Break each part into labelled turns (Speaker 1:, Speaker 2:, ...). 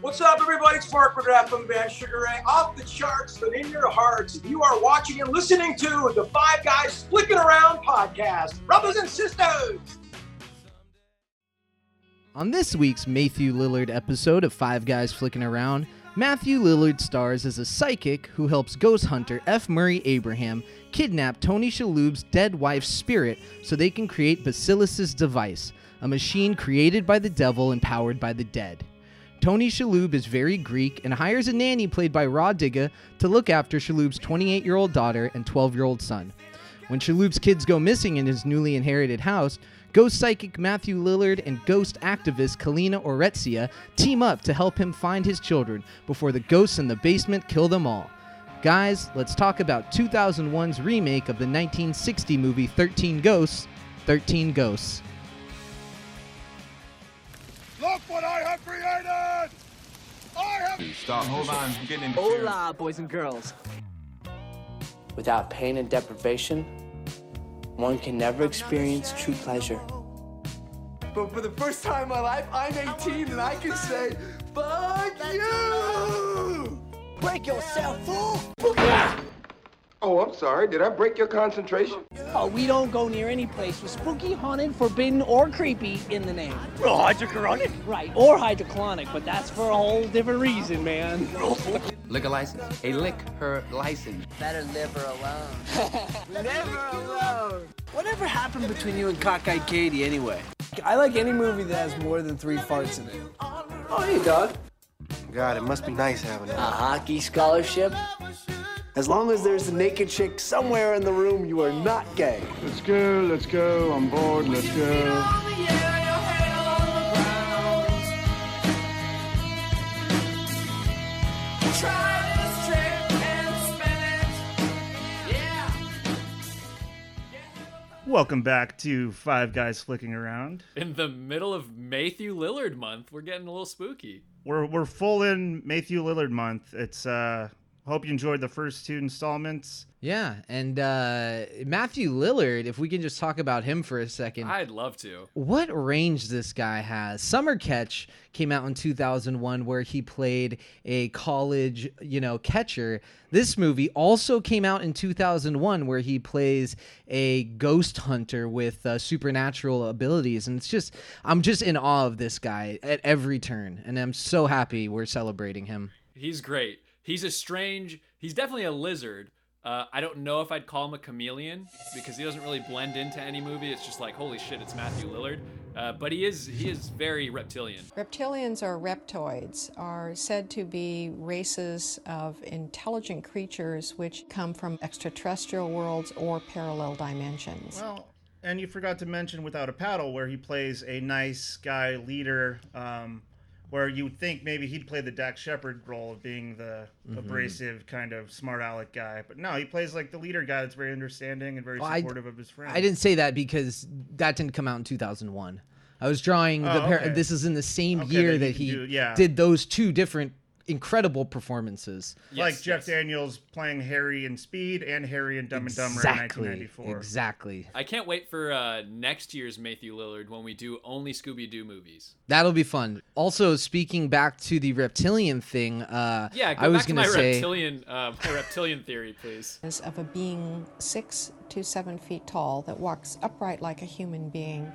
Speaker 1: What's up, everybody? It's Mark McGrath from Band Sugar Ray. Off the charts, but in your hearts, you are watching and listening to the Five Guys Flicking Around podcast. Brothers and sisters!
Speaker 2: On this week's Matthew Lillard episode of Five Guys Flicking Around, Matthew Lillard stars as a psychic who helps ghost hunter F. Murray Abraham kidnap Tony Shalhoub's dead wife's spirit so they can create Basilis's device, a machine created by the devil and powered by the dead. Tony Shalhoub is very Greek and hires a nanny played by Rod Digga to look after Shalhoub's 28 year old daughter and 12 year old son. When Shalhoub's kids go missing in his newly inherited house, ghost psychic Matthew Lillard and ghost activist Kalina Oretzia team up to help him find his children before the ghosts in the basement kill them all. Guys, let's talk about 2001's remake of the 1960 movie 13 Ghosts, 13 Ghosts.
Speaker 3: Look what I have created! I have.
Speaker 4: Stop. Hold on. I'm getting interfered.
Speaker 5: Hola, boys and girls.
Speaker 6: Without pain and deprivation, one can never experience true pleasure.
Speaker 7: But for the first time in my life, I'm 18 and I can say, fuck you!
Speaker 8: Break yourself, fool!
Speaker 7: Oh, I'm sorry. Did I break your concentration?
Speaker 8: Oh, we don't go near any place with spooky, haunted, forbidden, or creepy in the name.
Speaker 9: Well, hydrochloric.
Speaker 8: Right, or hydroclonic, but that's for a whole different reason, man.
Speaker 10: Liquor license. A lick her license.
Speaker 11: Better live her alone.
Speaker 12: Never alone.
Speaker 13: Whatever happened between you and cockeyed Katie, anyway?
Speaker 14: I like any movie that has more than three farts in it.
Speaker 13: Oh, hey, dog.
Speaker 15: God, it must be nice having
Speaker 6: a hockey scholarship.
Speaker 13: As long as there's a naked chick somewhere in the room, you are not gay.
Speaker 16: Let's go, let's go, I'm bored, let's go.
Speaker 17: Welcome back to Five Guys Flicking Around.
Speaker 18: In the middle of Matthew Lillard month, we're getting a little spooky.
Speaker 17: We're we're full in Matthew Lillard month. It's uh Hope you enjoyed the first two installments.
Speaker 2: Yeah, and uh, Matthew Lillard, if we can just talk about him for a second.
Speaker 18: I'd love to.
Speaker 2: What range this guy has. Summer Catch came out in 2001 where he played a college, you know, catcher. This movie also came out in 2001 where he plays a ghost hunter with uh, supernatural abilities and it's just I'm just in awe of this guy at every turn and I'm so happy we're celebrating him.
Speaker 18: He's great he's a strange he's definitely a lizard uh, i don't know if i'd call him a chameleon because he doesn't really blend into any movie it's just like holy shit it's matthew lillard uh, but he is he is very reptilian
Speaker 19: reptilians or reptoids are said to be races of intelligent creatures which come from extraterrestrial worlds or parallel dimensions
Speaker 17: well and you forgot to mention without a paddle where he plays a nice guy leader um, where you would think maybe he'd play the Dak Shepard role of being the mm-hmm. abrasive kind of smart aleck guy, but no, he plays like the leader guy that's very understanding and very well, supportive
Speaker 2: I,
Speaker 17: of his friends.
Speaker 2: I didn't say that because that didn't come out in 2001. I was drawing oh, the par- okay. this is in the same okay, year that he do, yeah. did those two different incredible performances.
Speaker 17: Yes, like yes. Jeff Daniels playing Harry in Speed and Harry in Dumb exactly, and Dumber in 1994.
Speaker 2: Exactly.
Speaker 18: I can't wait for uh, next year's Matthew Lillard when we do only Scooby Doo movies.
Speaker 2: That'll be fun. Also, speaking back to the reptilian thing, uh,
Speaker 18: yeah,
Speaker 2: I was
Speaker 18: going
Speaker 2: to say
Speaker 18: reptilian, uh, my reptilian theory, please.
Speaker 19: Is of a being six to seven feet tall that walks upright like a human being,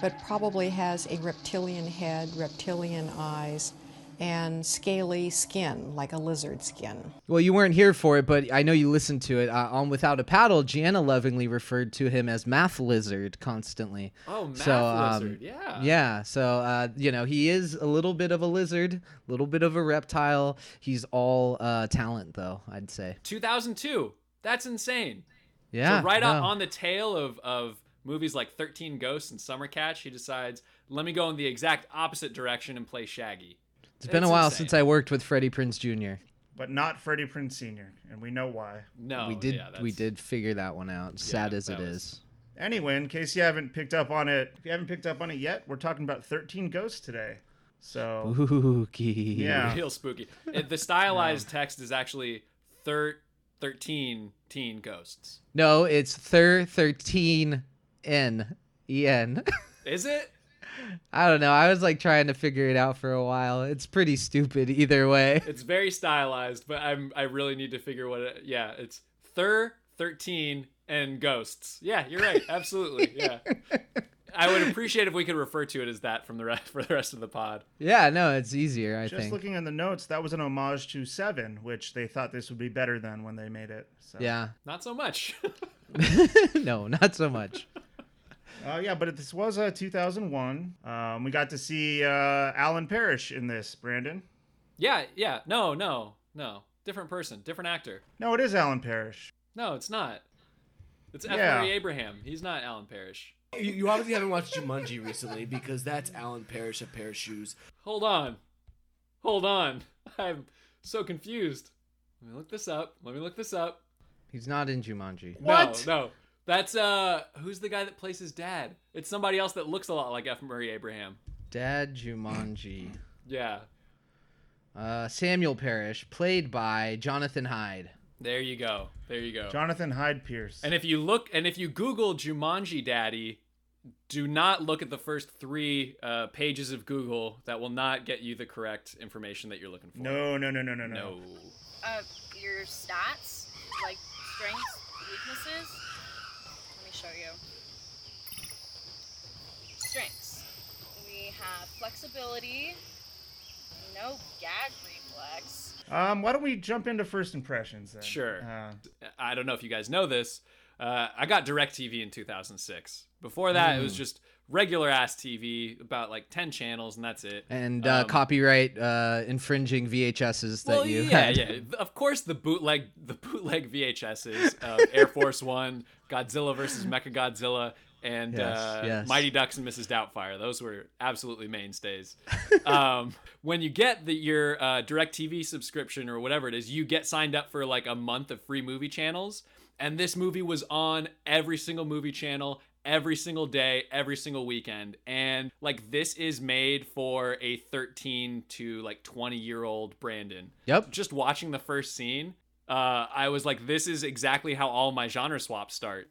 Speaker 19: but probably has a reptilian head, reptilian eyes and scaly skin, like a lizard skin.
Speaker 2: Well, you weren't here for it, but I know you listened to it. Uh, on Without a Paddle, Gianna lovingly referred to him as Math Lizard constantly.
Speaker 18: Oh, Math so, um, Lizard, yeah.
Speaker 2: Yeah, so, uh, you know, he is a little bit of a lizard, a little bit of a reptile. He's all uh, talent, though, I'd say.
Speaker 18: 2002. That's insane.
Speaker 2: Yeah.
Speaker 18: So, right no. on the tail of, of movies like 13 Ghosts and Summer Catch, he decides, let me go in the exact opposite direction and play Shaggy.
Speaker 2: It's been it's a while insane. since I worked with Freddie Prince Jr.
Speaker 17: But not Freddie Prince Sr. And we know why.
Speaker 18: No,
Speaker 2: we did.
Speaker 18: Oh, Yeah,
Speaker 2: we did figure that one out. Sad yeah, as it was... is.
Speaker 17: Anyway, in case you haven't picked up on it, if you haven't picked up on it yet, we're talking about 13 Ghosts today. So
Speaker 2: spooky.
Speaker 17: Yeah,
Speaker 18: real spooky. It, the stylized yeah. text is actually thir- 13 teen ghosts.
Speaker 2: No, it's thir 13 n e n.
Speaker 18: Is it?
Speaker 2: I don't know. I was like trying to figure it out for a while. It's pretty stupid either way.
Speaker 18: It's very stylized, but I'm I really need to figure what it yeah, it's Thur, 13, and ghosts. Yeah, you're right. Absolutely. Yeah. I would appreciate if we could refer to it as that from the rest for the rest of the pod.
Speaker 2: Yeah, no, it's easier, I
Speaker 17: Just
Speaker 2: think.
Speaker 17: looking in the notes, that was an homage to Seven, which they thought this would be better than when they made it. So.
Speaker 2: Yeah.
Speaker 18: Not so much.
Speaker 2: no, not so much.
Speaker 17: Uh, yeah, but this was uh, 2001. Um, we got to see uh, Alan Parrish in this, Brandon.
Speaker 18: Yeah, yeah. No, no, no. Different person, different actor.
Speaker 17: No, it is Alan Parrish.
Speaker 18: No, it's not. It's F. Yeah. Abraham. He's not Alan Parrish.
Speaker 5: You, you obviously haven't watched Jumanji recently because that's Alan Parrish of Pair of Shoes.
Speaker 18: Hold on. Hold on. I'm so confused. Let me look this up. Let me look this up.
Speaker 2: He's not in Jumanji.
Speaker 18: What? No, no. That's uh who's the guy that plays his dad? It's somebody else that looks a lot like F. Murray Abraham.
Speaker 2: Dad Jumanji.
Speaker 18: yeah.
Speaker 2: Uh, Samuel Parrish, played by Jonathan Hyde.
Speaker 18: There you go. There you go.
Speaker 17: Jonathan Hyde Pierce.
Speaker 18: And if you look and if you Google Jumanji Daddy, do not look at the first three uh, pages of Google. That will not get you the correct information that you're looking for.
Speaker 17: No, no, no, no, no, no.
Speaker 18: No.
Speaker 9: Uh, your stats, like strengths, weaknesses show you. Strengths. We have flexibility. No gag reflex.
Speaker 17: Um, why don't we jump into first impressions then?
Speaker 18: Sure. Uh, I don't know if you guys know this. Uh, I got DirecTV in 2006. Before that, mm. it was just regular ass TV, about like 10 channels, and that's it.
Speaker 2: And uh, um, copyright uh, infringing VHSs that
Speaker 18: well,
Speaker 2: you
Speaker 18: yeah,
Speaker 2: had.
Speaker 18: yeah. Of course, the bootleg the bootleg VHSs of Air Force One, Godzilla versus Mecha Godzilla, and yes, uh, yes. Mighty Ducks and Mrs. Doubtfire. Those were absolutely mainstays. um, when you get the, your uh, DirecTV subscription or whatever it is, you get signed up for like a month of free movie channels. And this movie was on every single movie channel, every single day, every single weekend. And like this is made for a 13 to like 20 year old Brandon.
Speaker 2: Yep.
Speaker 18: Just watching the first scene, uh, I was like, this is exactly how all my genre swaps start.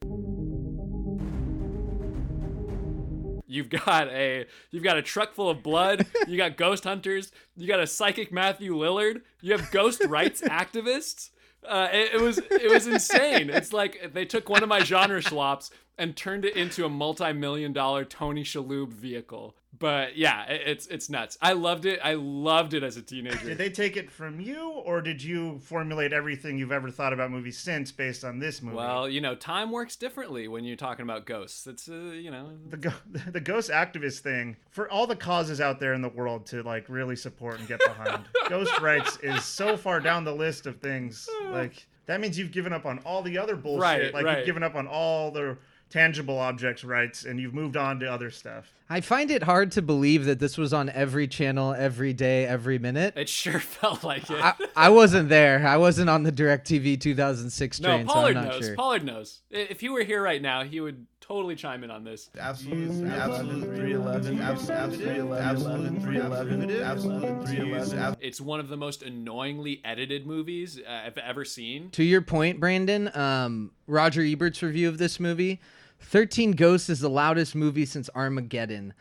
Speaker 18: You've got a you've got a truck full of blood. You got ghost hunters. You got a psychic Matthew Lillard. You have ghost rights activists. Uh, it, it, was it was insane. It's like they took one of my genre schlops and turned it into a multi-million dollar Tony Shalhoub vehicle. But yeah, it, it's it's nuts. I loved it. I loved it as a teenager.
Speaker 17: Did they take it from you, or did you formulate everything you've ever thought about movies since based on this movie?
Speaker 18: Well, you know, time works differently when you're talking about ghosts. It's uh, you know
Speaker 17: the go- the ghost activist thing for all the causes out there in the world to like really support and get behind. ghost rights is so far down the list of things like that means you've given up on all the other bullshit.
Speaker 18: Right,
Speaker 17: like
Speaker 18: right.
Speaker 17: you've given up on all the tangible objects rights and you've moved on to other stuff.
Speaker 2: I find it hard to believe that this was on every channel, every day, every minute.
Speaker 18: It sure felt like it.
Speaker 2: I, I wasn't there. I wasn't on the DirecTV 2006 train.
Speaker 18: No, Pollard
Speaker 2: so
Speaker 18: knows.
Speaker 2: Sure.
Speaker 18: Pollard knows. If he were here right now, he would totally chime in on this.
Speaker 20: Absolute, absolute 311, absolute 311, absolute 311, absolute 311.
Speaker 18: It's one of the most annoyingly edited movies uh, I've ever seen.
Speaker 2: To your point, Brandon, um, Roger Ebert's review of this movie 13 Ghosts is the loudest movie since Armageddon.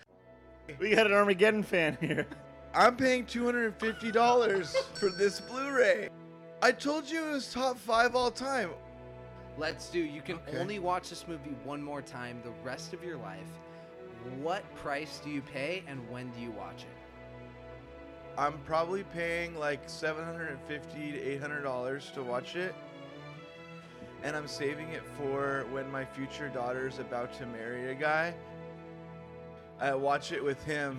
Speaker 17: We got an Armageddon fan here.
Speaker 21: I'm paying $250 for this Blu ray. I told you it was top five all time.
Speaker 2: Let's do. You can okay. only watch this movie one more time the rest of your life. What price do you pay and when do you watch it?
Speaker 21: I'm probably paying like $750 to $800 to watch it. And I'm saving it for when my future daughter's about to marry a guy. I watch it with him.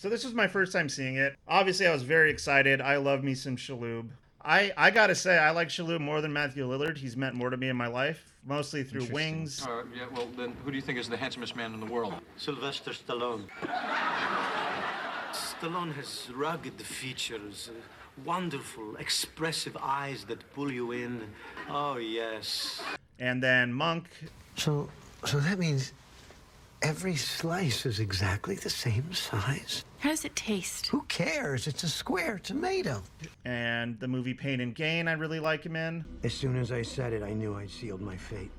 Speaker 17: So this was my first time seeing it. Obviously, I was very excited. I love me some Shaloub. I, I gotta say, I like Shaloub more than Matthew Lillard. He's meant more to me in my life, mostly through Wings.
Speaker 22: Uh, yeah, well, then who do you think is the handsomest man in the world?
Speaker 23: Sylvester Stallone. Stallone has rugged features, uh, wonderful, expressive eyes that pull you in. Oh, yes.
Speaker 17: And then Monk.
Speaker 24: So, so that means every slice is exactly the same size.
Speaker 25: How does it taste?
Speaker 24: Who cares? It's a square tomato.
Speaker 17: And the movie Pain and Gain, I really like him in.
Speaker 24: As soon as I said it, I knew I'd sealed my fate.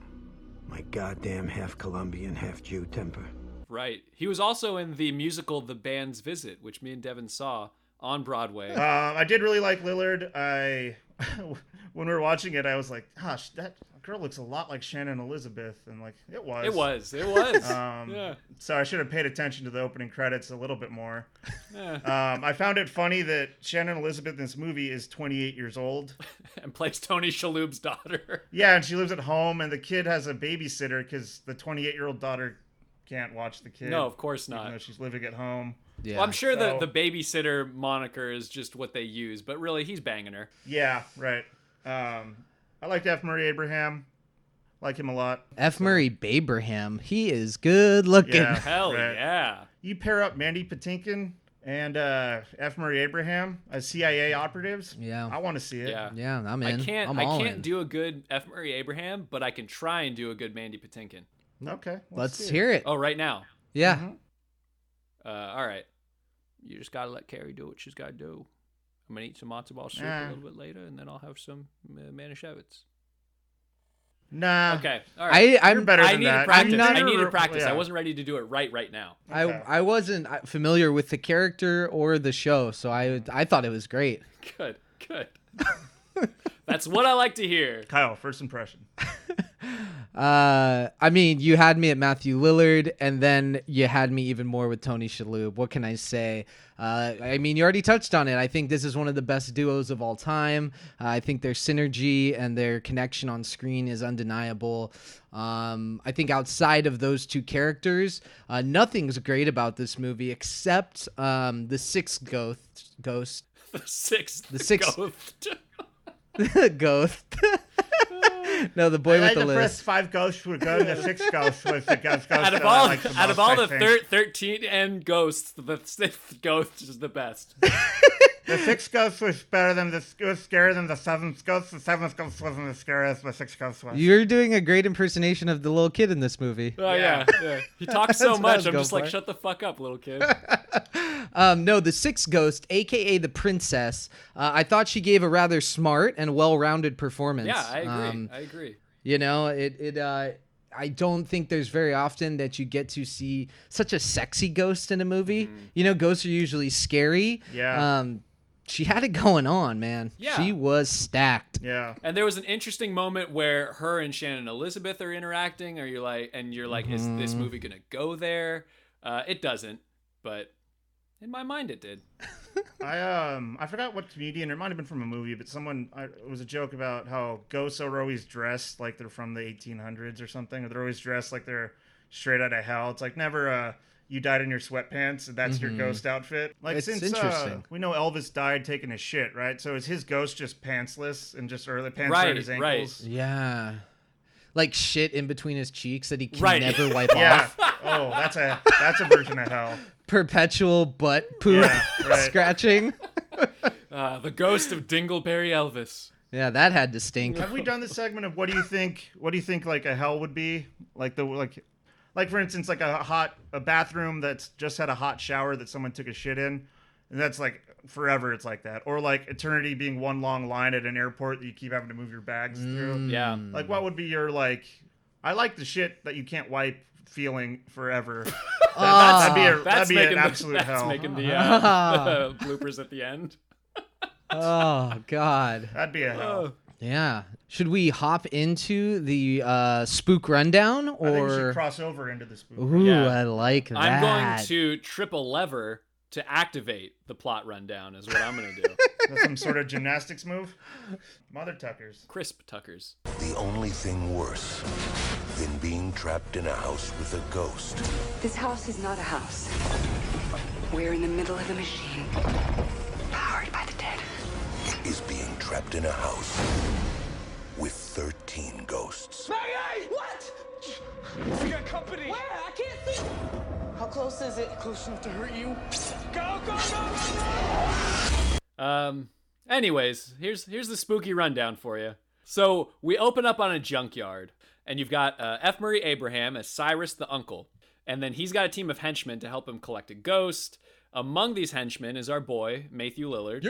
Speaker 24: My goddamn half Colombian, half Jew temper.
Speaker 18: Right. He was also in the musical The Band's Visit, which me and Devin saw on Broadway.
Speaker 17: Um, I did really like Lillard. I when we were watching it, I was like, "Gosh, that girl looks a lot like Shannon Elizabeth," and like it was.
Speaker 18: It was. It was.
Speaker 17: Um,
Speaker 18: yeah.
Speaker 17: So I should have paid attention to the opening credits a little bit more.
Speaker 18: Yeah.
Speaker 17: Um, I found it funny that Shannon Elizabeth in this movie is 28 years old.
Speaker 18: and plays Tony Shalhoub's daughter.
Speaker 17: Yeah, and she lives at home, and the kid has a babysitter because the 28 year old daughter can't watch the kid.
Speaker 18: No, of course
Speaker 17: Even
Speaker 18: not.
Speaker 17: though she's living at home.
Speaker 2: Yeah.
Speaker 18: Well, I'm sure
Speaker 17: So-
Speaker 18: the, the babysitter moniker is just what they use, but really he's banging her.
Speaker 17: Yeah, right. Um, I liked F. Murray Abraham. Like him a lot.
Speaker 2: F. Murray Baberham, he is good looking.
Speaker 17: Yeah, right.
Speaker 18: yeah.
Speaker 17: You pair up Mandy Patinkin and uh, F. Murray Abraham as CIA operatives.
Speaker 2: Yeah.
Speaker 17: I want to see it.
Speaker 18: Yeah.
Speaker 2: Yeah, I'm in.
Speaker 18: I can't
Speaker 2: I'm
Speaker 18: I
Speaker 2: all
Speaker 18: can't
Speaker 2: in.
Speaker 18: do a good F. Murray Abraham, but I can try and do a good Mandy Patinkin.
Speaker 17: Okay.
Speaker 2: Let's hear it.
Speaker 18: Oh, right now.
Speaker 2: Yeah.
Speaker 18: Uh, all right. You just gotta let Carrie do what she's gotta do. I'm gonna eat some matzo ball soup
Speaker 17: Yeah.
Speaker 18: a little bit later, and then I'll have some uh, manischewitz.
Speaker 17: Nah.
Speaker 18: Okay. All
Speaker 2: I-
Speaker 18: right.
Speaker 2: I'm-
Speaker 17: You're better
Speaker 18: I
Speaker 17: than
Speaker 18: needed
Speaker 17: that.
Speaker 18: practice.
Speaker 2: not-
Speaker 18: I needed practice.
Speaker 17: Yeah.
Speaker 18: I wasn't ready to do it right right now.
Speaker 17: Okay.
Speaker 2: I I wasn't uh, familiar with the character or the show, so I I thought it was great.
Speaker 18: Good. Good. That's what I like to hear.
Speaker 17: Kyle, first impression.
Speaker 2: Uh, I mean, you had me at Matthew Lillard, and then you had me even more with Tony Shalhoub. What can I say? Uh, I mean, you already touched on it. I think this is one of the best duos of all time. Uh, I think their synergy and their connection on screen is undeniable. Um, I think outside of those two characters, uh, nothing's great about this movie except um, the sixth ghost. Ghost.
Speaker 18: The sixth.
Speaker 2: The sixth-
Speaker 18: ghost.
Speaker 2: ghost. no, the
Speaker 17: I
Speaker 2: boy with
Speaker 17: like
Speaker 2: the,
Speaker 17: the
Speaker 2: list.
Speaker 17: first five ghosts were good. The sixth ghost was the ghost. ghost
Speaker 18: out of
Speaker 17: that I
Speaker 18: all,
Speaker 17: liked the
Speaker 18: out of
Speaker 17: most,
Speaker 18: all
Speaker 17: I
Speaker 18: the
Speaker 17: think.
Speaker 18: thir- 13 and ghosts, the sixth ghost is the best.
Speaker 17: The sixth ghost was better than the it was scarier than the seventh ghost. The seventh ghost wasn't as scary as the sixth ghost was.
Speaker 2: You're doing a great impersonation of the little kid in this movie.
Speaker 18: Oh yeah, yeah. He talks so
Speaker 2: That's what I
Speaker 18: much.
Speaker 2: was
Speaker 18: I'm
Speaker 2: going
Speaker 18: just like,
Speaker 2: for.
Speaker 18: shut the fuck up, little kid.
Speaker 2: Um, no, the sixth ghost, aka the princess. Uh, I thought she gave a rather smart and well-rounded performance.
Speaker 18: yeah, I agree.
Speaker 2: Um,
Speaker 18: I agree.
Speaker 2: you know, it it. Uh, I don't think there's very often that you get to see such a sexy ghost in a movie. You know, ghosts are usually scary.
Speaker 17: Yeah.
Speaker 2: Um, she had it going on, man.
Speaker 18: Yeah.
Speaker 2: She was stacked.
Speaker 17: Yeah.
Speaker 18: And there was an interesting moment where her and Shannon Elizabeth are interacting, or you're like, and you're like, is this
Speaker 2: Mhm.
Speaker 18: movie gonna go there? Uh, it doesn't, but in my mind, it did.
Speaker 17: I um I forgot what comedian. It might have been from a movie, but someone I, it was a joke about how ghosts are always dressed like they're from the 1800s or something. Or they're always dressed like they're straight out of hell. It's like never uh you died in your sweatpants and that's
Speaker 2: Mhm.
Speaker 17: your ghost outfit. Like
Speaker 2: It's
Speaker 17: since Uh,
Speaker 2: interesting.
Speaker 17: we know Elvis died taking a shit, right? So is his ghost just pantsless and just or the pants are
Speaker 18: Right,
Speaker 17: at his
Speaker 18: right.
Speaker 17: ankles?
Speaker 2: Yeah. Like shit in between his cheeks that he can
Speaker 18: Right.
Speaker 2: never wipe
Speaker 17: Yeah.
Speaker 2: off.
Speaker 17: Oh, that's a that's a version of hell.
Speaker 2: Perpetual butt poop
Speaker 17: Yeah, right.
Speaker 2: scratching.
Speaker 18: Uh, the ghost of Dingleberry Elvis.
Speaker 2: Yeah, that had to stink.
Speaker 17: Have we done the segment of what do you think? What do you think like a hell would be? Like the like, like for instance, like a hot a bathroom that's just had a hot shower that someone took a shit in, and that's like forever. It's like that, or like eternity being one long line at an airport that you keep having to move your bags through.
Speaker 18: Mm. Yeah.
Speaker 17: Like, what would be your like? I like the shit that you can't wipe feeling forever. That- that'd be, a, that'd be an
Speaker 18: Ah. the-
Speaker 17: absolute
Speaker 18: that's
Speaker 17: hell.
Speaker 18: making the
Speaker 2: Ah.
Speaker 18: uh, bloopers at the end.
Speaker 2: Oh God.
Speaker 17: That'd be a hell.
Speaker 2: Yeah. Should we hop into the uh, spook rundown or?
Speaker 17: I think we should cross over into this movie.
Speaker 2: Ooh,
Speaker 18: Yeah.
Speaker 2: I like that.
Speaker 18: I'm going to triple lever to activate the plot rundown. Is what I'm gonna do.
Speaker 17: That's some sort of gymnastics move. Mother Tuckers.
Speaker 18: Crisp Tuckers.
Speaker 1: The only thing worse than being trapped in a house with a ghost
Speaker 3: This house is not a house. We're in the middle of a machine, powered by the dead.
Speaker 1: is being trapped in a house with 13 ghosts.
Speaker 12: What? We got company. Where? I can't see. How close is it? Close enough to hurt you. Go, go, go, go, go!
Speaker 18: Um. Anyways, here's here's the spooky rundown for you. So we open up on a junkyard, and you've got uh, F. Murray Abraham as Cyrus the uncle, and then he's got a team of henchmen to help him collect a ghost. Among these henchmen is our boy Matthew Lillard,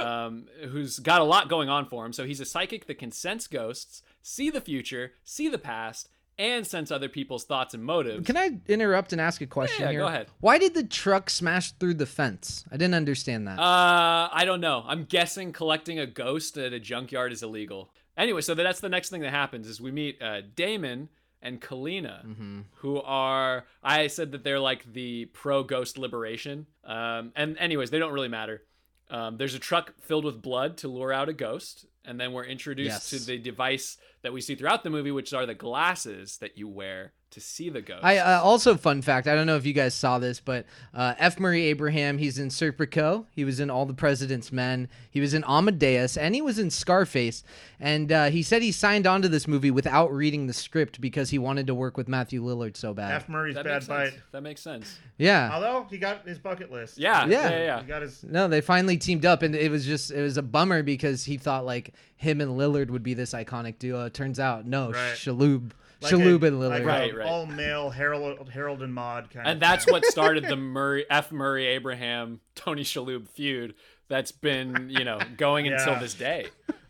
Speaker 18: Um, who's got a lot going on for him. So he's a psychic that can sense ghosts, see the future, see the past, and sense other people's thoughts and motives.
Speaker 2: Can I interrupt and ask a question
Speaker 18: Yeah,
Speaker 2: here?
Speaker 18: go ahead.
Speaker 2: Why did the truck smash through the fence? I didn't understand that.
Speaker 18: Uh, I don't know. I'm guessing collecting a ghost at a junkyard is illegal. Anyway, so that's the next thing that happens is we meet uh, Damon and
Speaker 2: Hmm.
Speaker 18: Kalina,
Speaker 2: Mm-hmm.
Speaker 18: who are I said that they're like the pro ghost liberation. Um, and anyways, they don't really matter. Um, there's a truck filled with blood to lure out a ghost, and then we're introduced
Speaker 2: Yes.
Speaker 18: to the device that we see throughout the movie, which are the glasses that you wear to see the ghost.
Speaker 2: I uh, also fun fact. I don't know if you guys saw this, but uh, F. Murray Abraham. He's in Serpico. He was in All the President's Men. He was in Amadeus, and he was in Scarface. And uh, he said he signed on to this movie without reading the script because he wanted to work with Matthew Lillard so bad.
Speaker 17: F. Murray's
Speaker 18: That
Speaker 17: bad
Speaker 18: makes sense.
Speaker 17: bite.
Speaker 18: That makes sense.
Speaker 2: yeah.
Speaker 17: Although he got his bucket list.
Speaker 18: Yeah,
Speaker 2: Yeah. yeah,
Speaker 18: yeah.
Speaker 17: He got his.
Speaker 2: No, they finally teamed up, and it was just it was a bummer because he thought like him and Lillard would be this iconic duo. Turns out, no,
Speaker 17: Right.
Speaker 2: Shalhoub,
Speaker 17: Like
Speaker 2: Shalhoub
Speaker 17: a-
Speaker 2: and Lillard.
Speaker 17: like a
Speaker 18: Right, right.
Speaker 17: All male Harold, Harold and Maude kind of.
Speaker 18: and that's what started the Murray F. Murray Abraham Tony Shalhoub feud that's been you know going until
Speaker 17: Yeah.
Speaker 18: this day.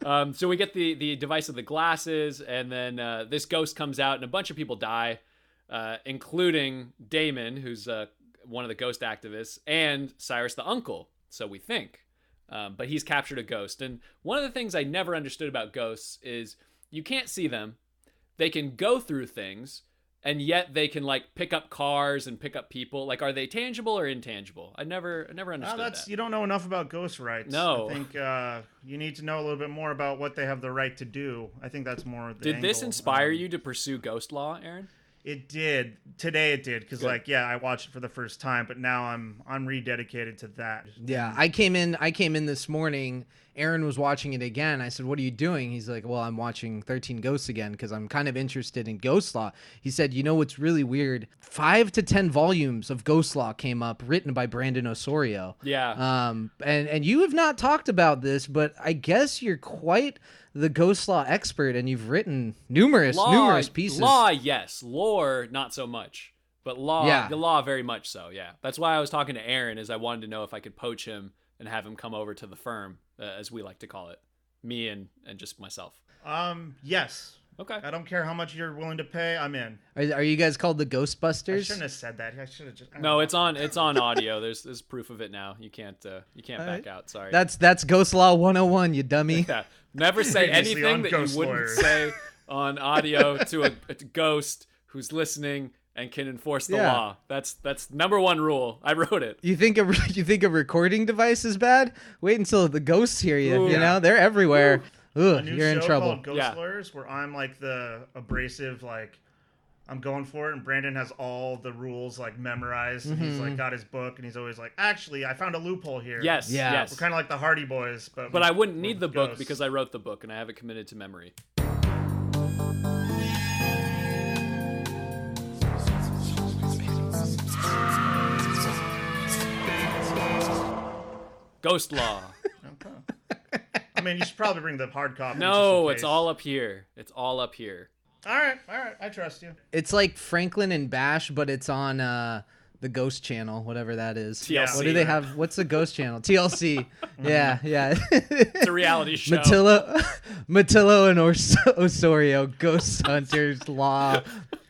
Speaker 18: Um, so we get the the device of the glasses, and then uh, this ghost comes out, and a bunch of people die, uh, including Damon, who's uh, one of the ghost activists, and Cyrus the uncle. So we think, um, but he's captured a ghost. And one of the things I never understood about ghosts is you can't see them, they can go through things and yet they can like pick up cars and pick up people like are they tangible or intangible i never I never
Speaker 17: Oh,
Speaker 18: understood
Speaker 17: that's
Speaker 18: that
Speaker 17: you don't know enough about ghost rights.
Speaker 18: No.
Speaker 17: I think uh, you need to know a little bit more about what they have the right to do. I think that's more. The
Speaker 18: did this
Speaker 17: angle. Um,
Speaker 18: inspire you to pursue ghost law aaron
Speaker 17: It did today. It did because
Speaker 18: Good.
Speaker 17: like yeah, I watched it for the first time, but now I'm I'm rededicated to that.
Speaker 2: Yeah, I came in. I came in this morning. Aaron was watching it again. I said, "What are you doing?" He's like, "Well, I'm watching Thirteen Ghosts again because I'm kind of interested in Ghost Law." He said, "You know what's really weird? Five to ten volumes of Ghost Law came up, written by Brandon Osorio.
Speaker 18: Yeah.
Speaker 2: Um, and and you have not talked about this, but I guess you're quite the Ghost Law expert, and you've written numerous
Speaker 18: law,
Speaker 2: numerous pieces.
Speaker 18: law yes lore not so much but law
Speaker 2: Yeah.
Speaker 18: the law very much so yeah that's why i was talking to aaron is i wanted to know if i could poach him and have him come over to the firm uh, as we like to call it me and and just myself
Speaker 17: Um. Yes.
Speaker 18: Okay.
Speaker 17: I don't care how much you're willing to pay. I'm in.
Speaker 2: Are, are you guys called the
Speaker 17: I
Speaker 2: Ghostbusters?
Speaker 17: shouldn't have said that. I should have just.
Speaker 18: no it's on it's on audio there's there's proof of it now you can't uh, you can't
Speaker 2: All
Speaker 18: back
Speaker 2: right.
Speaker 18: out sorry
Speaker 2: That's that's Ghost Law 101, you dummy.
Speaker 18: Yeah. Never say
Speaker 17: Previously
Speaker 18: anything
Speaker 17: on
Speaker 18: that you
Speaker 17: Ghost
Speaker 18: wouldn't
Speaker 17: Lawyer.
Speaker 18: say on audio to a, a ghost who's listening and can enforce the
Speaker 2: Yeah.
Speaker 18: law. That's that's number one rule. I wrote it.
Speaker 2: You think a you think a recording device is bad? Wait until the ghosts hear you.
Speaker 18: Ooh.
Speaker 2: You know they're everywhere. Ooh,
Speaker 17: a new
Speaker 2: you're
Speaker 17: show
Speaker 2: in trouble.
Speaker 17: called Ghost Lawyers, where I'm like the abrasive, like I'm going for it, and Brandon has all the rules like memorized, and he's
Speaker 2: Mm-hmm.
Speaker 17: like
Speaker 18: Mhm.
Speaker 17: got his book, and he's always like, "Actually, I found a loophole here."
Speaker 18: Yes, Yeah. yes.
Speaker 17: We're kind of like the Hardy Boys, but
Speaker 18: But
Speaker 17: with-
Speaker 18: I wouldn't
Speaker 17: with
Speaker 18: need the book
Speaker 17: ghosts.
Speaker 18: because I wrote the book and I have it committed to memory. Ghost law.
Speaker 17: I mean, you should probably bring the hard copy.
Speaker 18: No,
Speaker 17: just
Speaker 18: it's
Speaker 17: in
Speaker 18: all up here. It's all up here.
Speaker 17: case. All right, all right. I trust you.
Speaker 2: It's like Franklin and Bash, but it's on uh, the Ghost Channel, whatever that is.
Speaker 18: TLC.
Speaker 2: What do they have? What's the Ghost Channel? TLC. yeah, yeah. It's
Speaker 18: a reality show.
Speaker 2: Matillo, Matillo and Ors- Osorio, ghost hunters, law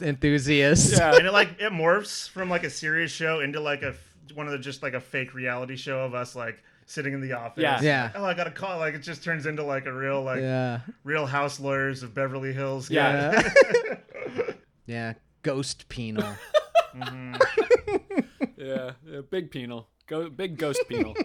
Speaker 2: enthusiasts.
Speaker 17: and it like it morphs from like a serious show into like a f- one of the just like a fake reality show of us like sitting in the office.
Speaker 2: Yeah. Yeah.
Speaker 17: Oh, I got a call. Like it just turns into like a real like
Speaker 2: Yeah.
Speaker 17: Real House Lawyers of Beverly Hills.
Speaker 2: Yeah.
Speaker 17: kind of-
Speaker 2: yeah. Ghost penal.
Speaker 17: Mm-hmm.
Speaker 18: yeah, yeah, big penal, go big ghost penal.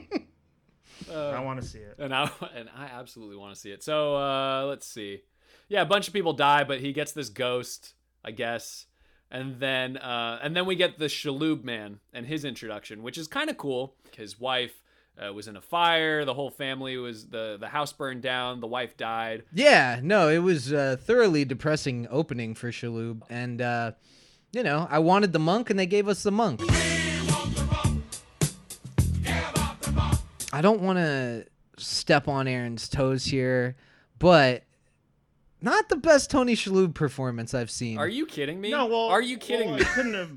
Speaker 18: Uh,
Speaker 17: I want to see it.
Speaker 18: and I and I absolutely want to see it. So uh, let's see. Yeah, a bunch of people die, but he gets this ghost, I guess, and then uh, and then we get the Shalub man and his introduction, which is kind of cool. His wife uh, was in a fire. The whole family was the the house burned down. The wife died.
Speaker 2: Yeah, no, it was a thoroughly depressing opening for Shaloub. And, uh, you know, I wanted the monk and they gave us the monk. I don't want to step on Aaron's toes here, but not the best Tony Shaloub performance I've seen.
Speaker 18: Are you kidding me?
Speaker 17: No, well,
Speaker 18: are you kidding
Speaker 17: well,
Speaker 18: me?
Speaker 17: It couldn't have.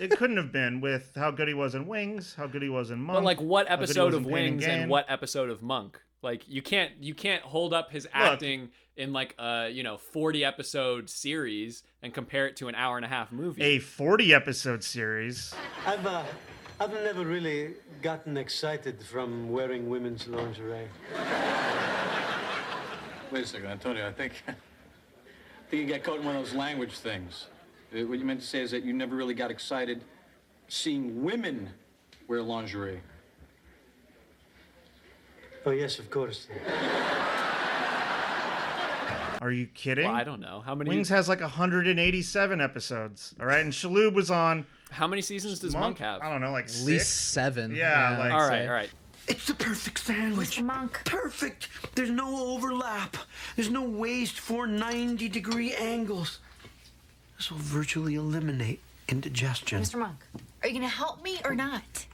Speaker 17: It couldn't have been with how good he was in Wings, how good he was in Monk.
Speaker 18: But like, what
Speaker 17: how good he
Speaker 18: episode
Speaker 17: was
Speaker 18: of
Speaker 17: in Pain
Speaker 18: Wings and
Speaker 17: Gain.
Speaker 18: what episode of Monk? Like you can't you can't hold up his acting in like a you know forty episode series and compare it to an hour and a half movie.
Speaker 17: A 40 episode series.
Speaker 23: I've uh, I've never really gotten excited from wearing women's lingerie.
Speaker 22: Wait a second, Antonio. I think, I think you got caught in one of those language things. Uh, What you meant to say is that you never really got excited seeing women wear lingerie.
Speaker 23: Oh yes, of course.
Speaker 17: Are you kidding?
Speaker 18: I don't know how many
Speaker 17: Wings has like 187 episodes. All right, and Shaloub was on.
Speaker 18: How many seasons does Monk have?
Speaker 17: I don't know, like
Speaker 18: At
Speaker 17: six?
Speaker 18: least
Speaker 2: seven.
Speaker 17: Yeah, like
Speaker 18: all right, all right.
Speaker 24: It's the perfect sandwich. Monk. Perfect. There's no overlap. There's no waste for 90 degree angles. This will virtually eliminate indigestion.
Speaker 4: Mr. Monk, are you going to help me or not?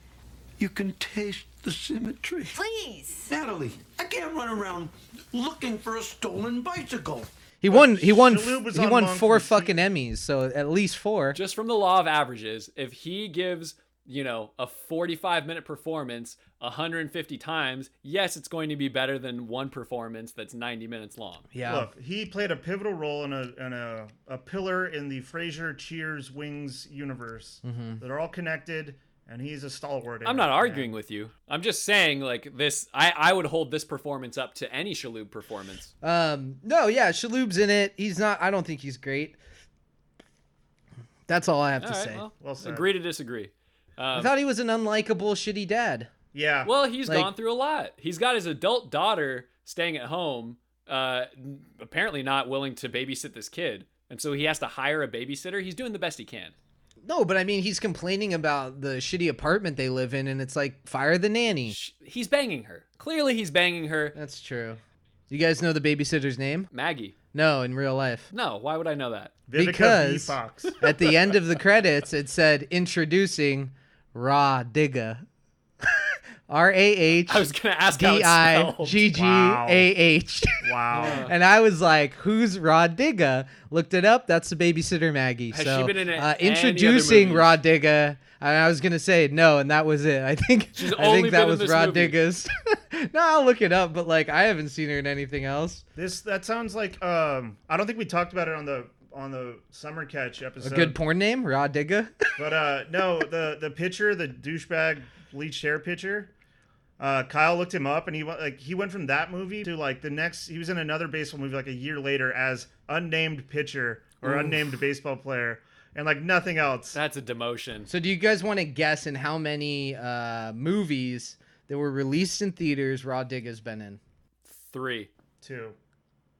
Speaker 24: You can taste the symmetry.
Speaker 4: Please.
Speaker 24: Natalie, I can't run around looking for a stolen bicycle.
Speaker 2: He won. He won.
Speaker 18: Shaloub was
Speaker 2: He
Speaker 18: on
Speaker 2: won
Speaker 18: Monk
Speaker 2: four
Speaker 18: and
Speaker 2: fucking Emmys, so at least four.
Speaker 18: Just from the law of averages, if he gives you know a 45 minute performance 150 times, yes, it's going to be better than one performance that's 90 minutes long.
Speaker 17: Look, he played a pivotal role in a in a, a pillar in the Frasier, Cheers, Wings universe
Speaker 18: Mhm.
Speaker 17: that are all connected, and he's a stalwart. in
Speaker 18: I'm
Speaker 17: it.
Speaker 18: not
Speaker 17: Yeah.
Speaker 18: arguing with you. I'm just saying like this. I I would hold this performance up to any Shaloub performance.
Speaker 2: Um, no, yeah, Shaloub's in it. He's not. I don't think he's great. That's all I have to
Speaker 18: All right,
Speaker 2: say.
Speaker 18: well, agree to disagree. Um,
Speaker 2: I thought he was an unlikable, shitty dad.
Speaker 17: Yeah.
Speaker 18: Well, he's
Speaker 2: Like-
Speaker 18: gone through a lot. He's got his adult daughter staying at home, uh, n- apparently not willing to babysit this kid, and so he has to hire a babysitter. He's doing the best he can.
Speaker 2: No, but I mean, he's complaining about the shitty apartment they live in, and it's like fire the nanny.
Speaker 18: He's banging her. Clearly, he's banging her.
Speaker 2: That's true. You guys know the babysitter's name?
Speaker 18: Maggie.
Speaker 2: No, in real life.
Speaker 18: No, why would I know that?
Speaker 2: because at the end of the credits, it said introducing Raw Digga. R A H.
Speaker 18: I was gonna ask how
Speaker 2: D
Speaker 18: it's
Speaker 2: I
Speaker 18: spelled.
Speaker 2: G G A H.
Speaker 17: Wow.
Speaker 18: Yeah.
Speaker 2: and I was like, "Who's Raw Digga?" Looked it up. That's the babysitter Maggie.
Speaker 18: Has she
Speaker 2: so
Speaker 18: been in a-
Speaker 2: uh,
Speaker 18: any other
Speaker 2: introducing
Speaker 18: movies?
Speaker 2: Raw Digga. And I was gonna say no, and that was it. I think
Speaker 18: She's
Speaker 2: I
Speaker 18: only
Speaker 2: think that
Speaker 18: been in
Speaker 2: was
Speaker 18: this
Speaker 2: Raw
Speaker 18: movie.
Speaker 2: Digga's. no, I'll look it up, but like I haven't seen her in anything else.
Speaker 17: This that sounds like um I don't think we talked about it on the on the summer catch
Speaker 2: A
Speaker 17: episode.
Speaker 2: good porn name, Raw Digga.
Speaker 17: But uh no, the the pitcher, the douchebag bleached hair pitcher, uh Kyle looked him up and he went like he went from that movie to like the next he was in another baseball movie like a year later as unnamed pitcher or
Speaker 18: Oof.
Speaker 17: unnamed baseball player and like nothing else.
Speaker 18: That's a demotion.
Speaker 2: So, do you guys want to guess in how many uh, movies that were released in theaters Raw Digga's been in?
Speaker 18: Three.
Speaker 17: Two.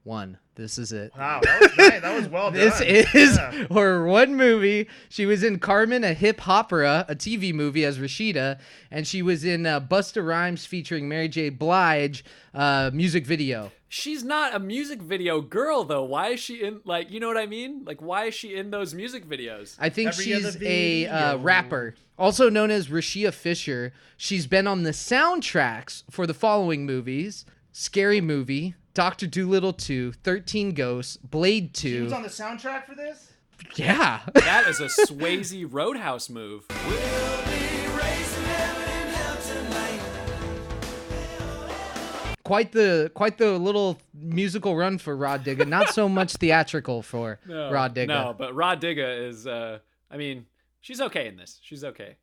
Speaker 2: One. This is it.
Speaker 17: Wow, Oh, that was nice. That was well
Speaker 2: this
Speaker 17: done.
Speaker 2: is
Speaker 17: Yeah.
Speaker 2: her one movie. She was in Carmen, a hip opera, a TV movie as Rashida, and she was in uh, Busta Rhymes featuring Mary J. Blige uh, music video.
Speaker 18: She's not a music video girl though. Why is she in like you know what I mean? Like why is she in those music videos?
Speaker 2: I think she's a uh, rapper, also known as Rashia Fisher. She's been on the soundtracks for the following movies Scary Movie, Dr. Dolittle 2, 13 Ghosts, Blade 2.
Speaker 17: He was on the soundtrack for this?
Speaker 2: yeah.
Speaker 18: that is a Swayze Roadhouse move.
Speaker 2: quite the quite the little musical run for Rod Digga, not so much theatrical for
Speaker 18: No,
Speaker 2: Rod Digga.
Speaker 18: No, but Rod Digga is. Uh, I mean, she's okay in this. She's okay.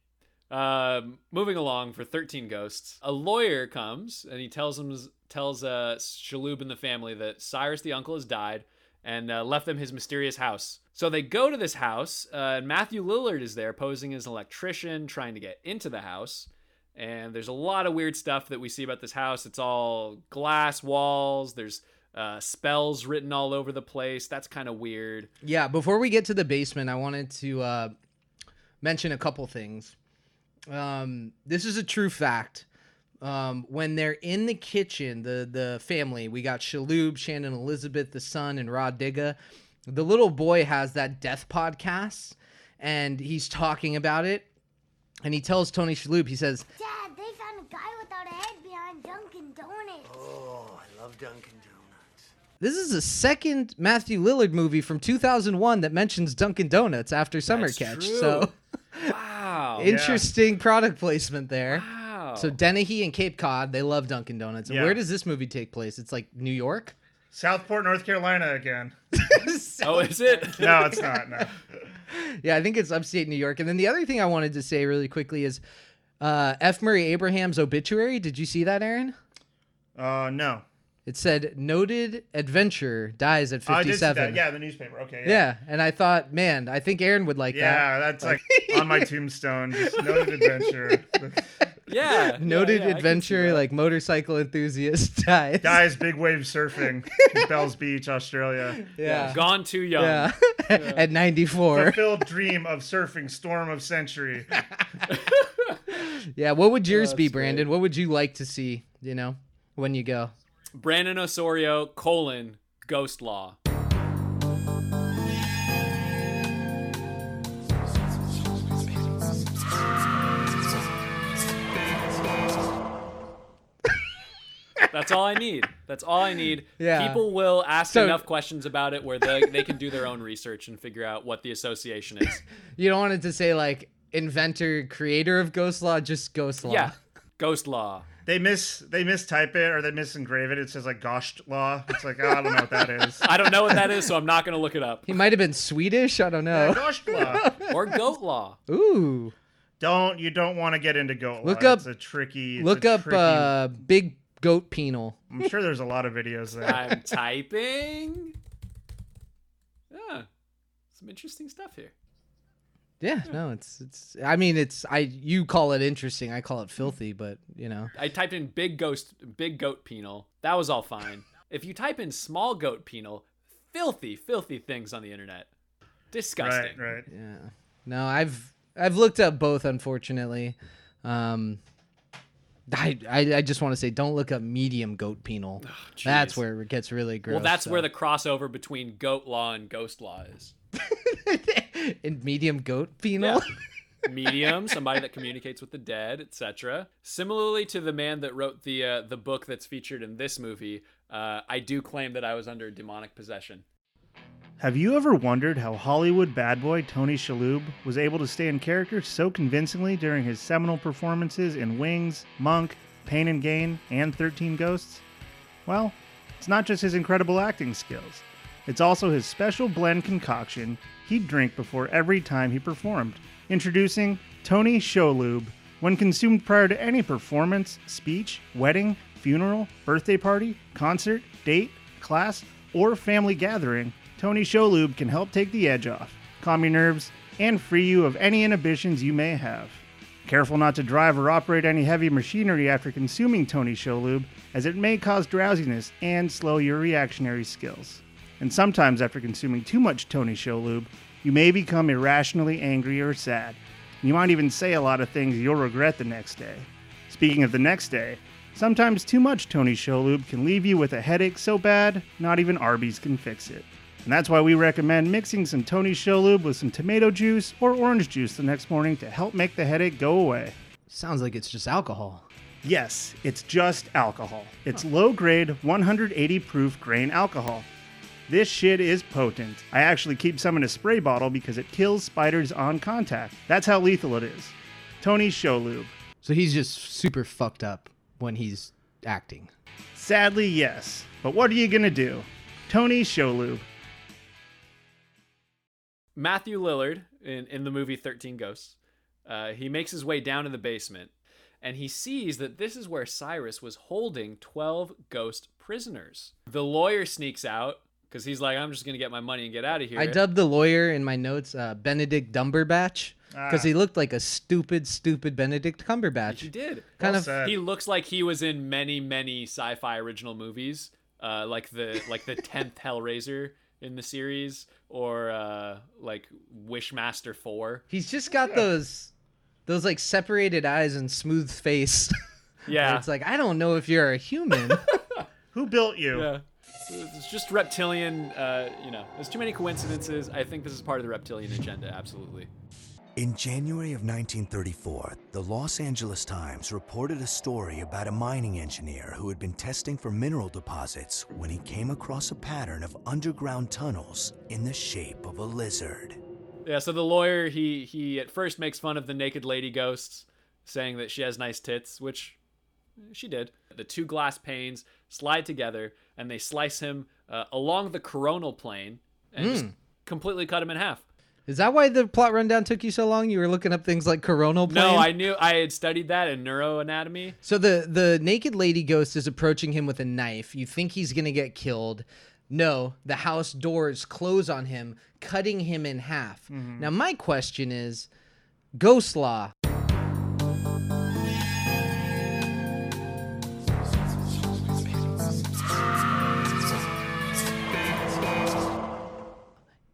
Speaker 18: Um, moving along for Thirteen Ghosts, a lawyer comes and he tells him tells uh, Shaloub and the family that Cyrus the uncle has died and uh, left them his mysterious house. So they go to this house, uh, and Matthew Lillard is there posing as an electrician, trying to get into the house. And there's a lot of weird stuff that we see about this house. It's all glass walls. There's uh, spells written all over the place. That's kind of weird.
Speaker 2: Yeah, before we get to the basement, I wanted to uh, mention a couple things. Um, this is a true fact. Um, when they're in the kitchen, the the family, we got Shaloub, Shannon Elizabeth, the son, and Rod Digga. The little boy has that death podcast, and he's talking about it. And he tells Tony Shaloub, he says,
Speaker 7: Dad, they found a guy without a head behind Dunkin' Donuts. Oh, I love Dunkin'
Speaker 2: This is the second Matthew Lillard movie from 2001 that mentions Dunkin' Donuts after Summer Catch. So
Speaker 18: Wow.
Speaker 17: Oh,
Speaker 2: interesting product placement there.
Speaker 18: Wow.
Speaker 2: So Dennehy and Cape Cod, they love Dunkin' Donuts. And
Speaker 17: Yeah.
Speaker 2: Where does this movie take place? It's like New York.
Speaker 17: Southport, North Carolina again.
Speaker 18: oh, is it?
Speaker 17: No, it's not. No.
Speaker 2: yeah, I think it's upstate New York. And then the other thing I wanted to say really quickly is uh, F. Murray Abraham's obituary. Did you see that, Aaron?
Speaker 17: Uh, no.
Speaker 2: It said noted adventurer dies at
Speaker 17: Oh, I did see
Speaker 2: 57.
Speaker 17: that. Yeah, the newspaper. Okay.
Speaker 2: yeah. and I thought, man, I think Aaron would like that.
Speaker 17: Yeah, that's like on my tombstone. Just noted adventure.
Speaker 18: yeah.
Speaker 2: noted adventurer, like motorcycle enthusiast dies.
Speaker 17: Guys, big wave surfing, Bells Beach, Australia.
Speaker 2: Yeah.
Speaker 18: Gone too young.
Speaker 2: Yeah. at 94.
Speaker 17: Fulfilled dream of surfing, storm of century.
Speaker 2: yeah, what would yours
Speaker 18: that's
Speaker 2: be, Brandon? What would you like to see, you know, when you go?
Speaker 18: Brandon Osorio colon Ghost Law. That's all I need. That's all I need.
Speaker 2: Yeah.
Speaker 18: People will ask
Speaker 2: So-
Speaker 18: enough questions about it where they, they can do their own research and figure out what the association is.
Speaker 2: You don't want it to say like inventor, creator of ghost law, just ghost law.
Speaker 18: Yeah. Ghost Law.
Speaker 17: They miss they mistype it or they misengrave it. It says like Gosht Law. It's like I don't know what that is.
Speaker 18: I don't know what that is, so I'm not going to look it up.
Speaker 2: He might have been Swedish. I don't know.
Speaker 17: Gosht Law.
Speaker 18: Or goat law.
Speaker 2: Ooh.
Speaker 17: Don't you don't want to get into goat
Speaker 2: Look
Speaker 17: law.
Speaker 2: up-
Speaker 17: It's a tricky. it's
Speaker 2: Look
Speaker 17: a
Speaker 2: up
Speaker 17: tricky-
Speaker 2: uh, big goat penal.
Speaker 17: I'm sure there's a lot of videos there.
Speaker 18: I'm typing. Yeah. Some interesting stuff here.
Speaker 2: Yeah, no, it's it's. I mean, it's I. You call it interesting. I call it filthy, but you know.
Speaker 18: I typed in big ghost, big goat penal. That was all fine. If you type in small goat penal, filthy, filthy things on the internet. Disgusting.
Speaker 17: Right, right.
Speaker 2: Yeah. No, I've I've looked up both, unfortunately. Um, I I, I just want to say, don't look up medium goat penal. that's where it gets really gross.
Speaker 18: Oh, well, that's
Speaker 2: so.
Speaker 18: where the crossover between goat law and ghost law is.
Speaker 2: in medium goat penal.
Speaker 18: Medium, somebody that communicates with the dead, etc. Similarly to the man that wrote the uh, the book that's featured in this movie, uh, I do claim that I was under demonic possession.
Speaker 17: Have you ever wondered how Hollywood bad boy Tony Shalhoub was able to stay in character so convincingly during his seminal performances in Wings, Monk, Pain and Gain, and 13 Ghosts? Well, it's not just his incredible acting skills. It's also his special blend concoction he'd drink before every time he performed. Introducing Tony Shalhoub. When consumed prior to any performance, speech, wedding, funeral, birthday party, concert, date, class, or family gathering, Tony Shalhoub can help take the edge off, calm your nerves, and free you of any inhibitions you may have. Careful not to drive or operate any heavy machinery after consuming Tony Sholub, as it may cause drowsiness and slow your reactionary skills. And sometimes, after consuming too much Tony Sholub, you may become irrationally angry or sad. You might even say a lot of things you'll regret the next day. Speaking of the next day, sometimes too much Tony Sholub can leave you with a headache so bad, not even Arby's can fix it. And that's why we recommend mixing some Tony Sholub with some tomato juice or orange juice the next morning to help make the headache go away.
Speaker 2: Sounds like it's just alcohol.
Speaker 17: Yes, it's just alcohol. It's low grade, 180 proof grain alcohol. This shit is potent. I actually keep some in a spray bottle because it kills spiders on contact. That's how lethal it is. Tony Sholub.
Speaker 2: So he's just super fucked up when he's acting.
Speaker 17: Sadly, yes. But what are you gonna do? Tony Sholub.
Speaker 18: Matthew Lillard in, in the movie 13 Ghosts, uh, he makes his way down to the basement and he sees that this is where Cyrus was holding 12 ghost prisoners. The lawyer sneaks out because he's like, I'm just going to get my money and get out of here.
Speaker 2: I dubbed the lawyer in my notes uh, Benedict Dumberbatch because
Speaker 18: Ah.
Speaker 2: he looked like a stupid, stupid Benedict Cumberbatch.
Speaker 18: He did.
Speaker 2: Kind Well of- said.
Speaker 18: He looks like he was in many, many sci fi original movies, uh, like the like the 10th Hellraiser in the series or uh, like Wishmaster 4.
Speaker 2: He's just got those, those like separated eyes and smooth face. Where
Speaker 18: Yeah.
Speaker 2: it's like I don't know if you're a human.
Speaker 17: Who built you?
Speaker 18: Yeah. It's just reptilian, uh, you know, there's too many coincidences. I think this is part of the reptilian agenda, absolutely.
Speaker 8: In January of 1934, the Los Angeles Times reported a story about a mining engineer who had been testing for mineral deposits when he came across a pattern of underground tunnels in the shape of a lizard.
Speaker 18: Yeah, so the lawyer, he he at first makes fun of the naked lady ghosts, saying that she has nice tits, which she did. The two glass panes slide together and they slice him uh, along the coronal plane and
Speaker 17: Hmm.
Speaker 18: just
Speaker 2: Mm.
Speaker 18: completely cut him in half.
Speaker 2: Is that why the plot rundown took you so long? You were looking up things like coronal plane?
Speaker 18: No, I knew I had studied that in neuroanatomy.
Speaker 2: So the the naked lady ghost is approaching him with a knife. You think he's gonna get killed. No, the house doors close on him, cutting him in half.
Speaker 10: Mhm.
Speaker 2: Now my question is, ghost law.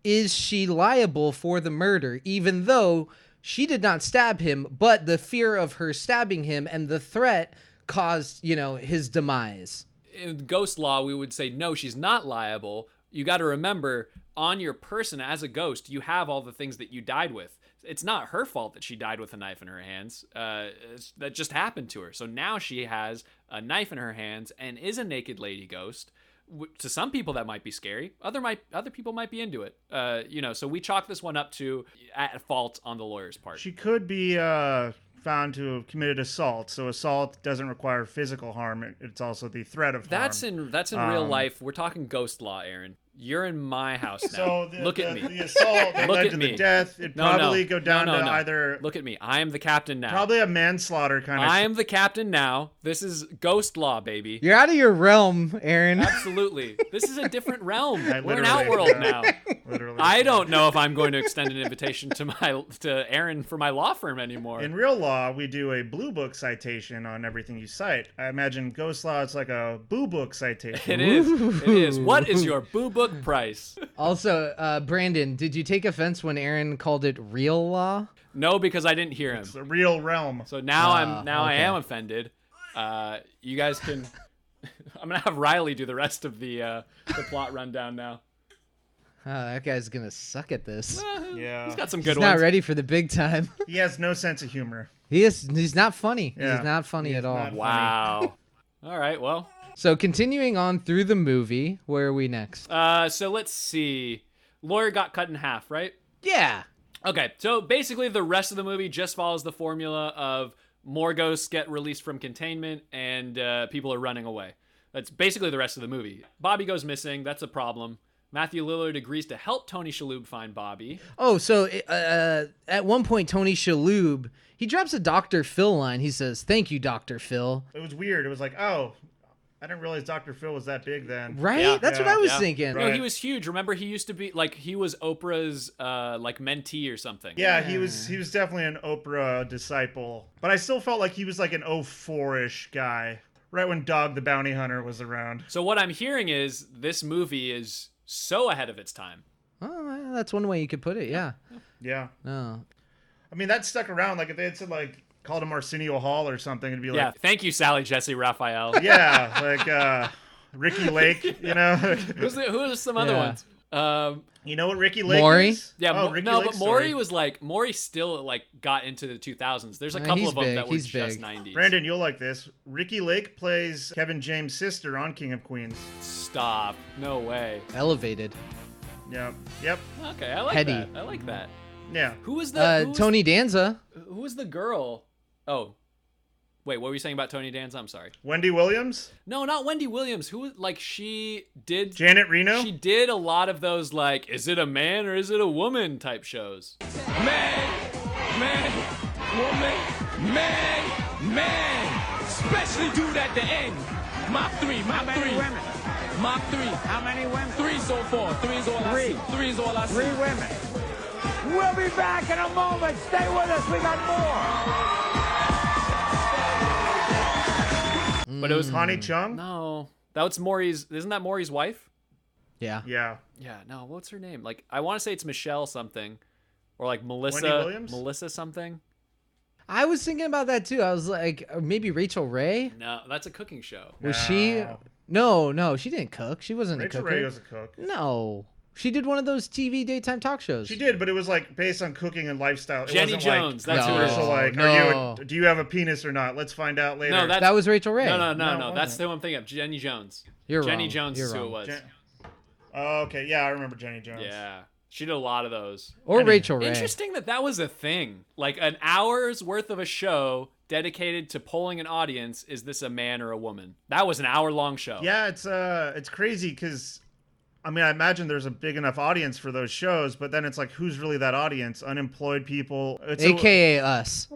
Speaker 2: Is she liable for the murder, even though she did not stab him, but the fear of her stabbing him and the threat caused, you know, his demise?
Speaker 18: in ghost law, we would say no, she's not liable. You got to remember, on your person as a ghost, you have all the things that you died with. It's not her fault that she died with a knife in her hands. Uh, it's- that just happened to her. So now she has a knife in her hands and is a naked lady ghost. W- To some people, that might be scary. Other might other people might be into it. Uh, you know, so we chalk this one up to at fault on the lawyer's part.
Speaker 17: She could be uh, found to have committed assault. So assault doesn't require physical harm. it- It's also the threat of
Speaker 18: That's
Speaker 17: harm.
Speaker 18: in that's in real
Speaker 17: Um,
Speaker 18: life. We're talking ghost law, Aaron. You're in my house now.
Speaker 17: So the-
Speaker 18: Look at
Speaker 17: the-
Speaker 18: me.
Speaker 17: the assault that
Speaker 18: Look
Speaker 17: led
Speaker 18: at
Speaker 17: to the
Speaker 18: me.
Speaker 17: death, it'd probably go down to
Speaker 18: either. Look at me. I am the captain now.
Speaker 17: Probably a manslaughter kind of.
Speaker 18: I am the captain now. This is ghost law, baby.
Speaker 2: You're out of your realm, Aaron.
Speaker 18: Absolutely. This is a different realm.
Speaker 2: I
Speaker 18: We're an
Speaker 2: literally-
Speaker 18: outworld
Speaker 2: yeah,
Speaker 18: now.
Speaker 17: literally.
Speaker 18: I don't know if I'm going to extend an invitation to my to Aaron for my law firm anymore.
Speaker 17: In real law, we do a blue book citation on everything you cite. I imagine ghost law it's like a boo book citation.
Speaker 18: It is. It is. What is your boo book price?
Speaker 2: Also, uh, Brandon, did you take offense when Aaron called it real law?
Speaker 18: No, because I didn't hear him. It's
Speaker 17: the real realm.
Speaker 18: So now
Speaker 2: Ah,
Speaker 18: I'm now I
Speaker 2: okay.
Speaker 18: am offended. Uh, you guys can. I'm gonna have Riley do the rest of the uh, the plot rundown now.
Speaker 2: Oh, that guy's gonna suck at this.
Speaker 17: Yeah.
Speaker 18: Eh, He's got some
Speaker 2: He's
Speaker 18: good
Speaker 2: not
Speaker 18: ones.
Speaker 2: ready for the big time.
Speaker 17: He has no sense of humor.
Speaker 2: He is. He's not funny.
Speaker 17: Yeah.
Speaker 2: He's not funny at all.
Speaker 18: Wow. All right. Well.
Speaker 2: So continuing on through the movie, where are we next?
Speaker 18: Uh, so let's see. Lawyer got cut in half, right?
Speaker 2: Yeah.
Speaker 18: Okay. So basically, the rest of the movie just follows the formula of more ghosts get released from containment and uh, people are running away. That's basically the rest of the movie. Bobby goes missing. That's a problem. Matthew Lillard agrees to help Tony Shalhoub find Bobby.
Speaker 2: Oh, so uh, at one point, Tony Shalhoub he drops a Dr. Phil line. He says, "Thank you, Dr. Phil."
Speaker 17: It was weird. It was like, oh, I didn't realize Dr. Phil was that big then.
Speaker 2: Right? Yeah. That's what I was thinking.
Speaker 18: No, he
Speaker 17: Right.
Speaker 18: was huge. Remember, he used to be like he was Oprah's uh, like mentee or something.
Speaker 17: Yeah, he was
Speaker 2: Hmm.
Speaker 17: he was definitely an Oprah disciple. But I still felt like he was like an 04-ish guy. Right when Dog the Bounty Hunter was around.
Speaker 18: So what I'm hearing is this movie is so ahead of its time.
Speaker 2: Oh, well, that's one way you could put it. Yeah.
Speaker 17: Yeah.
Speaker 2: Oh.
Speaker 17: I mean that stuck around. Like if they had said like called him Arsenio Hall or something, it'd be
Speaker 18: yeah.
Speaker 17: like
Speaker 18: Thank you, Sally, Jesse, Raphael.
Speaker 17: Yeah, like uh Ricky Lake, you know.
Speaker 18: Who's the, who are some other
Speaker 17: Yeah.
Speaker 18: ones? Um,
Speaker 17: you know what Ricky Lake is?
Speaker 18: Yeah.
Speaker 17: Oh,
Speaker 18: Mo-
Speaker 17: Ricky
Speaker 18: no,
Speaker 17: Lake
Speaker 18: but Maury
Speaker 17: story.
Speaker 18: was like Maury still like got into the 2000s. There's a
Speaker 17: Uh,
Speaker 18: couple
Speaker 17: he's
Speaker 18: of them
Speaker 17: big,
Speaker 18: that were
Speaker 17: he's
Speaker 18: just
Speaker 17: big.
Speaker 18: 90s.
Speaker 17: Brandon, you'll like this. Ricky Lake plays Kevin James' sister on King of Queens.
Speaker 18: Stop. No way.
Speaker 2: Elevated.
Speaker 17: Yep. Yep.
Speaker 18: Okay, I like
Speaker 2: Heady.
Speaker 18: that. I like that.
Speaker 17: Yeah.
Speaker 18: Who was the
Speaker 2: Uh,
Speaker 18: who was-
Speaker 2: Tony Danza.
Speaker 18: Who was the girl? Oh, wait, what were you saying about Tony Danza? I'm sorry.
Speaker 17: Wendy Williams?
Speaker 18: No, not Wendy Williams. Who was- like she did
Speaker 17: Janet Reno?
Speaker 18: She did a lot of those like is it a man or is it a woman type shows.
Speaker 11: Man, woman, man, man. Especially dude at the end. Mop three, mop
Speaker 14: How many
Speaker 11: three.
Speaker 14: women?
Speaker 11: Mop three. How many women? Three so far. Three is all I
Speaker 14: Three.
Speaker 11: see. Three is all I see.
Speaker 14: Three women. We'll be back in a moment. Stay with us. We got more.
Speaker 18: But it was
Speaker 2: Mm.
Speaker 17: Connie Chung?
Speaker 18: No. That was Maury's isn't that Maury's wife?
Speaker 2: Yeah.
Speaker 17: Yeah.
Speaker 18: Yeah, no, what's her name? Like I want to say it's Michelle something. Or like Melissa
Speaker 2: Williams?
Speaker 18: Melissa something.
Speaker 2: I was thinking about that too. I was like, uh, maybe Rachel Ray.
Speaker 18: No, that's a cooking show.
Speaker 2: Was she? No, no, she didn't cook. She wasn't
Speaker 17: Rachel
Speaker 2: a cooker.
Speaker 17: Ray was a cook.
Speaker 2: No, she did one of those TV daytime talk shows.
Speaker 17: She did, but it was like based on cooking and lifestyle. It
Speaker 18: Jenny
Speaker 17: wasn't
Speaker 18: Jones,
Speaker 17: Like
Speaker 18: that's who it
Speaker 17: commercial,
Speaker 18: is.
Speaker 17: Like,
Speaker 2: No.
Speaker 17: are you? A, do you have a penis or not? Let's find out later.
Speaker 18: No, that's, No,
Speaker 17: it
Speaker 18: no, no, no.
Speaker 17: wasn't.
Speaker 18: That's who I'm thinking of. Jenny Jones.
Speaker 2: You're
Speaker 18: Jenny
Speaker 2: wrong.
Speaker 18: Jones is
Speaker 2: You're
Speaker 18: who it
Speaker 2: wrong.
Speaker 18: was.
Speaker 17: Jen- Oh, okay. Yeah, I remember Jenny Jones.
Speaker 18: Yeah. She did a lot of those.
Speaker 2: Or Rachel Ray.
Speaker 18: Interesting that that was a thing. Like an hour's worth of a show dedicated to polling an audience is this a man or a woman? That was an hour long show.
Speaker 17: Yeah, it's uh, it's crazy because, I mean, I imagine there's a big enough audience for those shows, but then it's like, who's really that audience? Unemployed people, it's a-
Speaker 2: AKA us.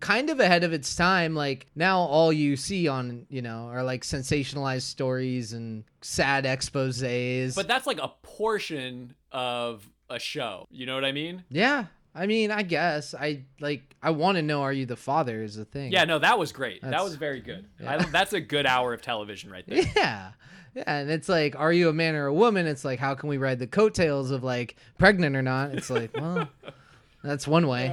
Speaker 2: Kind of ahead of its time. Like now, all you see on you know are like sensationalized stories and sad exposes.
Speaker 18: But that's like a portion of a show. You know what I mean?
Speaker 2: yeah, I mean, I guess I like. I want to know. Are you the father? Is the thing.
Speaker 18: Yeah, no, that was great. that
Speaker 2: That's-
Speaker 18: was very good.
Speaker 2: Yeah.
Speaker 18: I, that's a good hour of television right there.
Speaker 2: Yeah. Yeah, and it's like, are you a man or a woman? It's like, how can we ride the coattails of like pregnant or not? It's like, well, that's one way.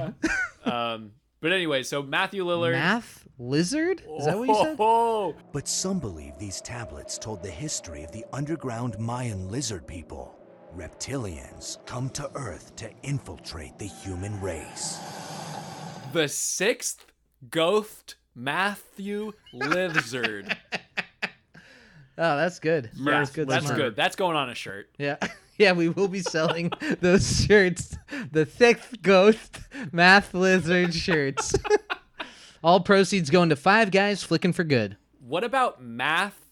Speaker 18: um, but anyway, so Matthew Lillard.
Speaker 2: Math lizard? Is that what you said?
Speaker 8: But some believe these tablets told the history of the underground Mayan lizard people. Reptilians come to Earth to infiltrate the human race.
Speaker 18: The sixth ghost Matthew Lizard.
Speaker 2: Oh, that's good.
Speaker 18: Yeah,
Speaker 2: that's good.
Speaker 18: That's
Speaker 2: stuff.
Speaker 18: good. That's going on a shirt.
Speaker 2: Yeah. Yeah, we will be selling those shirts. The sixth ghost math lizard shirts. All proceeds going to five guys flicking for good.
Speaker 18: What about math?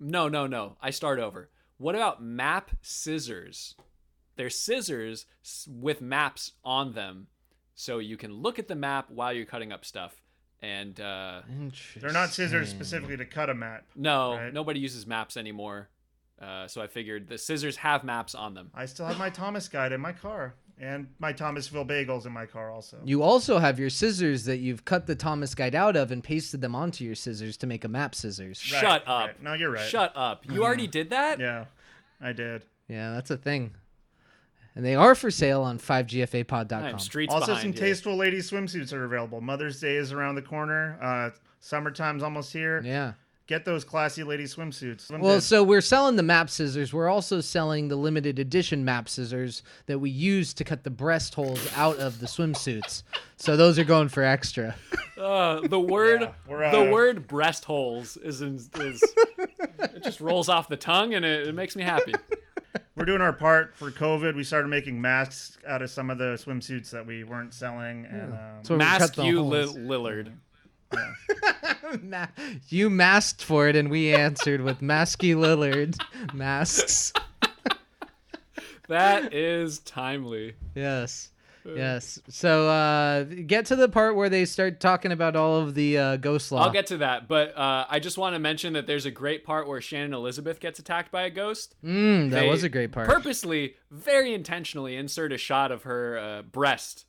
Speaker 18: No, no, no. I start over. What about map scissors? They're scissors s- with maps on them, so you can look at the map while you're cutting up stuff. And uh,
Speaker 17: They're not scissors specifically to cut a map.
Speaker 18: No, nobody uses maps anymore. Uh, so I figured the scissors have maps on them.
Speaker 17: I still have my Thomas guide in my car and my Thomasville bagels in my car also.
Speaker 2: You also have your scissors that you've cut the Thomas guide out of and pasted them onto your scissors to make a map scissors.
Speaker 18: Shut up.
Speaker 17: No, you're right.
Speaker 18: Shut up.
Speaker 2: Mm-hmm.
Speaker 18: You already did that?
Speaker 17: Yeah, I did.
Speaker 2: Yeah, that's a thing. And they are for sale on 5gfapod.com.
Speaker 17: also, some tasteful lady swimsuits are available. Mother's Day is around the corner. Uh, summertime's almost here.
Speaker 2: Yeah.
Speaker 17: Get those classy lady swimsuits.
Speaker 2: Well, so we're selling the map scissors. We're also selling the limited edition map scissors that we use to cut the breast holes out of the swimsuits. So those are going for extra.
Speaker 18: Uh, the word
Speaker 17: out
Speaker 18: the
Speaker 17: of-
Speaker 18: word breast holes is in, is it just rolls off the tongue and it, it makes me happy.
Speaker 17: We're doing our part for COVID. We started making masks out of some of the swimsuits that we weren't selling. And, um,
Speaker 18: Mask you Li- Lillard.
Speaker 2: Ma- you masked for it, and we answered with Masky Lillard masks.
Speaker 18: That is timely.
Speaker 2: Yes. Yes. So uh, get to the part where they start talking about all of the uh, ghost law.
Speaker 18: I'll get to that, but uh, I just want to mention that there's a great part where Shannon Elizabeth gets attacked by a ghost.
Speaker 2: Mm, that
Speaker 18: They
Speaker 2: was a great part.
Speaker 18: Purposely, very intentionally, insert a shot of her uh, breast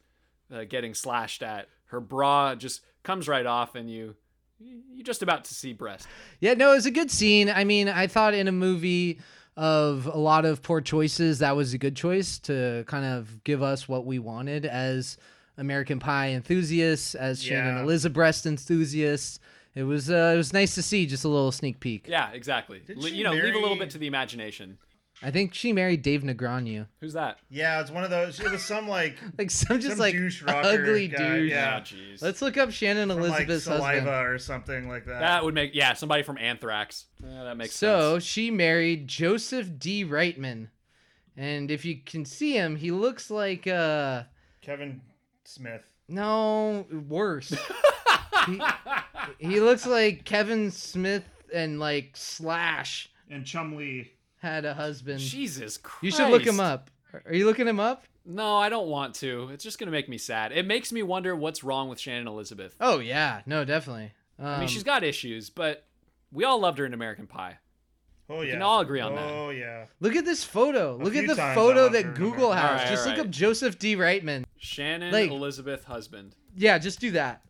Speaker 18: uh, getting slashed at. Her bra just comes right off, and you you just about to see breast.
Speaker 2: Yeah, no, it was a good scene. I mean, I thought in a movie of a lot of poor choices, that was a good choice to kind of give us what we wanted as American Pie enthusiasts, as
Speaker 18: Yeah.
Speaker 2: Shannon Elizabeth enthusiasts. It was uh, it was nice to see just a little sneak peek.
Speaker 18: Yeah, exactly.
Speaker 17: Did
Speaker 18: Le-
Speaker 17: she
Speaker 18: you know, leave a little
Speaker 17: marry-
Speaker 18: bit to the imagination.
Speaker 2: I think she married Dave Negreanu.
Speaker 18: Who's that?
Speaker 17: yeah, it's one of those. It was some like
Speaker 2: like some just like
Speaker 17: douche rocker
Speaker 2: ugly
Speaker 17: guy,
Speaker 2: dude.
Speaker 18: Oh,
Speaker 17: Yeah,
Speaker 2: Let's look up Shannon
Speaker 17: From, like
Speaker 2: Elizabeth's
Speaker 17: saliva
Speaker 2: husband.
Speaker 17: or something like that.
Speaker 18: That would make yeah somebody from Anthrax. Uh, that makes sense.
Speaker 2: so she married Joseph D. Reitman, and if you can see him, he looks like uh
Speaker 17: Kevin Smith.
Speaker 2: No, worse. he, he looks like Kevin Smith and like Slash
Speaker 17: and Chumley
Speaker 2: had a husband.
Speaker 18: Jesus Christ!
Speaker 2: You should look him up. Are you looking him up?
Speaker 18: No, I don't want to. It's just gonna make me sad. It makes me wonder what's wrong with Shannon Elizabeth.
Speaker 2: Oh yeah, no, definitely. Um,
Speaker 18: I mean, she's got issues, but we all loved her in American Pie.
Speaker 17: Oh
Speaker 18: We can all agree on that.
Speaker 17: Oh yeah.
Speaker 2: Look at this photo. Look at
Speaker 18: few
Speaker 2: the
Speaker 18: times I
Speaker 2: photo
Speaker 18: loved her
Speaker 2: that
Speaker 18: in
Speaker 2: Google
Speaker 18: America.
Speaker 2: has.
Speaker 18: Alright,
Speaker 2: just look
Speaker 18: alright.
Speaker 2: up Joseph D. Reitman.
Speaker 18: Shannon
Speaker 2: Like-
Speaker 18: Elizabeth husband.
Speaker 2: Yeah, just do that.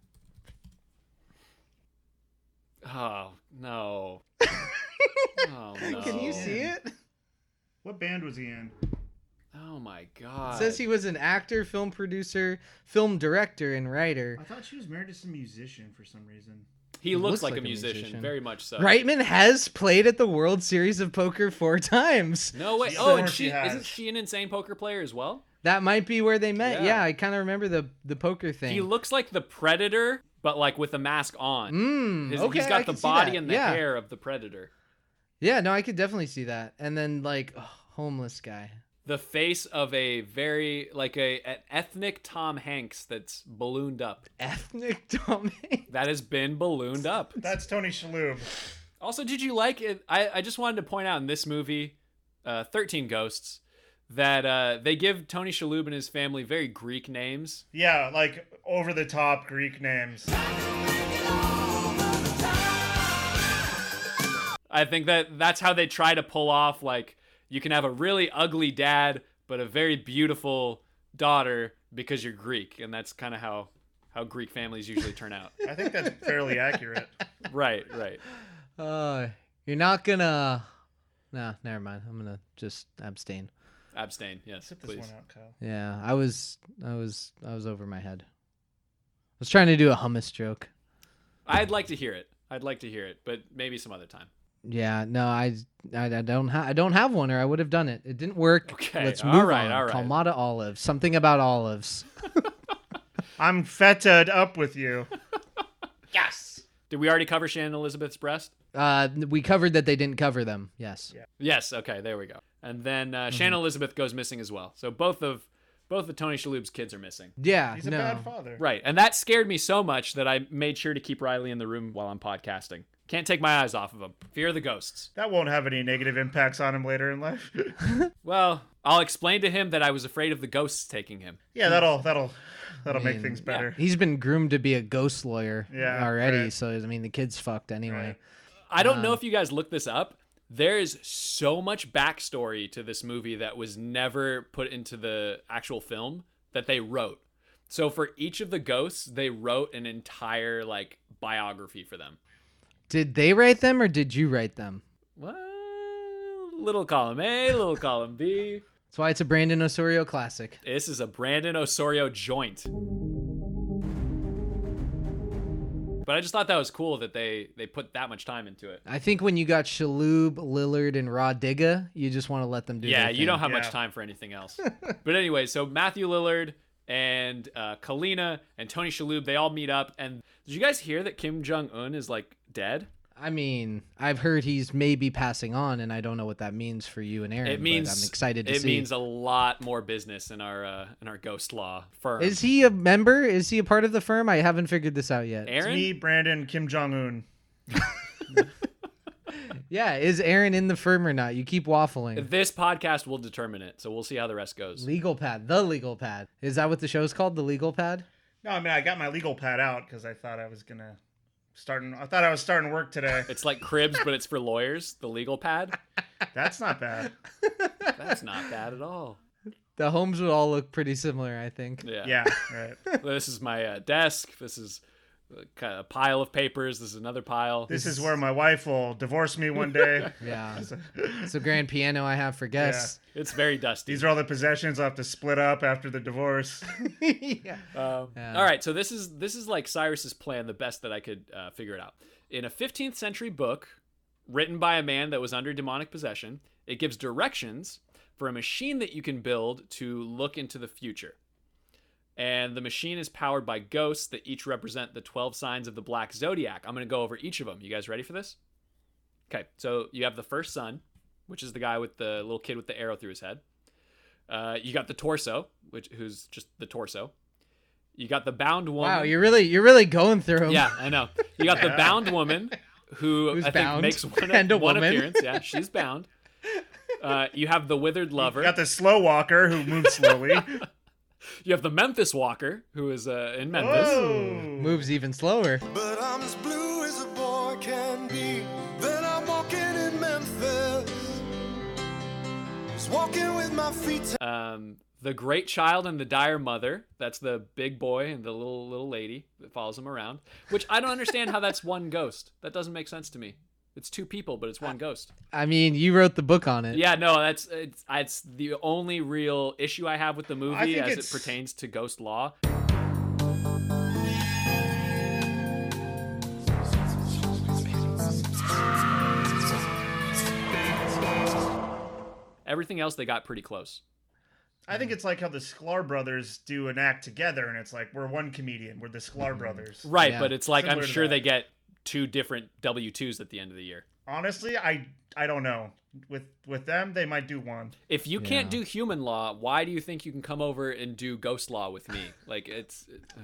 Speaker 18: Oh no. oh no.
Speaker 2: Can you see it?
Speaker 17: What band was he in?
Speaker 18: Oh my god.
Speaker 2: It says he was an actor, film producer, film director, and writer.
Speaker 17: I thought she was married to some musician for some reason.
Speaker 18: He looks, like, a musician, very much so.
Speaker 2: Reitman has played at the World Series of Poker four times.
Speaker 18: No way. Oh, and she isn't she an insane poker player as well?
Speaker 2: That might be where they met.
Speaker 18: Yeah.
Speaker 2: Yeah, I kind of remember the the poker thing.
Speaker 18: He looks like the Predator, but like with a mask on.
Speaker 2: Mm,
Speaker 18: His-
Speaker 2: okay,
Speaker 18: he's
Speaker 2: I
Speaker 18: got the
Speaker 2: can see
Speaker 18: body
Speaker 2: that,
Speaker 18: and the
Speaker 2: yeah.
Speaker 18: hair of the Predator.
Speaker 2: yeah, no, I could definitely see that. And then like ugh, homeless guy.
Speaker 18: the face of a very like a an ethnic Tom Hanks that's ballooned up.
Speaker 2: Ethnic Tom Hanks
Speaker 18: that has been ballooned up.
Speaker 17: That's Tony Shalhoub.
Speaker 18: Also, did you like it? I, I just wanted to point out in this movie, uh, Thirteen Ghosts, that uh, they give Tony Shalhoub and his family very Greek names.
Speaker 17: Yeah, like over the top Greek names.
Speaker 18: I think that that's how they try to pull off like you can have a really ugly dad but a very beautiful daughter because you're Greek, and that's kind of how how Greek families usually turn out.
Speaker 17: I think that's fairly accurate.
Speaker 18: right, right.
Speaker 2: Uh, you're not gonna. No, never mind. I'm gonna just abstain.
Speaker 18: Abstain. Yes,
Speaker 17: Get this
Speaker 18: please.
Speaker 17: one out, Kyle.
Speaker 2: Yeah, I was, I was, I was over my head. I was trying to do a hummus joke.
Speaker 18: I'd like to hear it. I'd like to hear it, but maybe some other time.
Speaker 2: Yeah, no, I, I, I don't have, I don't have one, or I would have done it. It didn't work.
Speaker 18: Okay,
Speaker 2: let's
Speaker 18: all
Speaker 2: move
Speaker 18: right,
Speaker 2: on.
Speaker 18: all right.
Speaker 2: Kalmata olives. Something about olives.
Speaker 17: I'm fetid up with you.
Speaker 18: Yes. Did we already cover Shannon Elizabeth's breast?
Speaker 2: Uh, we covered that they didn't cover them. Yes.
Speaker 18: Yes. Okay. There we go. And then uh, Shannon Elizabeth goes missing as well. So both of both of Tony Shalhoub's kids are missing.
Speaker 2: Yeah.
Speaker 17: He's a
Speaker 2: no.
Speaker 17: bad father.
Speaker 18: Right. And that scared me so much that I made sure to keep Riley in the room while I'm podcasting. Can't take my eyes off of him. Fear the ghosts.
Speaker 17: That won't have any negative impacts on him later in life.
Speaker 18: Well, I'll explain to him that I was afraid of the ghosts taking him.
Speaker 17: yeah, that'll that'll that'll make
Speaker 2: mean,
Speaker 17: things better.
Speaker 2: He's been groomed to be a ghost lawyer
Speaker 17: Yeah,
Speaker 2: already,
Speaker 17: right.
Speaker 2: so I mean the kid's fucked anyway.
Speaker 18: I
Speaker 2: Uh.
Speaker 18: don't know if you guys looked this up. There is so much backstory to this movie that was never put into the actual film that they wrote. So for each of the ghosts, they wrote an entire like biography for them.
Speaker 2: Did they write them or did you write them?
Speaker 18: Well, little column A, little column B.
Speaker 2: That's why it's a Brandon Osorio classic.
Speaker 18: This is a Brandon Osorio joint. But I just thought that was cool that they they put that much time into it.
Speaker 2: I think when you got Shaloub, Lillard, and Rod Digga, you just want to let them do.
Speaker 18: yeah,
Speaker 2: their
Speaker 18: you
Speaker 2: thing.
Speaker 18: don't have much
Speaker 17: Yeah.
Speaker 18: time for anything else. but anyway, so Matthew Lillard and uh, Kalina and Tony Shalhoub, they all meet up. And did you guys hear that Kim Jong Un is like dead?
Speaker 2: I mean, I've heard he's maybe passing on, and I don't know what that means for you and Aaron.
Speaker 18: it means
Speaker 2: but I'm excited to
Speaker 18: it
Speaker 2: see.
Speaker 18: means a lot more business in our uh, in our ghost law firm.
Speaker 2: Is he a member? Is he a part of the firm? I haven't figured this out yet.
Speaker 17: It's
Speaker 18: Aaron?
Speaker 17: me, Brandon, Kim Jong Un.
Speaker 2: Yeah, is Aaron in the firm or not? You keep waffling.
Speaker 18: This podcast will determine it, so we'll see how the rest goes.
Speaker 2: Legal pad, the legal pad. Is that what the show's called? The legal pad?
Speaker 17: No, I mean I got my legal pad out because I thought I was gonna starting. I thought I was starting work today.
Speaker 18: It's like cribs, but it's for lawyers. The legal pad.
Speaker 17: That's not bad.
Speaker 18: That's not bad at all.
Speaker 2: The homes would all look pretty similar, I think.
Speaker 18: Yeah.
Speaker 17: Yeah, right.
Speaker 18: This is my uh, desk. This is uh, kind of a pile of papers. This is another pile.
Speaker 17: This is where my wife will divorce me one day.
Speaker 2: Yeah. it's a grand piano I have for guests.
Speaker 18: It's very dusty.
Speaker 17: These are all the possessions I'll have to split up after the divorce.
Speaker 18: Um, All right, so this is this is like Cyrus's plan, the best that I could uh, figure it out. In a 15th century book written by a man that was under demonic possession, it gives directions for a machine that you can build to look into the future. And the machine is powered by ghosts that each represent the 12 signs of the black zodiac. I'm going to go over each of them. You guys ready for this? Okay, so you have the first son, which is the guy with the little kid with the arrow through his head. Uh, you got the torso, which who's just the torso. You got the bound woman.
Speaker 2: Wow, you're really you're really going through 'em.
Speaker 18: Yeah, I know. You got the bound woman who
Speaker 2: Who's
Speaker 18: I think
Speaker 2: bound
Speaker 18: makes one,
Speaker 2: and a
Speaker 18: one
Speaker 2: woman.
Speaker 18: appearance. Yeah, she's bound. Uh, you have the withered lover.
Speaker 17: You got the slow walker who moves slowly.
Speaker 18: You have the Memphis Walker, who is uh, in Memphis.
Speaker 17: Whoa.
Speaker 2: Moves even slower.
Speaker 14: But I'm as blue as a boy can be. Then I'm walking in Memphis. Just walking with my feet.
Speaker 18: Um, the Great Child and the Dire Mother. That's the big boy and the little little lady that follows him around. Which I don't understand how that's one ghost. That doesn't make sense to me. It's two people, but it's one ghost.
Speaker 2: I mean, you wrote the book on it.
Speaker 18: Yeah, no, that's it's, it's the only real issue I have with the movie
Speaker 17: think
Speaker 18: as
Speaker 17: it's-
Speaker 18: it pertains to ghost law. Everything else they got pretty close.
Speaker 17: I think it's like how the Sklar brothers do an act together, and it's like we're one comedian.
Speaker 2: Mm-hmm.
Speaker 17: We're the Sklar brothers.
Speaker 18: Right,
Speaker 2: Yeah.
Speaker 18: but it's like
Speaker 17: Similar
Speaker 18: I'm
Speaker 17: to
Speaker 18: sure
Speaker 17: that.
Speaker 18: they get two different W-2s at the end of the year.
Speaker 17: Honestly, I I don't know. With with them, they might do one.
Speaker 18: If you can't do human law, why do you think you can come over and do ghost law with me? Like it's it- ugh.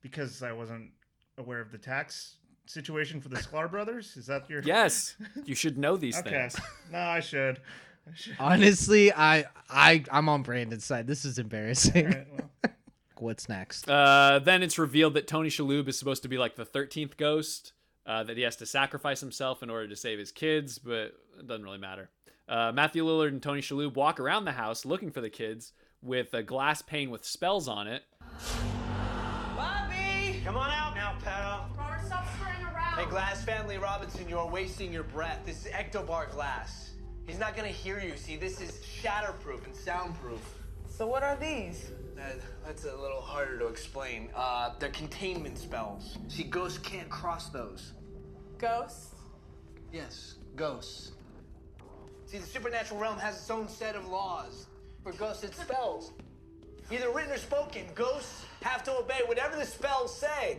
Speaker 17: because I wasn't aware of the tax situation for the Sklar brothers. Is that your
Speaker 18: yes, you should know these
Speaker 17: Okay.
Speaker 18: things.
Speaker 17: No, I should. I should.
Speaker 2: Honestly, I I I'm on Brandon's side. This is embarrassing. What's next?
Speaker 18: Uh, then it's revealed that Tony Shalhoub is supposed to be like the thirteenth ghost. Uh, that he has to sacrifice himself in order to save his kids, but it doesn't really matter. Uh, Matthew Lillard and Tony Shalhoub walk around the house looking for the kids with a glass pane with spells on it.
Speaker 6: Bobby!
Speaker 24: Come on out now, pal.
Speaker 6: Robert, stop screwing around.
Speaker 24: Hey, Glass Family Robinson, you're wasting your breath. This is Ectobar Glass. He's not gonna hear you. See, this is shatterproof and soundproof.
Speaker 6: So what are these?
Speaker 24: That, that's a little harder to explain. Uh, they're containment spells. See, ghosts can't cross those.
Speaker 6: Ghosts?
Speaker 24: Yes, ghosts. See, the supernatural realm has its own set of laws. For ghosts, it's spells. Either written or spoken, ghosts have to obey whatever the spells say.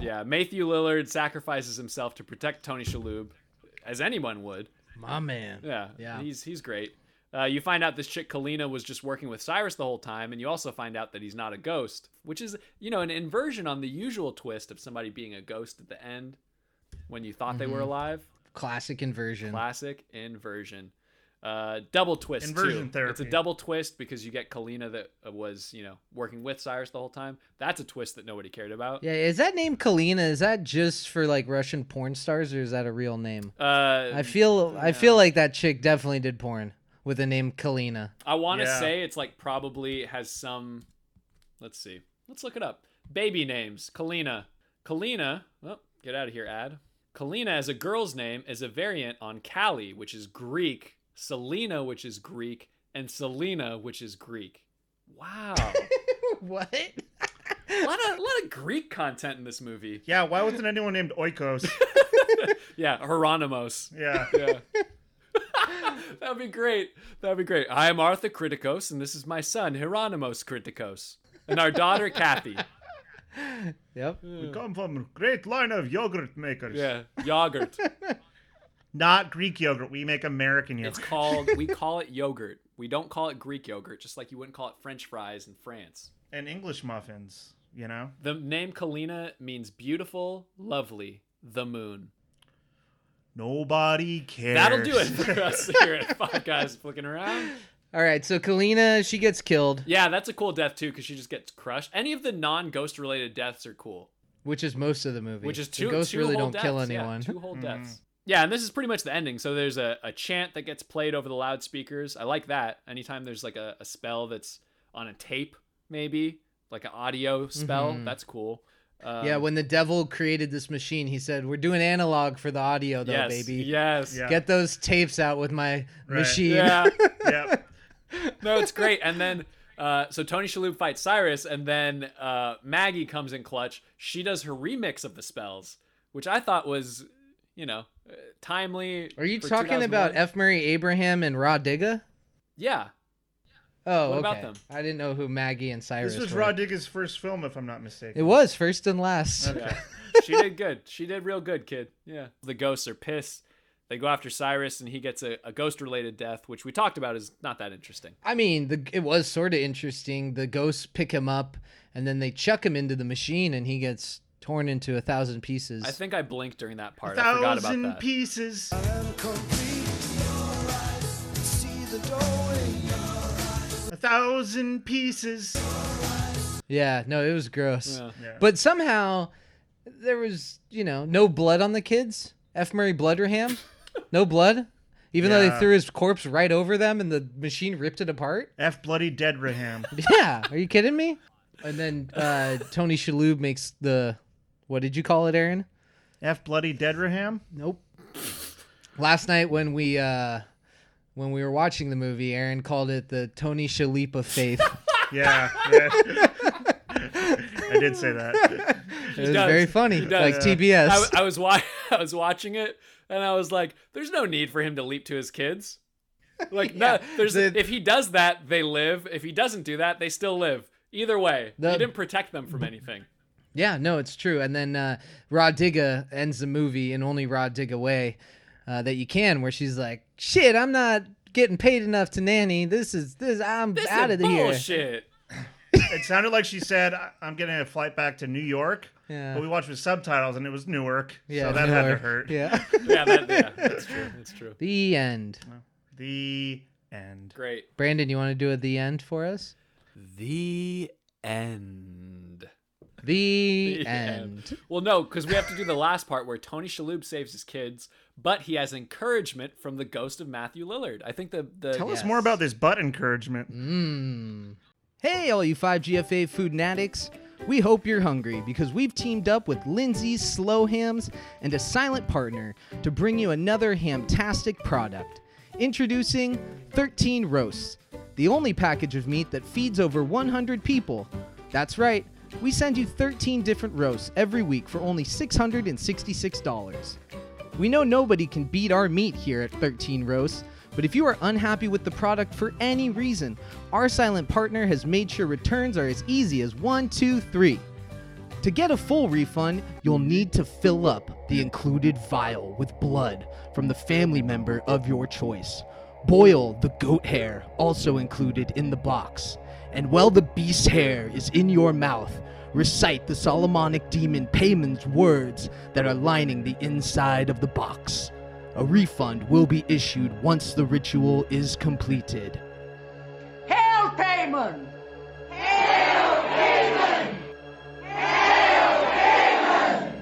Speaker 18: Yeah, Matthew Lillard sacrifices himself to protect Tony Shalhoub, as anyone would.
Speaker 2: My man.
Speaker 18: Yeah,
Speaker 2: Yeah.
Speaker 18: he's he's great. Uh, you find out this chick Kalina was just working with Cyrus the whole time, and you also find out that he's not a ghost, which is you know an inversion on the usual twist of somebody being a ghost at the end when you thought they were
Speaker 2: Mhm.
Speaker 18: alive.
Speaker 2: Classic inversion.
Speaker 18: Classic inversion. Uh, double twist.
Speaker 2: Inversion
Speaker 18: too.
Speaker 2: therapy.
Speaker 18: It's a double twist because you get Kalina that uh, was you know working with Cyrus the whole time. That's a twist that nobody cared about.
Speaker 2: Yeah, is that name Kalina? Is that just for like Russian porn stars, or is that a real name?
Speaker 18: Uh,
Speaker 2: I feel I feel like that chick definitely did porn with the name Kalina.
Speaker 18: I want to
Speaker 2: Yeah.
Speaker 18: say it's like probably has some. Let's see. Let's look it up. Baby names. Kalina. Kalina. Well, get out of here, ad. Kalina as a girl's name is a variant on Callie, which is Greek, Selena, which is Greek, and Selena, which is Greek. Wow.
Speaker 2: what?
Speaker 18: a lot of a lot of Greek content in this movie.
Speaker 17: Yeah, why wasn't anyone named Oikos?
Speaker 18: Yeah, Hieronymus.
Speaker 17: Yeah.
Speaker 18: Yeah. That'd be great. That'd be great. I am Arthur Criticos, and this is my son, Hieronymus Criticos, and our daughter, Kathy.
Speaker 2: Yep.
Speaker 17: We come from a great line of yogurt makers.
Speaker 18: Yeah, yogurt.
Speaker 17: Not Greek yogurt. We make American yogurt.
Speaker 18: It's called, we call it yogurt. We don't call it Greek yogurt, just like you wouldn't call it French fries in France.
Speaker 17: and English muffins. You know,
Speaker 18: The name Kalina means beautiful, lovely, the moon.
Speaker 17: nobody cares.
Speaker 18: That'll do it for us here at Five Guys Flicking Around.
Speaker 2: All right, so Kalina she gets killed,
Speaker 18: Yeah, that's a cool death, too, because she just gets crushed. Any of the non ghost related deaths are cool.
Speaker 2: which is most of the movie.
Speaker 18: Which is
Speaker 2: The
Speaker 18: two.
Speaker 2: ghosts
Speaker 18: two
Speaker 2: really
Speaker 18: whole
Speaker 2: don't kill
Speaker 18: deaths, yeah,
Speaker 2: anyone.
Speaker 18: two whole deaths. Yeah, and this is pretty much the ending. So there's a, a chant that gets played over the loudspeakers. I like that. Anytime there's like a, a spell that's on a tape, maybe like an audio spell,
Speaker 2: Mhm.
Speaker 18: that's cool. Um,
Speaker 2: yeah, when the devil created this machine, he said, "We're doing analog for the audio, though,
Speaker 18: Yes,
Speaker 2: baby.
Speaker 18: yes. Yeah.
Speaker 2: get those tapes out with my machine."
Speaker 18: Yeah. No, it's great. And then uh, so Tony Shalhoub fights Cyrus, and then uh, Maggie comes in clutch. She does her remix of the spells, which I thought was, you know, uh, timely.
Speaker 2: Are you
Speaker 18: for
Speaker 2: talking
Speaker 18: 2001.
Speaker 2: about F. Murray Abraham and Rod Digga?
Speaker 18: Yeah.
Speaker 2: Oh,
Speaker 18: What about
Speaker 2: okay.
Speaker 18: them?
Speaker 2: I didn't know who Maggie and Cyrus
Speaker 17: This was
Speaker 2: were.
Speaker 17: Rod Digga's first film, if I'm not mistaken.
Speaker 2: It was first and last.
Speaker 18: Yeah. she did good. She did real good, kid. Yeah. The ghosts are pissed. They go after Cyrus, and he gets a, a ghost related death, which we talked about is not that interesting.
Speaker 2: I mean, the it was sort of interesting. The ghosts pick him up and then they chuck him into the machine, and he gets torn into a thousand pieces.
Speaker 18: I think I blinked during that part. I forgot about
Speaker 17: Thousand
Speaker 18: that.
Speaker 17: pieces. A thousand pieces.
Speaker 2: Yeah, no, it was gross.
Speaker 17: Yeah. Yeah.
Speaker 2: But somehow there was, you know, no blood on the kids. F. Murray Bludderham, no blood. Even though they
Speaker 17: Yeah.
Speaker 2: threw his corpse right over them and the machine ripped it apart.
Speaker 17: F. Bloody Dead Raham.
Speaker 2: Yeah, are you kidding me? And then uh, Tony Shalhoub makes the, what did you call it, Aaron?
Speaker 17: F. Bloody Dead Raham.
Speaker 2: Nope. Last night when we uh, when we were watching the movie, Aaron called it the Tony Shalhoub of faith.
Speaker 17: Yeah. I did say that.
Speaker 2: It was very funny,
Speaker 18: He
Speaker 2: like TBS.
Speaker 18: I, I was wa- I was watching it, and I was like, "There's no need for him to leap to his kids. Like, no, there's if he does that, they live. If he doesn't do that, they still live. Either way,
Speaker 2: The-
Speaker 18: he didn't protect them from anything.
Speaker 2: Yeah, no, it's true. And then uh, Rod Digga ends the movie in only Rod Digga way uh, that you can, where she's like, "Shit, I'm not getting paid enough to nanny. This is this. I'm
Speaker 18: This
Speaker 2: out
Speaker 18: is
Speaker 2: of the here."
Speaker 18: bullshit.
Speaker 17: it sounded like she said, "I- "I'm getting a flight back to New York."
Speaker 2: Yeah.
Speaker 17: But we watched with subtitles, and it was Newark.
Speaker 2: Yeah,
Speaker 17: so that had to
Speaker 2: Newark.
Speaker 17: hurt.
Speaker 2: Yeah.
Speaker 18: Yeah, that- yeah, that's true, that's true.
Speaker 2: The end.
Speaker 17: The end.
Speaker 18: Great.
Speaker 2: Brandon, you want to do it the end for us?
Speaker 18: The end.
Speaker 2: The,
Speaker 18: The
Speaker 2: end.
Speaker 18: end. Well, no, because we have to do the last part where Tony Shalhoub saves his kids, but he has encouragement from the ghost of Matthew Lillard. I think the the
Speaker 17: Tell us more about this butt encouragement.
Speaker 2: Mm. Hey, all you 5GFA food addicts. We hope you're hungry because we've teamed up with Lindsay's Slow Hams and a silent partner to bring you another hamtastic product. Introducing 13 Roasts, the only package of meat that feeds over 100 people. That's right, we send you 13 different roasts every week for only $666. We know nobody can beat our meat here at 13 Roasts, but if you are unhappy with the product for any reason, our silent partner has made sure returns are as easy as one, two, three. To get a full refund, you'll need to fill up the included vial with blood from the family member of your choice. Boil the goat hair, also included in the box. And while the beast's hair is in your mouth, recite the Solomonic demon Payman's words that are lining the inside of the box. A refund will be issued once the ritual is completed.
Speaker 12: Hail Payman! Hail Payman! Hail Payman!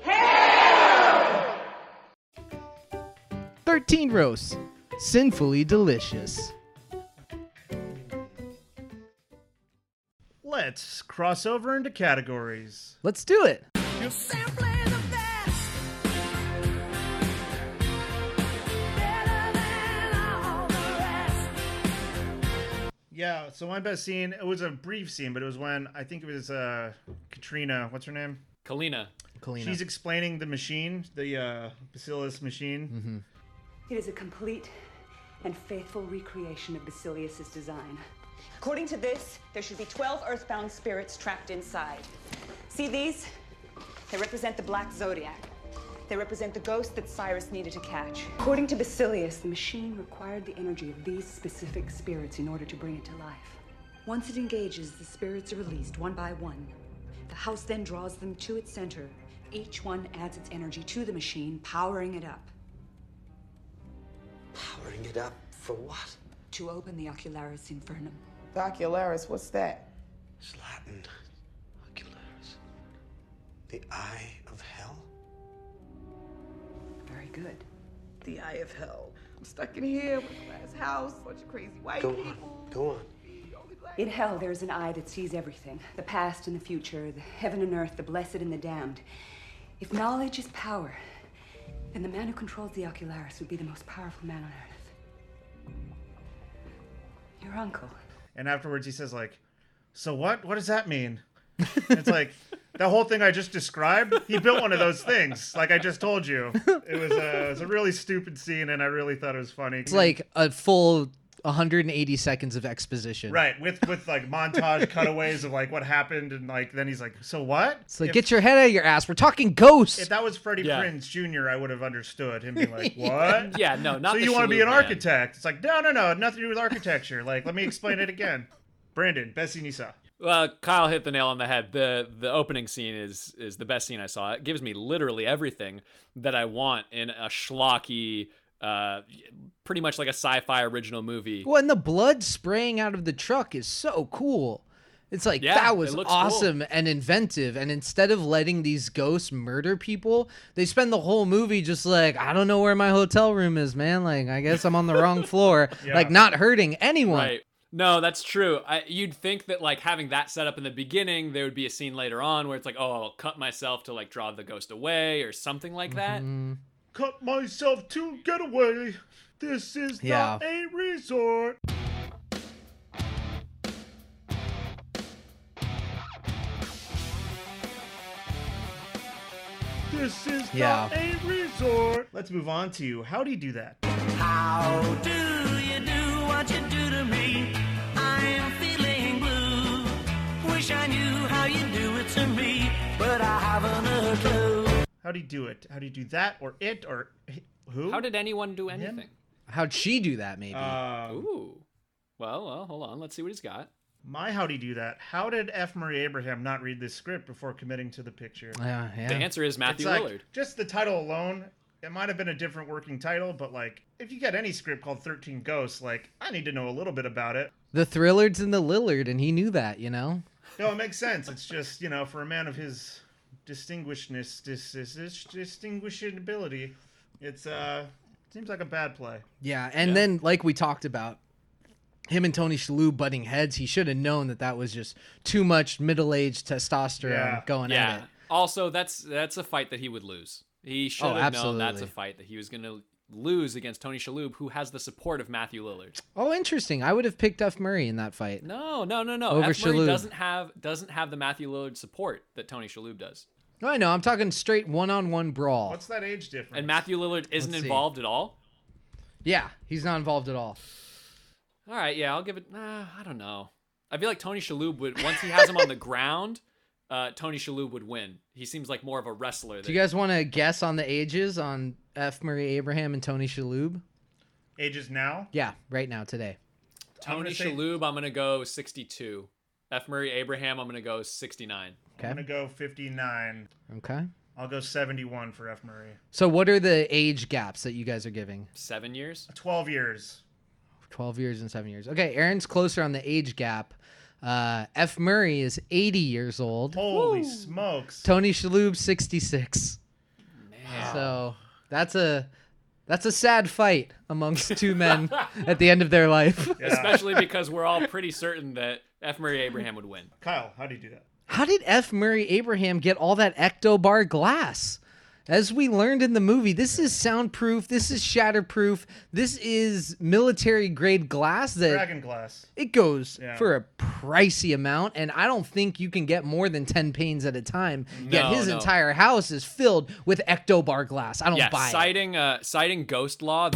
Speaker 12: Hail!
Speaker 2: 13 roasts, sinfully delicious.
Speaker 17: Let's cross over into categories.
Speaker 2: Let's do it.
Speaker 12: You're simply the best. Better than all the rest.
Speaker 17: Yeah. So my best scene. It was a brief scene, but it was when I think it was uh, Katrina. What's her name?
Speaker 18: Kalina.
Speaker 2: Kalina.
Speaker 17: She's explaining the machine, the uh, Bacillus machine. Mm-hmm.
Speaker 3: It is a complete and faithful recreation of Basilius's design.
Speaker 10: According to this, there should be 12 earthbound spirits trapped inside. See these? They represent the black zodiac. They represent the ghost that Cyrus needed to catch.
Speaker 3: According to Basilius, the machine required the energy of these specific spirits in order to bring it to life. Once it engages, the spirits are released one by one. The house then draws them to its center. Each one adds its energy to the machine, powering it up.
Speaker 24: Powering it up for what?
Speaker 3: To open the Ocularis Infernum.
Speaker 6: The ocularis, what's that?
Speaker 24: It's Latin. Ocularis. The eye of hell?
Speaker 3: Very good.
Speaker 6: The eye of hell. I'm stuck in here with a glass house, bunch of crazy white
Speaker 24: Go
Speaker 6: people.
Speaker 24: on. Go on.
Speaker 3: In hell, there is an eye that sees everything the past and the future, the heaven and earth, the blessed and the damned. If knowledge is power, then the man who controls the Ocularis would be the most powerful man on earth. Your uncle.
Speaker 17: And afterwards, he says like, "So what? What does that mean?" it's like the whole thing I just described. He built one of those things, like I just told you. It was a, it was a really stupid scene, and I really thought it was funny.
Speaker 2: It's like a full 180 seconds of exposition.
Speaker 17: right with with like montage cutaways of like what happened, and like then he's like, "So what?"
Speaker 2: It's like,
Speaker 17: If-
Speaker 2: get your head out of your ass. We're talking ghosts.
Speaker 17: If that was Freddie
Speaker 2: Yeah.
Speaker 17: Prinze Jr., I would have understood him being like, "What?"
Speaker 18: Yeah, no, not
Speaker 17: So
Speaker 18: the
Speaker 17: you want to be
Speaker 18: Shalhoub
Speaker 17: an
Speaker 18: man.
Speaker 17: architect? It's like, no, no, no, nothing to do with architecture. Like, let me explain it again. Brandon, best scene you saw.
Speaker 18: Well, Kyle hit the nail on the head. the The opening scene is is the best scene I saw. It gives me literally everything that I want in a schlocky, uh, pretty much like a sci-fi original movie.
Speaker 2: Well, and the blood spraying out of the truck is so cool. It's like
Speaker 18: Yeah,
Speaker 2: that
Speaker 18: it
Speaker 2: was
Speaker 18: looks cool.
Speaker 2: awesome and inventive. And instead of letting these ghosts murder people, they spend the whole movie just like, I don't know where my hotel room is, man. Like, I guess I'm on the wrong floor.
Speaker 18: Yeah.
Speaker 2: Like, not hurting anyone.
Speaker 18: Right. No, that's true. I, you'd think that like having that set up in the beginning, there would be a scene later on where it's like, oh, I'll cut myself to like draw the ghost away or something like that.
Speaker 2: Mm-hmm.
Speaker 17: Cut myself to get away. This is
Speaker 18: Yeah.
Speaker 17: not a resort. This is
Speaker 12: Yeah.
Speaker 17: not a resort. Let's move on to how do you do that?
Speaker 12: How do you do what you do to me? I am feeling blue. Wish I knew how you do it to me.
Speaker 23: but I haven't a clue.
Speaker 17: How do you do it? How do you do that or it or who?
Speaker 18: How did anyone do anything?
Speaker 2: How'd she do that? Maybe.
Speaker 17: Um,
Speaker 18: Ooh. Well, well, hold on. Let's see what he's got.
Speaker 17: My how'd he do that? How did F. Murray Abraham not read this script before committing to the picture?
Speaker 2: Yeah, yeah.
Speaker 18: The answer is Matthew
Speaker 17: It's like,
Speaker 18: Lillard.
Speaker 17: Just the title alone, it might have been a different working title, but like if you get any script called Thirteen Ghosts, like I need to know a little bit about it.
Speaker 2: The Thrillard's in the Lillard, and he knew that, you know.
Speaker 17: No, it makes sense. It's just you know for a man of his distinguishedness, dis, dis, dis, distinguishability, it's uh seems like a bad play.
Speaker 2: Yeah, and then like we talked about, him and Tony Shalhoub butting heads. He should have known that that was just too much middle-aged testosterone going
Speaker 18: yeah.
Speaker 2: at it.
Speaker 18: Also, that's that's a fight that he would lose. He should
Speaker 2: Oh,
Speaker 18: have known that's a
Speaker 2: absolutely.
Speaker 18: fight that he was going to lose against Tony Shalhoub, who has the support of Matthew Lillard.
Speaker 2: Oh, interesting. I would have picked F. Murray in that fight.
Speaker 18: No, no, no, no.
Speaker 2: Over
Speaker 18: F. Murray
Speaker 2: Shalhoub.
Speaker 18: doesn't have doesn't have the Matthew Lillard support that Tony Shalhoub does,
Speaker 2: No, I know. I'm talking straight one-on-one brawl.
Speaker 17: What's that age difference?
Speaker 18: and Matthew Lillard isn't
Speaker 2: Let's see.
Speaker 18: involved at all.
Speaker 2: Yeah, he's not involved at all.
Speaker 18: All right, yeah, I'll give it. Uh, I don't know. I feel like Tony Shalhoub would once he has him on the ground, uh, Tony Shalhoub would win. He seems like more of a wrestler.
Speaker 2: Do you guys want to guess on the ages on F. Murray Abraham and Tony Shalhoub?
Speaker 17: Ages now?
Speaker 2: Yeah, right now today.
Speaker 18: Tony Shalhoub, I'm gonna go 62. F. Murray Abraham, I'm gonna go 69.
Speaker 2: Okay.
Speaker 17: I'm gonna go 59.
Speaker 2: Okay.
Speaker 17: I'll go 71 for F. Murray.
Speaker 2: So what are the age gaps that you guys are giving?
Speaker 18: Seven years?
Speaker 17: 12 years.
Speaker 2: 12 years and 7 years. Okay, Aaron's closer on the age gap. Uh, F. Murray is 80 years old.
Speaker 17: Holy smokes.
Speaker 2: Tony Shalhoub 66. Man. So that's a that's a sad fight amongst two men at the end of their life.
Speaker 18: Especially because we're all pretty certain that F. Murray Abraham would win.
Speaker 17: Kyle, how do you do that?
Speaker 2: How did F. Murray Abraham get all that Ectobar glass? As we learned in the movie, this is soundproof. This is shatterproof. This is military grade glass that
Speaker 17: Dragon glass.
Speaker 2: it goes
Speaker 17: Yeah.
Speaker 2: for a pricey amount, and I don't think you can get more than ten panes at a time. Yet
Speaker 18: No,
Speaker 2: his
Speaker 18: no.
Speaker 2: entire house is filled with Ectobar glass. I don't
Speaker 18: yeah,
Speaker 2: buy it.
Speaker 18: citing uh, citing ghost law.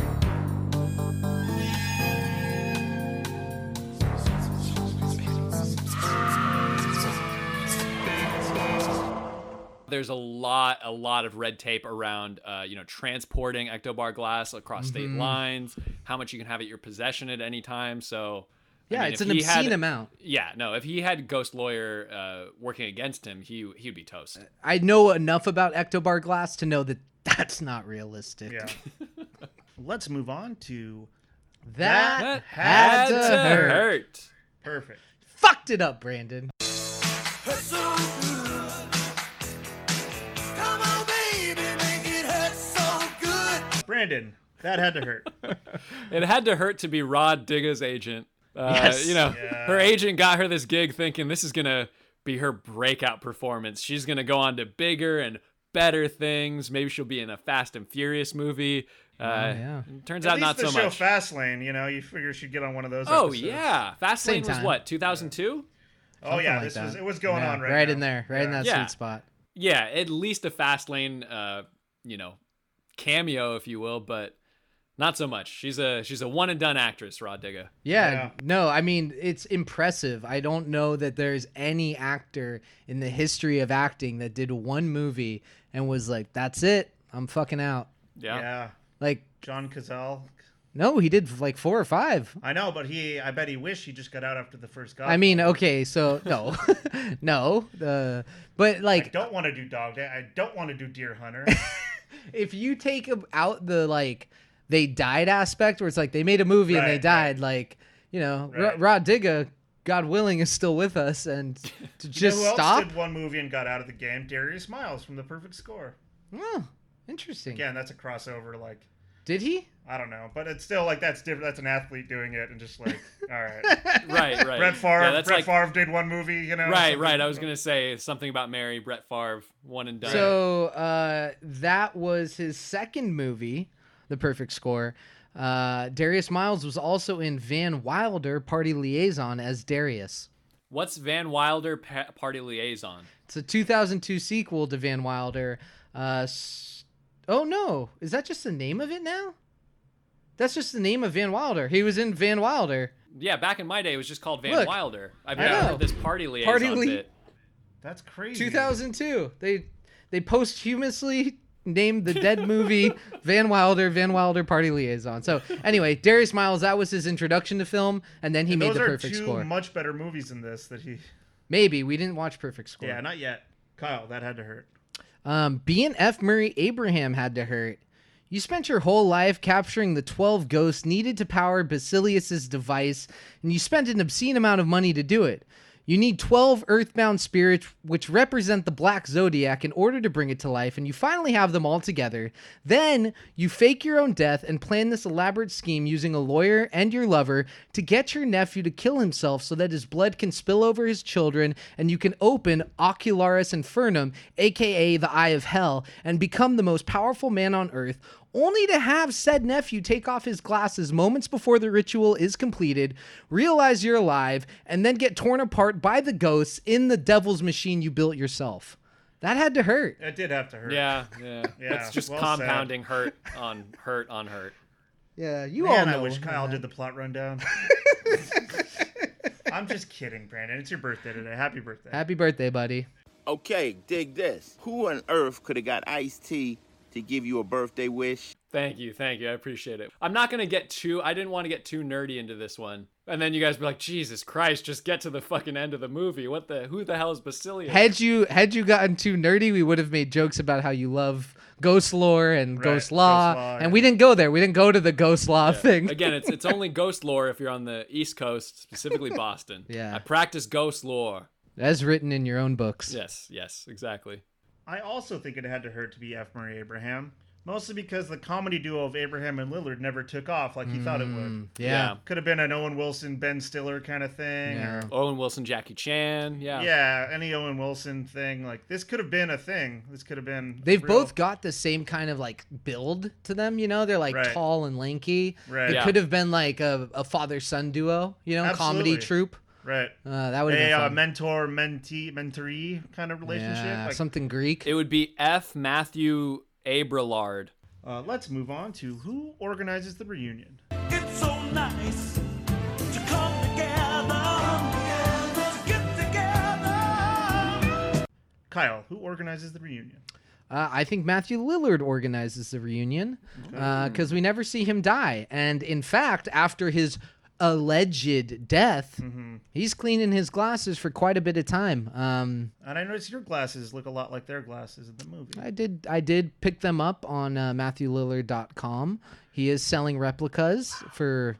Speaker 18: There's a lot, a lot of red tape around, uh, you know, transporting ectobar glass across state
Speaker 2: Mhm.
Speaker 18: lines, how much you can have at your possession at any time. So, I
Speaker 2: Yeah,
Speaker 18: mean,
Speaker 2: it's
Speaker 18: if
Speaker 2: an
Speaker 18: he had-
Speaker 2: obscene amount.
Speaker 18: Yeah, no, if he had ghost lawyer uh, working against him, he he'd be toast.
Speaker 2: I know enough about Ectobar glass to know that that's not realistic.
Speaker 17: Yeah. Let's move on to
Speaker 2: That had to hurt.
Speaker 17: Perfect.
Speaker 2: Fucked it up, Brandon.
Speaker 17: Brandon, that had to hurt.
Speaker 18: It had to hurt to be Rod Digga's agent. Uh,
Speaker 17: Yes.
Speaker 18: You know,
Speaker 17: Yeah.
Speaker 18: her agent got her this gig thinking this is going to be her breakout performance. She's going to go on to bigger and better things. Maybe she'll be in a Fast and Furious movie. Uh,
Speaker 2: Oh, yeah.
Speaker 18: Turns
Speaker 17: At
Speaker 18: out not
Speaker 17: least
Speaker 18: so
Speaker 17: the show
Speaker 18: much.
Speaker 17: Fastlane, you know, you figure she'd get on one of those.
Speaker 18: oh,
Speaker 17: episodes.
Speaker 18: yeah.
Speaker 2: Same
Speaker 18: Fastlane was
Speaker 2: time.
Speaker 18: what, 2002?
Speaker 17: Oh yeah,
Speaker 2: Something like
Speaker 17: this was
Speaker 2: that.
Speaker 17: it was going
Speaker 2: Yeah,
Speaker 17: on right,
Speaker 2: Right
Speaker 17: now.
Speaker 2: in there, right in that
Speaker 18: Yeah.
Speaker 2: sweet spot.
Speaker 18: Yeah, at least a Fastlane, uh, you know, cameo, if you will, but not so much. She's a she's a one and done actress, Rod Digga.
Speaker 2: Yeah, no, I mean, it's impressive. I don't know that there's any actor in the history of acting that did one movie and was like, that's it, I'm fucking out.
Speaker 18: Yeah.
Speaker 17: Yeah.
Speaker 2: Like,
Speaker 17: John Cazale.
Speaker 2: no, he did like four or five.
Speaker 17: I know, but he I bet he wished he just got out after the first Godfather.
Speaker 2: I mean, okay, so no, no, uh, but
Speaker 17: I
Speaker 2: like,
Speaker 17: don't want to do Dog Day. I don't want to do Deer Hunter.
Speaker 2: if you take ab- out the like they died aspect where it's like they made a movie and they
Speaker 17: Right,
Speaker 2: died like you know Ro-
Speaker 17: Right.
Speaker 2: rod digga god willing is still with us and to
Speaker 17: You know
Speaker 2: just
Speaker 17: who
Speaker 2: stop
Speaker 17: Else did one movie and got out of the game. Darius Miles from The Perfect Score.
Speaker 2: Oh, interesting.
Speaker 17: Again, that's a crossover. Like,
Speaker 2: did he
Speaker 17: I don't know, but it's still like that's different. That's an athlete doing it, and just like, all right,
Speaker 18: Right, right.
Speaker 17: Brett Favre.
Speaker 18: Yeah, that's
Speaker 17: Brett
Speaker 18: like-
Speaker 17: Favre did one movie, you know.
Speaker 18: right,
Speaker 17: something-
Speaker 18: right. I was gonna say something about Mary Brett Favre, one and done.
Speaker 2: so uh that was his second movie the perfect score uh darius miles was also in van wilder party liaison as darius
Speaker 18: What's Van Wilder pa- party liaison?
Speaker 2: It's a 2002 sequel to Van Wilder. Uh, s- oh no, is that just the name of it now? That's just the name of Van Wilder. He was in Van Wilder.
Speaker 18: Yeah, back in my day, it was just called Van
Speaker 2: Look,
Speaker 18: Wilder. I've
Speaker 2: I
Speaker 18: never
Speaker 2: know.
Speaker 18: heard this party liaison
Speaker 2: Party li-
Speaker 18: bit.
Speaker 17: That's crazy.
Speaker 2: 2002. They they posthumously named the dead movie Van Wilder, Van Wilder Party Liaison. So anyway, Darius Miles, that was his introduction to film, and then he
Speaker 17: And
Speaker 2: made
Speaker 17: those
Speaker 2: the
Speaker 17: are
Speaker 2: perfect
Speaker 17: two
Speaker 2: score.
Speaker 17: much better movies than this that he.
Speaker 2: Maybe we didn't watch Perfect Score.
Speaker 17: Yeah, not yet. Kyle, that had to hurt.
Speaker 2: Um, being F. Murray Abraham had to hurt. You spent your whole life capturing the 12 ghosts needed to power Basilius's device, and you spent an obscene amount of money to do it. You need 12 earthbound spirits, which represent the black zodiac, in order to bring it to life, and you finally have them all together. Then you fake your own death and plan this elaborate scheme using a lawyer and your lover to get your nephew to kill himself so that his blood can spill over his children and you can open Ocularis Infernum, aka the Eye of Hell, and become the most powerful man on earth, only to have said nephew take off his glasses moments before the ritual is completed, realize you're alive, and then get torn apart by the ghosts in the devil's machine you built yourself. That had to hurt.
Speaker 17: That did have to hurt.
Speaker 18: Yeah, yeah. it's just
Speaker 17: well said.
Speaker 18: compounding hurt on hurt on hurt.
Speaker 2: Yeah, you
Speaker 17: Man,
Speaker 2: all
Speaker 17: I
Speaker 2: know
Speaker 17: wish
Speaker 2: him,
Speaker 17: Kyle
Speaker 2: man.
Speaker 17: did the plot rundown. I'm just kidding, Brandon. It's your birthday today. Happy birthday.
Speaker 2: Happy birthday, buddy.
Speaker 13: Okay, dig this. Who on earth could have got Ice T to give you a birthday wish?
Speaker 18: Thank you, thank you. I appreciate it. I'm not gonna get too. I didn't want to get too nerdy into this one, and then you guys be like, Jesus Christ, just get to the fucking end of the movie. What the? Who the hell is Basilius?
Speaker 2: Had you had you gotten too nerdy, we would have made jokes about how you love ghost lore and ghost law,
Speaker 18: ghost law,
Speaker 2: and we didn't go there. We didn't go to the ghost law thing.
Speaker 18: Again, it's it's only ghost lore if you're on the East Coast, specifically Boston.
Speaker 2: Yeah.
Speaker 18: I practice ghost lore.
Speaker 2: as written in your own books.
Speaker 18: Yes, yes, exactly.
Speaker 17: I also think it had to hurt to be F. Murray Abraham, mostly because the comedy duo of Abraham and Lillard never took off like he thought it would.
Speaker 2: Mm, yeah. Yeah.
Speaker 17: Could have been an Owen Wilson, Ben Stiller kind of thing. Or,
Speaker 18: Owen Wilson, Jackie Chan. Yeah.
Speaker 17: yeah. any Owen Wilson thing. Like, this could have been a thing. This could have been.
Speaker 2: They've
Speaker 17: real.
Speaker 2: both got the same kind of like build to them, you know. They're like
Speaker 17: Right.
Speaker 2: tall and lanky.
Speaker 17: Right.
Speaker 2: It
Speaker 17: Yeah.
Speaker 2: could have been like a, a father son duo, you know, comedy
Speaker 17: Absolutely.
Speaker 2: troupe.
Speaker 17: Right.
Speaker 2: Uh, that would have
Speaker 17: a
Speaker 2: been
Speaker 17: uh,
Speaker 2: fun.
Speaker 17: mentor, mentee, mentoree kind of relationship.
Speaker 2: Yeah,
Speaker 17: like,
Speaker 2: something Greek.
Speaker 18: It would be F. Matthew Abelard.
Speaker 17: uh, let's move on to who organizes the reunion.
Speaker 12: It's so nice to come together, to get together.
Speaker 17: Kyle, who organizes the reunion?
Speaker 2: Uh, I think Matthew Lillard organizes the reunion because we never see him die. And in fact, after his alleged
Speaker 17: Mm-hmm.
Speaker 2: death, he's cleaning his glasses for quite a bit of time. Um,
Speaker 17: And I notice your glasses look a lot like their glasses in the movie.
Speaker 2: I did I did pick them up on uh, MatthewLillard.com. He is selling replicas for.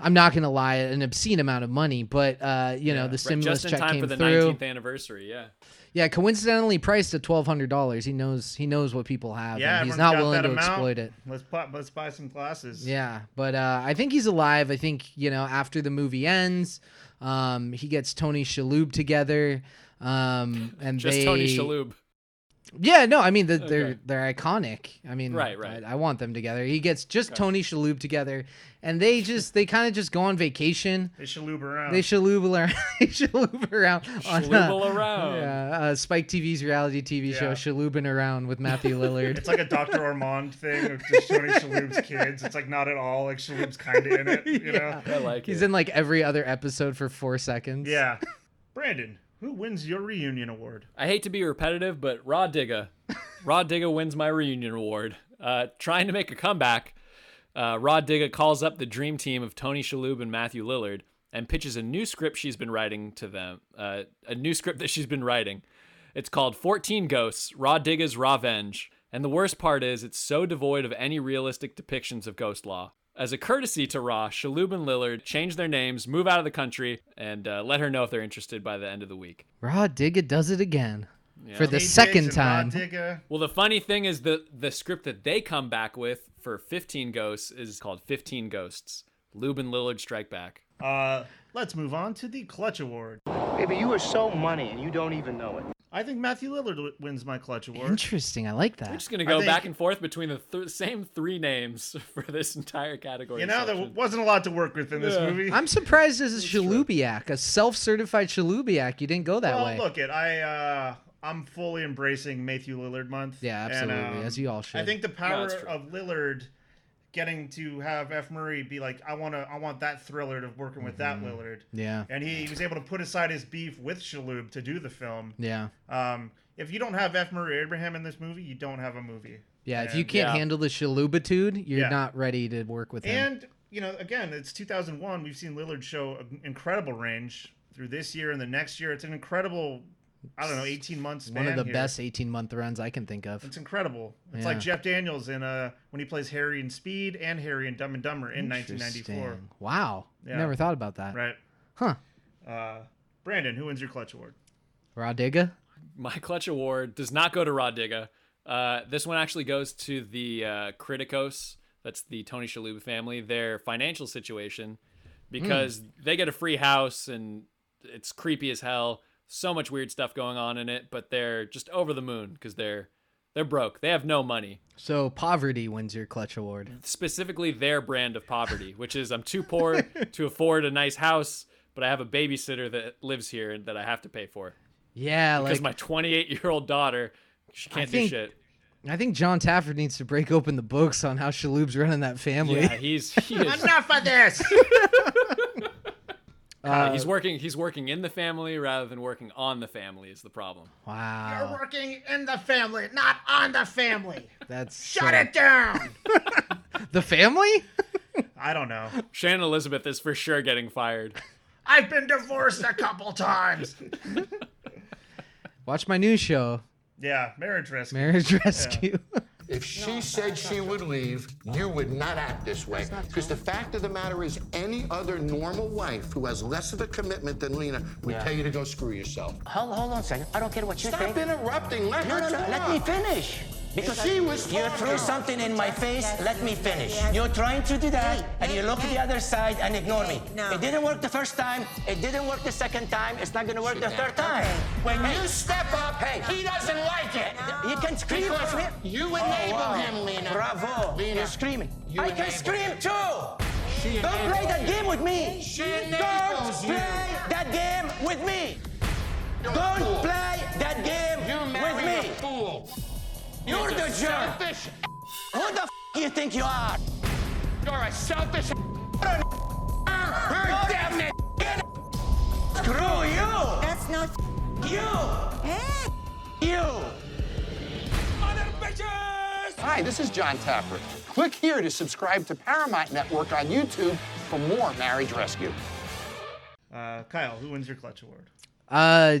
Speaker 2: I'm not gonna lie, an obscene amount of money, but uh, you know the stimulus
Speaker 18: Just in
Speaker 2: check
Speaker 18: time
Speaker 2: came
Speaker 18: for the
Speaker 2: through.
Speaker 18: 19th anniversary. Yeah.
Speaker 2: Yeah, coincidentally priced at twelve hundred dollars. He knows he knows what people have, and he's
Speaker 17: everyone's
Speaker 2: not
Speaker 17: got
Speaker 2: willing
Speaker 17: that
Speaker 2: to
Speaker 17: amount.
Speaker 2: exploit it.
Speaker 17: Let's pop, let's buy some glasses.
Speaker 2: Yeah, but uh, I think he's alive. I think you know after the movie ends, um, he gets Tony Shalhoub together, um, and
Speaker 18: Just
Speaker 2: they...
Speaker 18: Tony Shalhoub.
Speaker 2: Yeah, no, I mean the,
Speaker 18: Okay.
Speaker 2: they're they're iconic. I mean,
Speaker 18: Right, right.
Speaker 2: I, I want them together. He gets just Tony Shalhoub together, and they just they kind of just go on vacation.
Speaker 17: They shaloob around.
Speaker 2: They shaloob around. they shaloob around. uh,
Speaker 17: Shalooble around.
Speaker 2: Yeah, uh, Spike TV's reality TV show
Speaker 17: Yeah.
Speaker 2: Shaloobing Around with Matthew Lillard.
Speaker 17: It's like a Dr. Armand thing of just Tony Shalhoub's kids. It's like not at all like Shalhoub's kind of in it, you know?
Speaker 2: He's in like every other episode for four seconds.
Speaker 17: Yeah. Brandon, who wins your reunion award?
Speaker 18: I hate to be repetitive, but Raw Digga. Raw Digga wins my reunion award. Uh, trying to make a comeback, uh, Raw Digga calls up the dream team of Tony Shalhoub and Matthew Lillard and pitches a new script she's been writing to them. Uh, a new script that she's been writing. It's called 14 Ghosts, Raw Digga's Rawvenge. And the worst part is, it's so devoid of any realistic depictions of ghost law. As a courtesy to Raw, Shalhoub and Lillard change their names, move out of the country, and uh, let her know if they're interested by the end of the week.
Speaker 2: Raw Digga does it again
Speaker 18: Yeah.
Speaker 2: for the second time.
Speaker 18: Well, the funny thing is the the script that they come back with for 15 Ghosts is called 15 Ghosts. Lube and Lillard Strike Back.
Speaker 17: Uh, let's move on to the Clutch Award.
Speaker 24: Baby, you are so money and you don't even know it.
Speaker 17: I think Matthew Lillard w- wins my Clutch Award.
Speaker 2: Interesting. I like
Speaker 18: We're
Speaker 2: that.
Speaker 18: just gonna
Speaker 17: I
Speaker 18: go
Speaker 17: think-
Speaker 18: back and forth between the th- same three names for this entire category.
Speaker 17: You know, there w- wasn't a lot to work with in this
Speaker 18: Yeah.
Speaker 17: movie.
Speaker 2: I'm surprised this is Shalubiak, a self-certified Shalubiak. You didn't go that
Speaker 17: well,
Speaker 2: way.
Speaker 17: look it. I uh, I'm fully embracing Matthew Lillard month.
Speaker 2: Yeah,
Speaker 17: and, uh,
Speaker 2: absolutely, as you all
Speaker 17: I
Speaker 2: should.
Speaker 17: think the
Speaker 2: No,
Speaker 17: power
Speaker 2: that's true.
Speaker 17: of Lillard getting to have F. Murray be like, I want to, I want that thriller of working with that Willard.
Speaker 2: Mm-hmm. Yeah.
Speaker 17: And he, he was able to put aside his beef with Shaloub to do the film.
Speaker 2: Yeah.
Speaker 17: Um, if you don't have F. Murray Abraham in this movie, you don't have a movie.
Speaker 2: Yeah, if you
Speaker 17: And-
Speaker 2: can't handle the shalubitude, you're
Speaker 17: Yeah.
Speaker 2: not ready to work with him.
Speaker 17: And you know, again, it's 2001. We've seen Lillard show an incredible range through this year and the next year. It's an incredible, I don't know, 18 months.
Speaker 2: One of the best 18 month runs I can think of.
Speaker 17: It's incredible. It's like
Speaker 2: Yeah.
Speaker 17: Jeff Daniels in uh when he plays Harry in Speed and Harry in Dumb and Dumber in 1994.
Speaker 2: Interesting. Wow.
Speaker 17: Yeah.
Speaker 2: Never thought about that.
Speaker 17: Right.
Speaker 2: Huh.
Speaker 17: Uh, Brandon, who wins your clutch award?
Speaker 2: Rodiga?
Speaker 18: My clutch award does not go to Rod Digga. Uh, this one actually goes to the uh, Criticos. That's the Tony Shalhoub family. Their financial situation, because they get a free house and it's creepy as hell. So much weird stuff going on in it, but they're just over the moon because they're they're broke. They have no money.
Speaker 2: So poverty wins your clutch award.
Speaker 18: specifically their brand of poverty, which is I'm too poor to afford a nice house, but I have a babysitter that lives here and that I have to pay for.
Speaker 2: Yeah,
Speaker 18: because
Speaker 2: like
Speaker 18: my 28 year old daughter, she
Speaker 2: I
Speaker 18: can't
Speaker 2: think-
Speaker 18: do shit.
Speaker 2: I think John Tafford needs to break open the books on how Shaloub's running that family.
Speaker 18: Yeah, he's he is,
Speaker 17: Enough of this.
Speaker 18: uh,
Speaker 2: Uh,
Speaker 18: he's working he's working in the family rather than working on the family is the problem.
Speaker 2: Wow.
Speaker 17: working in the family, not on the family.
Speaker 2: That's uh,
Speaker 17: Shut it down.
Speaker 2: The family?
Speaker 17: I don't know.
Speaker 18: Shannon Elizabeth is for sure getting fired.
Speaker 17: I've been divorced a couple times.
Speaker 2: Watch my new show,
Speaker 17: Yeah, marriage rescue.
Speaker 2: Marriage Rescue.
Speaker 5: If she said she would leave, you would not act this way. Because the fact of the matter is, any other normal wife who has less of a commitment than Lena would
Speaker 20: Yeah.
Speaker 5: tell you to go screw yourself.
Speaker 20: Hold, hold on a second. I don't care what you
Speaker 5: Stop
Speaker 20: think.
Speaker 5: interrupting. Let
Speaker 20: no,
Speaker 5: her
Speaker 20: no, no,
Speaker 5: talk.
Speaker 20: Let me finish. Because
Speaker 5: She was
Speaker 20: you threw
Speaker 5: talking.
Speaker 20: something in my face. Let me finish. You're trying to do that, and you look at the other side and ignore me. It didn't work the first time. It didn't work the second time. It's not going to work the third time. When you step up, hey, he doesn't like it. He can scream
Speaker 5: You-
Speaker 20: with me.
Speaker 5: you
Speaker 20: Oh,
Speaker 5: enable
Speaker 20: wow.
Speaker 5: him, Lena.
Speaker 20: Bravo.
Speaker 5: Lena,
Speaker 20: You're screaming.
Speaker 5: you
Speaker 20: I can
Speaker 5: enable
Speaker 20: scream too. Don't
Speaker 5: enables
Speaker 20: play that game with me.
Speaker 5: She
Speaker 20: Don't
Speaker 5: enables you.
Speaker 20: play that game with me.
Speaker 5: You're a
Speaker 20: Don't
Speaker 5: fool.
Speaker 20: play that game
Speaker 5: You
Speaker 20: with
Speaker 5: married
Speaker 20: me.
Speaker 5: a fool.
Speaker 20: You're
Speaker 5: You're
Speaker 20: the
Speaker 5: a
Speaker 20: jerk.
Speaker 5: selfish
Speaker 20: Who the f- you think you are?
Speaker 5: You're a selfish.
Speaker 20: Go damn it. Screw you. That's not you. Hey. You.
Speaker 5: Hi, this is John Tapper. Click here to subscribe to Paramount Network on YouTube for more Marriage Rescue.
Speaker 17: Uh, Kyle, who wins your clutch award?
Speaker 2: Uh,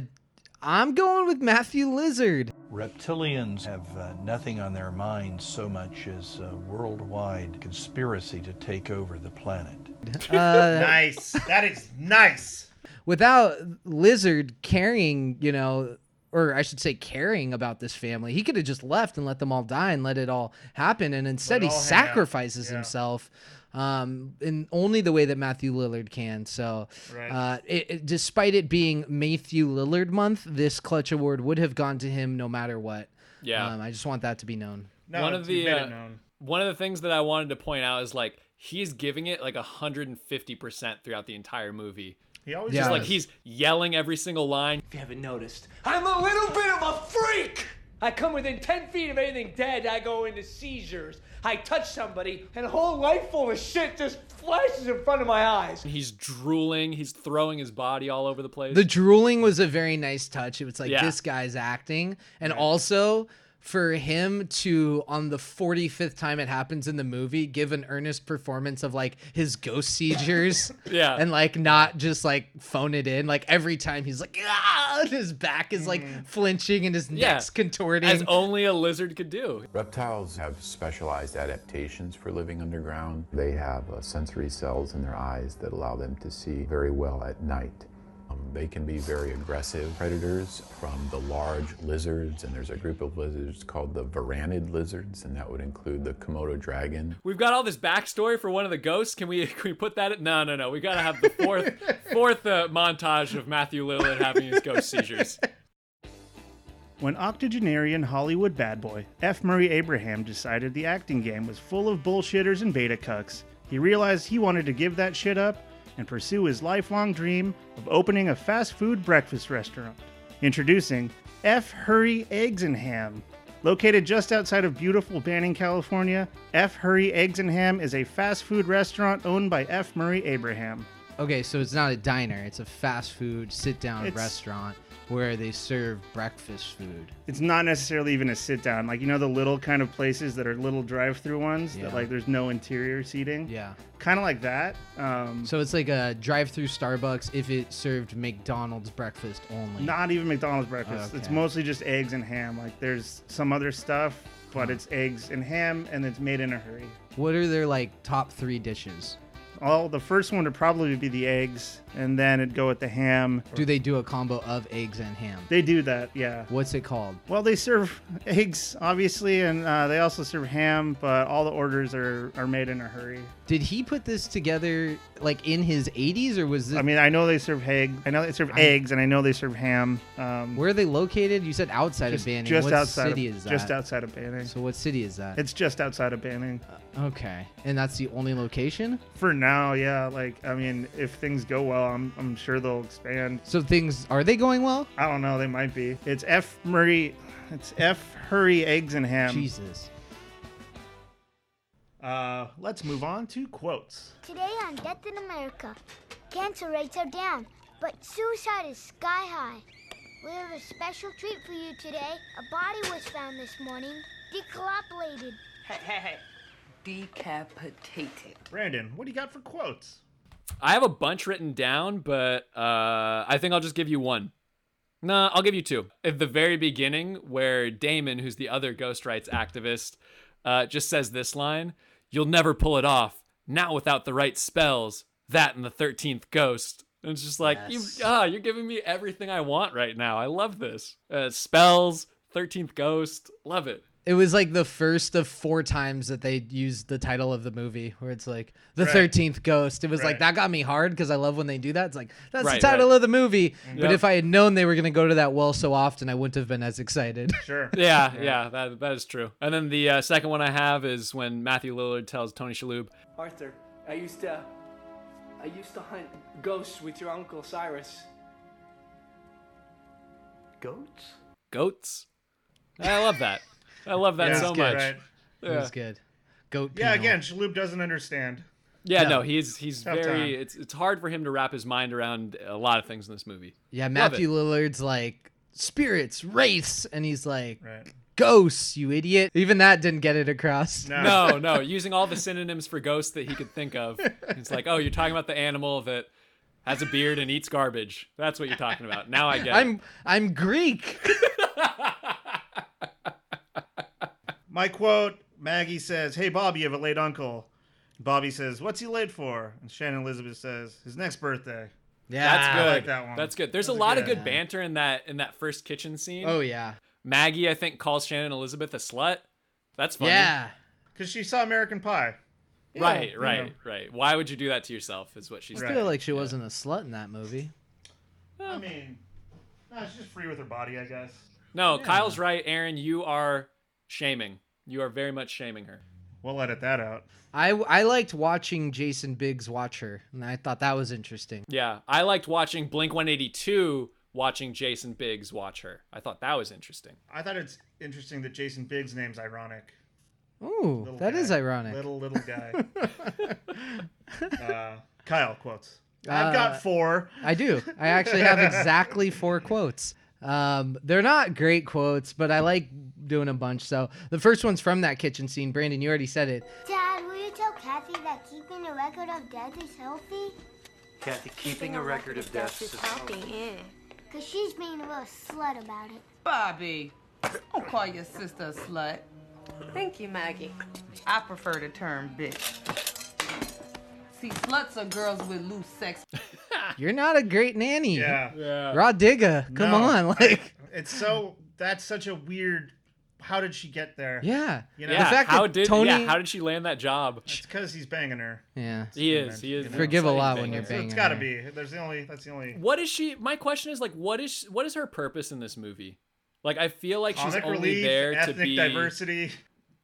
Speaker 2: I'm going with Matthew Lizard.
Speaker 8: Reptilians have uh, nothing on their minds so much as a worldwide conspiracy to take over the planet.
Speaker 2: Uh,
Speaker 17: nice. That is nice.
Speaker 2: Without Lizard caring, you know, or I should say caring about this family, he could have just left and let them all die and let it all happen. And instead,
Speaker 24: it
Speaker 2: he
Speaker 24: all hang out.
Speaker 2: sacrifices
Speaker 24: Yeah.
Speaker 2: himself um, in only the way that Matthew Lillard can. So,
Speaker 24: Right.
Speaker 2: uh, it, it- despite it being Matthew Lillard month, this Clutch Award would have gone to him no matter what.
Speaker 18: Yeah.
Speaker 2: Um, I just want that to be known.
Speaker 18: one of the
Speaker 17: made it
Speaker 18: uh,
Speaker 17: known.
Speaker 18: one of the things that I wanted to point out is like he's giving it like 150% throughout the entire movie.
Speaker 17: He
Speaker 20: always
Speaker 18: just
Speaker 20: does.
Speaker 18: like he's yelling every single line.
Speaker 20: If you haven't noticed, I'm a little bit of a freak. I come within 10 feet of anything dead, I go into seizures. I touch somebody, and a whole life full of shit just flashes in front of my eyes.
Speaker 18: He's drooling, he's throwing his body all over the place.
Speaker 2: The drooling was a very nice touch. It was like
Speaker 18: Yeah.
Speaker 2: this guy's acting, and also for him to on the 45th time it happens in the movie give an earnest performance of like his ghost seizures
Speaker 18: Yeah.
Speaker 2: and like not just like phone it in like every time he's like ah and his back is like
Speaker 17: Mm.
Speaker 2: flinching and his neck's contorting
Speaker 18: As only a lizard could do.
Speaker 22: Reptiles have specialized adaptations for living underground. They have uh, sensory cells in their eyes that allow them to see very well at night. Um, they can be very aggressive predators from the large lizards, and there's a group of lizards called the varanid lizards, and that would include the Komodo dragon.
Speaker 18: We've got all this backstory for one of the ghosts. Can we can we put that in? No, no, no. We gotta have the fourth fourth uh, montage of Matthew Lillard having his ghost seizures.
Speaker 17: When octogenarian Hollywood bad boy F. Murray Abraham decided the acting game was full of bullshitters and beta cucks, he realized he wanted to give that shit up and pursue his lifelong dream of opening a fast food breakfast restaurant. Introducing F. Hurry Eggs and Ham, Located just outside of beautiful Banning, California, F. Hurry Eggs and Ham is a fast food restaurant owned by F. Murray Abraham.
Speaker 2: Okay, so it's not a diner. It's a fast food sit down
Speaker 17: It's-
Speaker 2: restaurant where they serve breakfast food.
Speaker 17: It's not necessarily even a sit down. Like, you know, the little kind of places that are little drive through ones
Speaker 2: Yeah.
Speaker 17: that, like, there's no interior seating?
Speaker 2: Yeah.
Speaker 17: Kind of like that. Um,
Speaker 2: So it's like a drive through Starbucks if it served McDonald's breakfast only.
Speaker 17: Not even McDonald's breakfast. It's
Speaker 2: Okay.
Speaker 17: mostly just eggs and ham. Like there's some other stuff, but it's eggs and ham, and it's made in a hurry.
Speaker 2: What are their like top three dishes?
Speaker 17: All the first one would probably be the eggs, and then it'd go with the ham.
Speaker 2: Do they do a combo of eggs and ham?
Speaker 17: They do that, yeah.
Speaker 2: What's it called?
Speaker 17: Well, they serve eggs, obviously, and uh, they also serve ham, but all the orders are, are made in a hurry.
Speaker 2: Did he put this together like in his 80s or was this?
Speaker 17: I mean, I know they serve egg. I know they serve
Speaker 2: I-
Speaker 17: eggs, and I know they serve ham. Um,
Speaker 2: Where are they located? You said outside
Speaker 17: just,
Speaker 2: of Banning.
Speaker 17: just
Speaker 2: what
Speaker 17: outside
Speaker 2: city
Speaker 17: of,
Speaker 2: is that?
Speaker 17: Just outside of Banning.
Speaker 2: So what city is that?
Speaker 17: It's just outside of Banning.
Speaker 2: Uh, okay, and that's the only location.
Speaker 17: For now, yeah. Like, I mean, if things go well, I'm, I'm sure they'll expand.
Speaker 2: So things are they going well?
Speaker 17: I don't know. They might be. It's F Murray. It's F Hurry Eggs and Ham.
Speaker 2: Jesus.
Speaker 17: Uh, let's move on to quotes.
Speaker 7: Today on Death in America, cancer rates are down, but suicide is sky high. We have a special treat for you today. A body was found this morning, decollated.
Speaker 6: Hey, hey, hey. Decapitated.
Speaker 17: Brandon, what do you got for quotes?
Speaker 18: I have a bunch written down, but uh, I think I'll just give you one. Nah, I'll give you two. At the very beginning, where Damon, who's the other ghost rights activist, uh, just says this line You'll never pull it off. Not without the right spells. That and the 13th ghost. And it's just like,
Speaker 9: Yes.
Speaker 18: you, ah, you're giving me everything I want right now. I love this. Uh, spells, 13th ghost. Love it.
Speaker 2: It was like the first of four times that they used the title of the movie, where it's like the
Speaker 18: Right.
Speaker 2: thirteenth ghost. It was like
Speaker 18: Right.
Speaker 2: that got me hard because I love when they do that. It's like that's
Speaker 18: Right,
Speaker 2: the title
Speaker 18: right.
Speaker 2: of the movie. But
Speaker 17: Mm-hmm.
Speaker 18: Yep.
Speaker 2: if I had known they were gonna go to that well so often, I wouldn't have been as excited.
Speaker 17: Sure.
Speaker 18: yeah, yeah, that that is true. And then the uh, second one I have is when Matthew Lillard tells Tony Shalhoub,
Speaker 16: Arthur, I used to. I used to hunt ghosts with your uncle Cyrus.
Speaker 23: Goats?
Speaker 18: "Goats." I love that. I love that
Speaker 17: Yeah.
Speaker 18: so
Speaker 17: That's
Speaker 18: much.
Speaker 17: good, right.
Speaker 2: It was good. Goat.
Speaker 17: Yeah,
Speaker 2: penal.
Speaker 17: again, Shaloub doesn't understand.
Speaker 18: Yeah, no, he's he's
Speaker 17: Tough
Speaker 18: very.
Speaker 17: time.
Speaker 18: It's it's hard for him to wrap his mind around a lot of things in this movie.
Speaker 2: Yeah,
Speaker 18: Love
Speaker 2: Matthew
Speaker 18: it.
Speaker 2: Lillard's like spirits, wraiths, and he's like ghosts. You idiot! Even that didn't get it across.
Speaker 18: No, no, using all the synonyms for ghosts that he could think of. It's like, oh, you're talking about the animal that has a beard and eats garbage. That's what you're talking about. Now I get it.
Speaker 2: I'm I'm Greek.
Speaker 17: My quote Maggie says, Hey, Bob, you have a late uncle. Bobby says, What's he late for? And Shannon Elizabeth says, His next birthday.
Speaker 18: that's good.
Speaker 17: I like that one.
Speaker 18: That's good. There's
Speaker 17: That's
Speaker 18: a lot of
Speaker 17: good-
Speaker 18: good banter in that in that first kitchen scene.
Speaker 2: Oh, yeah.
Speaker 18: Maggie, I think, calls Shannon Elizabeth a slut. That's funny.
Speaker 17: Because she saw American Pie.
Speaker 18: Right,
Speaker 17: Yeah.
Speaker 18: right, right. Why would you do that to yourself? Is what she's.
Speaker 2: I feel like she wasn't a slut in that movie.
Speaker 17: I mean, nah, she's just free with her body, I guess.
Speaker 18: No, Kyle's right, Aaron. You are shaming. You are very much shaming her.
Speaker 17: We'll edit that out.
Speaker 2: I, I liked watching Jason Biggs watch her, and I thought that was interesting.
Speaker 18: Yeah, I liked watching Blink 182 watching Jason Biggs watch her. I thought that was interesting.
Speaker 17: I thought it's interesting that Jason Biggs' name's ironic.
Speaker 2: Ooh, that is ironic.
Speaker 17: Little, little guy. uh, Kyle quotes.
Speaker 2: Uh,
Speaker 17: I've got four.
Speaker 2: I do. I actually have exactly four quotes. Um, they're not great quotes, but I like doing a bunch. So the first one's from that kitchen scene. Brandon, you already said it.
Speaker 7: Dad, will you tell Kathy that keeping a record of death is healthy?
Speaker 23: Kathy, keeping a record of deaths is
Speaker 7: yeah. Because she's being a real slut about it.
Speaker 6: Bobby, don't call your sister a slut. Thank you, Maggie. I prefer the term bitch. See, sluts are girls with loose sex.
Speaker 18: Ah.
Speaker 2: You're not a great nanny.
Speaker 17: Yeah. Yeah.
Speaker 2: Raw digga. Come
Speaker 17: No,
Speaker 2: on.
Speaker 17: I-
Speaker 2: Like,
Speaker 17: it's so that's such a weird. How did she get there?
Speaker 2: Yeah.
Speaker 17: You know,
Speaker 2: Yeah, The fact
Speaker 18: how
Speaker 2: that
Speaker 18: did
Speaker 2: Tony-
Speaker 18: yeah, how did she land that job?
Speaker 17: It's because he's banging her.
Speaker 2: yeah.
Speaker 18: He is. He is.
Speaker 2: Forgive a
Speaker 18: It's like-
Speaker 2: lot when you're
Speaker 17: So
Speaker 2: banging.
Speaker 17: it's got to
Speaker 2: her.
Speaker 17: be. There's the only. That's the only.
Speaker 18: What is she? My question is like, what is what is her purpose in this movie? Like, I feel like she's
Speaker 17: Comic
Speaker 18: only
Speaker 17: relief,
Speaker 18: there
Speaker 17: ethnic
Speaker 18: to be
Speaker 17: diversity.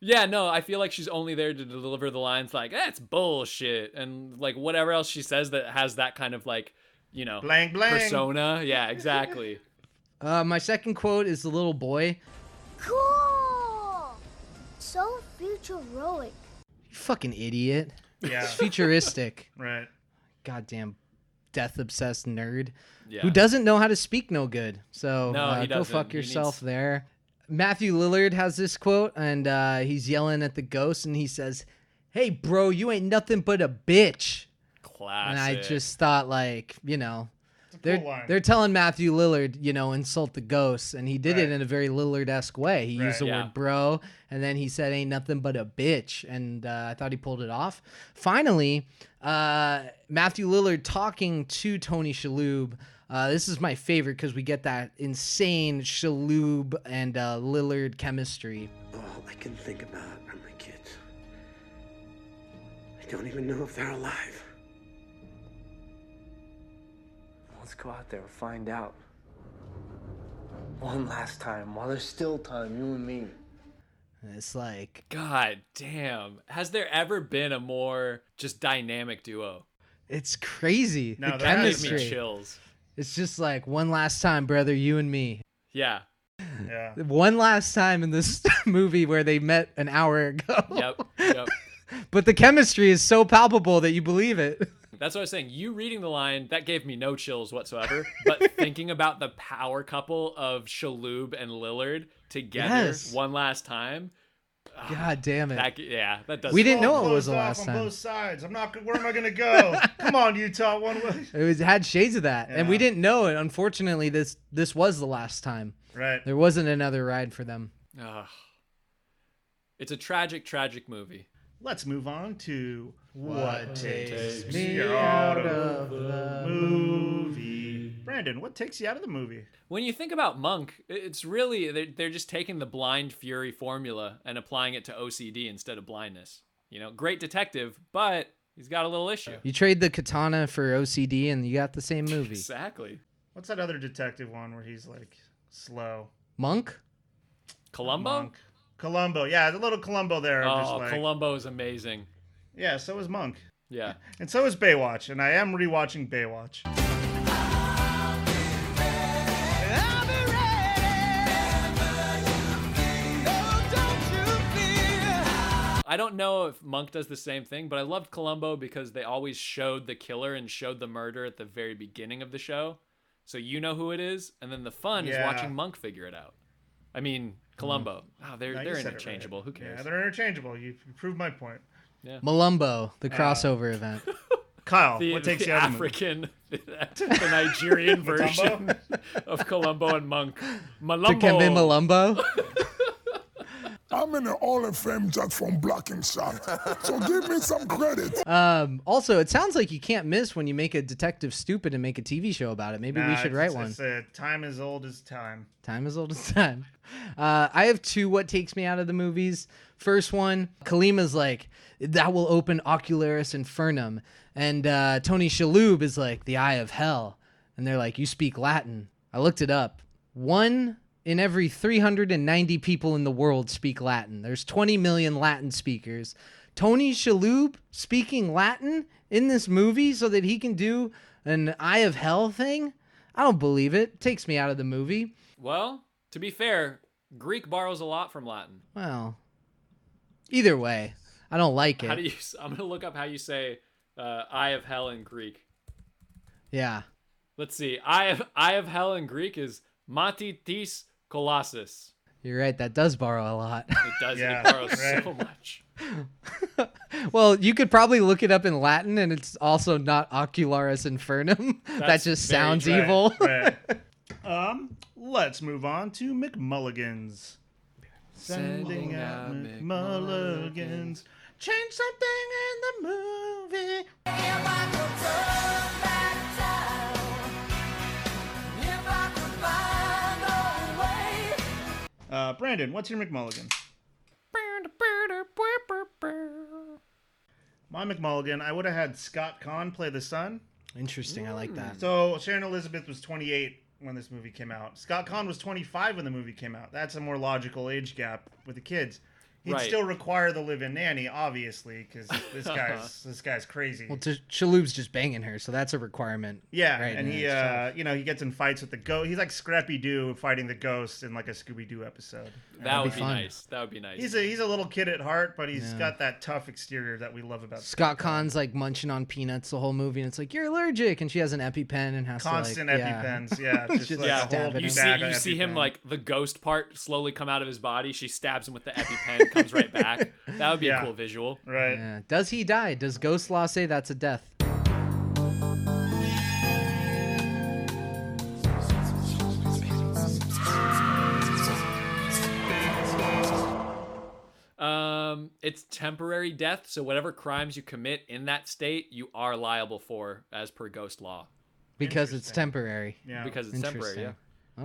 Speaker 18: Yeah, no, I feel like she's only there to deliver the lines like that's bullshit and like whatever else she says that has that kind of like you know
Speaker 17: Blang, blang.
Speaker 18: persona. Yeah, exactly.
Speaker 2: Uh, my second quote is the little boy.
Speaker 7: Cool! So futuroic.
Speaker 2: You fucking idiot.
Speaker 17: Yeah.
Speaker 2: It's futuristic.
Speaker 17: right.
Speaker 2: Goddamn death obsessed nerd
Speaker 17: Yeah.
Speaker 2: who doesn't know how to speak no good. So
Speaker 18: No,
Speaker 2: uh,
Speaker 18: he
Speaker 2: go
Speaker 18: doesn't.
Speaker 2: fuck
Speaker 18: He needs-
Speaker 2: yourself there. Matthew Lillard has this quote and uh, he's yelling at the ghost and he says, Hey, bro, you ain't nothing but a bitch.
Speaker 18: Classic.
Speaker 2: and I just thought, like, you know, they're
Speaker 18: cool line.
Speaker 2: they're telling Matthew Lillard, you know, insult the ghosts, and he did
Speaker 18: Right.
Speaker 2: it in a very Lillard-esque way. He
Speaker 18: Right.
Speaker 2: used the
Speaker 18: Yeah.
Speaker 2: word "bro," and then he said, "Ain't nothing but a bitch," and uh, I thought he pulled it off. Finally, uh, Matthew Lillard talking to Tony Shalhoub. Uh, this is my favorite because we get that insane Shalhoub and uh, Lillard chemistry.
Speaker 1: All I can think about are my kids. I don't even know if they're alive.
Speaker 24: Let's go out there and find out. One last time, while there's still time, you and me.
Speaker 2: And It's like
Speaker 18: God damn. Has there ever been a more just dynamic duo?
Speaker 2: it's crazy.
Speaker 18: No,
Speaker 2: the
Speaker 18: that gives me
Speaker 2: chemistry.
Speaker 18: chills.
Speaker 2: It's just like one last time, brother, you and me.
Speaker 18: Yeah.
Speaker 17: Yeah.
Speaker 2: One last time in this movie where they met an hour ago.
Speaker 18: Yep.
Speaker 2: Oh.
Speaker 18: Yep.
Speaker 2: But the chemistry is so palpable that you believe it.
Speaker 18: That's what I was saying. You reading the line, that gave me no chills whatsoever. But thinking about the power couple of Shaloub and Lillard together
Speaker 2: Yes.
Speaker 18: one last time. ah,
Speaker 2: God damn it.
Speaker 18: that- yeah, that does.
Speaker 2: We didn't know
Speaker 18: it.
Speaker 2: it was
Speaker 17: Closed
Speaker 2: the
Speaker 17: off
Speaker 2: last
Speaker 17: on
Speaker 2: time.
Speaker 17: both sides. I'm not. Where am I gonna go? Come on, Utah. One way.
Speaker 2: It was had shades of that. And we
Speaker 17: Yeah.
Speaker 2: didn't know it. Unfortunately, this this was the last time.
Speaker 17: Right.
Speaker 2: There wasn't another ride for them.
Speaker 18: Ugh. It's a tragic, tragic movie.
Speaker 17: Let's move on to what,
Speaker 18: What
Speaker 17: takes,
Speaker 18: Takes
Speaker 17: me out of the movie. Brandon, what takes you out of the movie?
Speaker 18: When you think about Monk, i- it's really they're, they're just taking the blind fury formula and applying it to OCD instead of blindness. You know, great detective, but he's got a little issue.
Speaker 2: You trade the katana for OCD and you got the same movie.
Speaker 18: Exactly.
Speaker 17: What's that other detective one where he's like slow?
Speaker 2: Monk?
Speaker 18: Columbo?
Speaker 17: Monk. Columbo. Yeah, the little Columbo there.
Speaker 18: oh,
Speaker 17: I'm just like,
Speaker 18: Columbo is amazing.
Speaker 17: yeah, so is Monk.
Speaker 18: Yeah.
Speaker 17: And so is Baywatch, and I am rewatching Baywatch.
Speaker 18: I don't know if Monk does the same thing, but I loved Columbo because they always showed the killer and showed the murder at the very beginning of the show. So you know who it is, and then the fun is
Speaker 17: Yeah.
Speaker 18: watching Monk figure it out. I mean, Columbo. Ah, they're
Speaker 17: No, you
Speaker 18: they're
Speaker 17: said it right.
Speaker 18: interchangeable. Who cares?
Speaker 17: Yeah, they're interchangeable. You you proved my point.
Speaker 18: Yeah.
Speaker 2: Malumbo, the
Speaker 17: Uh,
Speaker 2: crossover event.
Speaker 17: Kyle,
Speaker 18: the,
Speaker 17: what takes
Speaker 18: the
Speaker 17: you out of the movie?
Speaker 18: African, the Nigerian
Speaker 17: Matumbo?
Speaker 18: version of Columbo and Monk.
Speaker 2: To
Speaker 18: Malumbo.
Speaker 2: Kembe Malumbo?
Speaker 9: How many olive frames are from Black and South? So give me some credit.
Speaker 2: Um, also, it sounds like you can't miss when you make a detective stupid and make a TV show about it. Maybe
Speaker 17: Nah,
Speaker 2: we should
Speaker 17: it's-
Speaker 2: write
Speaker 17: it's-
Speaker 2: one.
Speaker 17: It's uh, time as old as time.
Speaker 2: Time as old as time. Uh, I have two what takes me out of the movies. First one, Kalima's like, that will open Ocularis Infernum. And uh, Tony Shalhoub is like, the eye of hell. And they're like, you speak Latin. I looked it up. One in every 390 people in the world speak Latin. There's 20 million Latin speakers. Tony Shalhoub speaking Latin in this movie so that he can do an eye of hell thing? I don't believe it. Takes me out of the movie.
Speaker 18: Well, to be fair, Greek borrows a lot from Latin.
Speaker 2: Well, either way, I don't like
Speaker 18: How do
Speaker 2: it.
Speaker 18: you? I'm gonna look up how you say uh, "eye of hell" in Greek.
Speaker 2: yeah.
Speaker 18: Let's see. Eye of Eye of Hell in Greek is Mati Tis Colossus.
Speaker 2: You're right. That does borrow a lot.
Speaker 18: It does.
Speaker 17: Yeah,
Speaker 18: it borrows
Speaker 17: right.
Speaker 18: so much.
Speaker 2: well, you could probably look it up in Latin, and it's also not Ocularis Infernum. that
Speaker 17: That's
Speaker 2: just
Speaker 17: very
Speaker 2: sounds
Speaker 17: right,
Speaker 2: evil.
Speaker 17: right. Um, let's move on to McMulligans.
Speaker 12: Sending out
Speaker 17: McMulligans. Change something in the movie. Uh, Brandon, what's your McMulligan? My McMulligan, I would have had Scott Kahn play the son.
Speaker 2: Interesting. I like that.
Speaker 17: So Sharon Elizabeth was 28 when this movie came out. Scott Kahn was 25 when the movie came out. That's a more logical age gap with the kids. He'd
Speaker 18: Right.
Speaker 17: still require the live-in nanny, obviously, because this guy's this guy's crazy.
Speaker 2: Well, t- Shaloub's just banging her, so that's a requirement.
Speaker 17: Yeah,
Speaker 2: right
Speaker 17: and
Speaker 2: in
Speaker 17: he,
Speaker 2: itself.
Speaker 17: uh, you know, he gets in fights with the ghost. He's like Scrappy Doo fighting the ghost in like a Scooby Doo episode.
Speaker 18: That would be, nice. That would be nice.
Speaker 17: He's a he's a little kid at heart, but he's
Speaker 2: Yeah.
Speaker 17: got that tough exterior that we love about
Speaker 2: Scott Kahn's like munching on peanuts the whole movie, and it's like you're allergic, and she has an EpiPen and has
Speaker 17: Constant
Speaker 2: to, like,
Speaker 17: EpiPens, yeah,
Speaker 2: just
Speaker 17: just like a
Speaker 2: stab
Speaker 17: whole
Speaker 2: it
Speaker 18: You
Speaker 2: in.
Speaker 18: see, you see him like the ghost part slowly come out of his body. She stabs him with the EpiPen, comes right back. That would be
Speaker 2: Yeah.
Speaker 18: a cool visual.
Speaker 17: Right.
Speaker 2: Yeah. Does he die? Does Ghost Law say that's a death?
Speaker 18: Um, it's temporary death, so whatever crimes you commit in that state, you are liable for as per ghost law.
Speaker 2: Because it's temporary.
Speaker 18: Yeah. Because it's temporary,
Speaker 2: Interesting.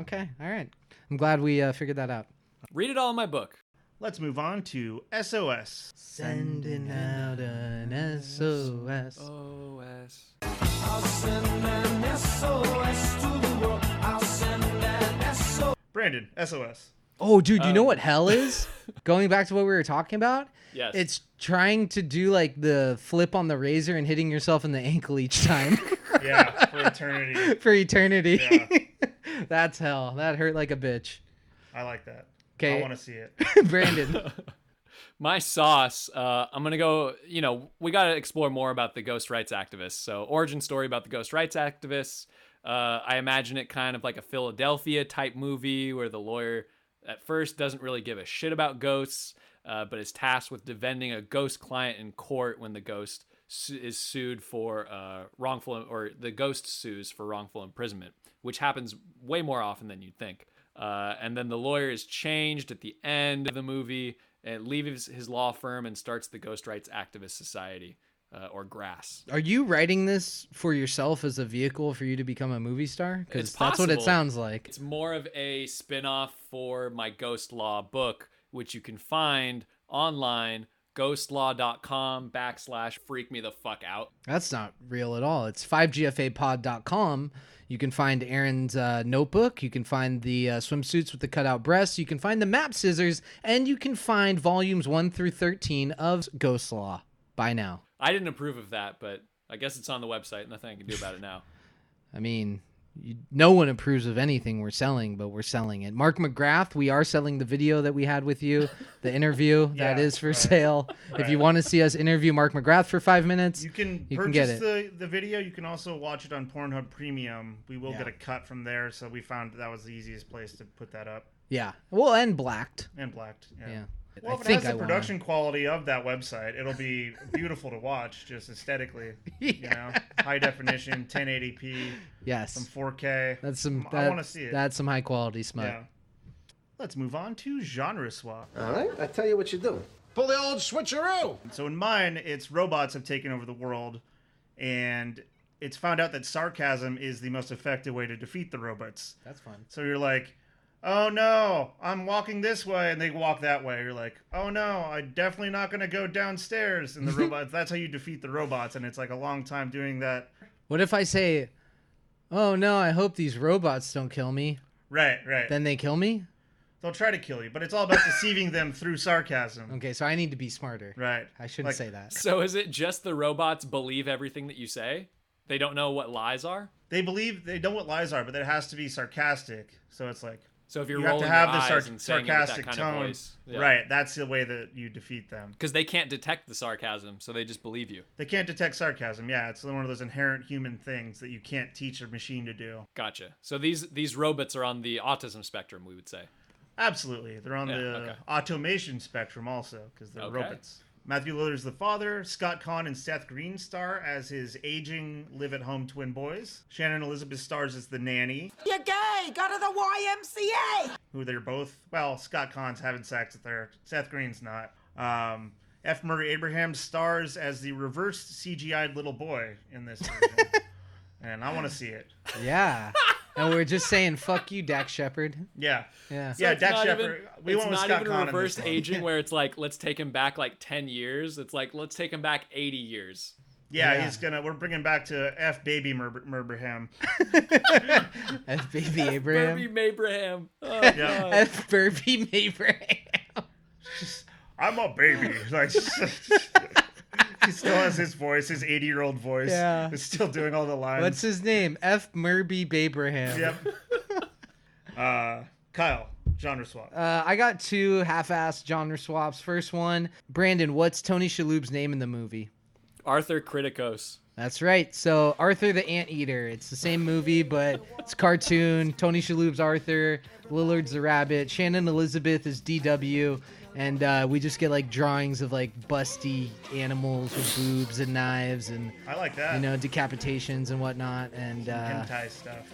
Speaker 2: Okay. All right. I'm glad we uh, figured that out.
Speaker 18: Read it all in my book.
Speaker 17: Let's move on to SOS.
Speaker 2: Sending out an SOS.
Speaker 18: OS.
Speaker 12: I'll send an SOS to the world. I'll send an SOS.
Speaker 17: Brandon, SOS.
Speaker 2: Oh, dude, you know
Speaker 18: Um.
Speaker 2: what hell is? Going back to what we were talking about.
Speaker 17: Yes.
Speaker 2: It's trying to do like the flip on the razor and hitting yourself in the ankle each time.
Speaker 17: Yeah, for eternity.
Speaker 2: For eternity. That's hell. That hurt like a bitch.
Speaker 17: I like that.
Speaker 2: Okay.
Speaker 17: I want to see it.
Speaker 2: Brandon.
Speaker 18: My sauce. Uh, I'm gonna go. You know, we gotta explore more about the ghost rights activists. So origin story about the ghost rights activists. Uh, I imagine it kind of like a Philadelphia type movie where the lawyer at first doesn't really give a shit about ghosts, uh, but is tasked with defending a ghost client in court when the ghost su- is sued for uh, wrongful or the ghost sues for wrongful imprisonment, which happens way more often than you'd think. Uh, and then the lawyer is changed at the end of the movie and leaves his law firm and starts the Ghost Rights Activist Society uh, or GRASS.
Speaker 2: Are you writing this for yourself as a vehicle for you to become a movie star? Because
Speaker 18: It's
Speaker 2: that's what it
Speaker 18: possible.
Speaker 2: sounds like.
Speaker 18: It's more of a spin off for my Ghost Law book, which you can find online ghostlaw.com backslash freak me the fuck out.
Speaker 2: That's not real at all. It's 5gfapod.com. You can find Aaron's uh, notebook. You can find the uh, swimsuits with the cutout breasts. You can find the map scissors. And you can find volumes 1 through 13 of Ghost Law by now.
Speaker 18: I didn't approve of that, but I guess it's on the website. Nothing I can do about it now.
Speaker 2: I mean, you, no one approves of anything we're selling, but we're selling it. Mark McGrath, we are selling the video that we had with you, the interview that is for sale. If you
Speaker 17: Right.
Speaker 2: want to see us interview Mark McGrath for five minutes,
Speaker 17: You can
Speaker 2: you can
Speaker 17: purchase
Speaker 2: get it.
Speaker 17: the the video. You can also watch it on Pornhub Premium. We will get a cut from there, so we found that was the easiest place to put that up
Speaker 2: Yeah. Well, and blacked.
Speaker 17: and blacked. Yeah.
Speaker 2: Yeah.
Speaker 17: Well,
Speaker 2: I
Speaker 17: if it
Speaker 2: think
Speaker 17: has
Speaker 2: I
Speaker 17: the
Speaker 2: wanna.
Speaker 17: production quality of that website, it'll be beautiful to watch, just aesthetically. You know, high definition, 1080p.
Speaker 2: Yes.
Speaker 17: Some 4K.
Speaker 2: That's some.
Speaker 17: I
Speaker 2: that-
Speaker 17: want to see it.
Speaker 2: That's some high quality smut.
Speaker 17: Yeah. Let's move on to genre swap.
Speaker 4: All right, I tell you what you do.
Speaker 17: Pull the old switcheroo. So in mine, it's robots have taken over the world, and it's found out that sarcasm is the most effective way to defeat the robots.
Speaker 2: That's fun.
Speaker 17: So you're like, oh no, I'm walking this way, and they walk that way. You're like, oh no, I'm definitely not gonna go downstairs. And the robots. That's how you defeat the robots, and it's like a long time doing that.
Speaker 2: What if I say, "Oh no, I hope these robots don't kill me."
Speaker 17: Right, right.
Speaker 2: Then they kill me.
Speaker 17: They'll try to kill you, but it's all about deceiving them through sarcasm.
Speaker 2: Okay, so I need to be smarter.
Speaker 17: Right.
Speaker 2: I shouldn't say that.
Speaker 18: So is it just the robots believe everything that you say? They don't know what lies are?
Speaker 17: They believe they know what lies are, but that it has to be sarcastic. So it's like
Speaker 18: So if you're
Speaker 17: you have to
Speaker 18: rolling
Speaker 17: have
Speaker 18: your
Speaker 17: the
Speaker 18: eyes and saying it with that
Speaker 17: sarcastic
Speaker 18: kind of
Speaker 17: tone,
Speaker 18: voice, yeah.
Speaker 17: right? That's the way that you defeat them.
Speaker 18: Because they can't detect the sarcasm, so they just believe you.
Speaker 17: They can't detect sarcasm. Yeah, it's one of those inherent human things that you can't teach a machine to do.
Speaker 18: Gotcha. So these these robots are on the autism spectrum, we would say.
Speaker 17: Absolutely, they're on
Speaker 18: Yeah,
Speaker 17: the
Speaker 18: okay.
Speaker 17: automation spectrum also because they're
Speaker 18: Okay.
Speaker 17: robots. Matthew Lillard's the father, Scott Kahn and Seth Green star as his aging live-at-home twin boys. Shannon Elizabeth stars as the nanny.
Speaker 12: You're gay. Go to the YMCA.
Speaker 17: who they're both well scott Kahn's having sex with her seth green's not um, f murray abraham stars as the reversed cgi little boy in this version and i want to see it
Speaker 2: Yeah. and we're just saying, "Fuck you, Dak Shepard."
Speaker 17: yeah
Speaker 2: Yeah.
Speaker 18: So
Speaker 17: yeah
Speaker 18: it's
Speaker 17: Dax
Speaker 18: not even-
Speaker 17: Shepard. we
Speaker 18: it's
Speaker 17: went with
Speaker 18: not
Speaker 17: scott
Speaker 18: even
Speaker 17: Kahn in
Speaker 18: reverse
Speaker 17: this one.
Speaker 18: aging where it's like let's take him back like 10 years it's like let's take him back 80 years
Speaker 17: yeah, he's gonna we're bringing back to f baby Mur- Murbraham.
Speaker 2: F baby
Speaker 18: Burby
Speaker 2: Abraham.
Speaker 18: Mabraham. Oh,
Speaker 17: Yeah.
Speaker 18: God.
Speaker 2: F Burby Abraham.
Speaker 17: I'm a baby. Like he still has his voice, his 80 year old voice.
Speaker 2: Yeah.
Speaker 17: Is still doing all the lines.
Speaker 2: What's his name? F. Murby Babraham.
Speaker 17: Yep. uh, Kyle, genre swap.
Speaker 2: Uh, I got two half-assed genre swaps. First one, Brandon. What's Tony Shalhoub's name in the movie?
Speaker 18: Arthur Criticos.
Speaker 2: That's right. So Arthur the Anteater. It's the same movie, but it's cartoon. Tony Shalhoub's Arthur, Lillard's the Rabbit, Shannon Elizabeth is DW, and uh, we just get like drawings of like busty animals with boobs and knives and
Speaker 17: I like that.
Speaker 2: you know decapitations and whatnot. And uh,
Speaker 17: hentai stuff.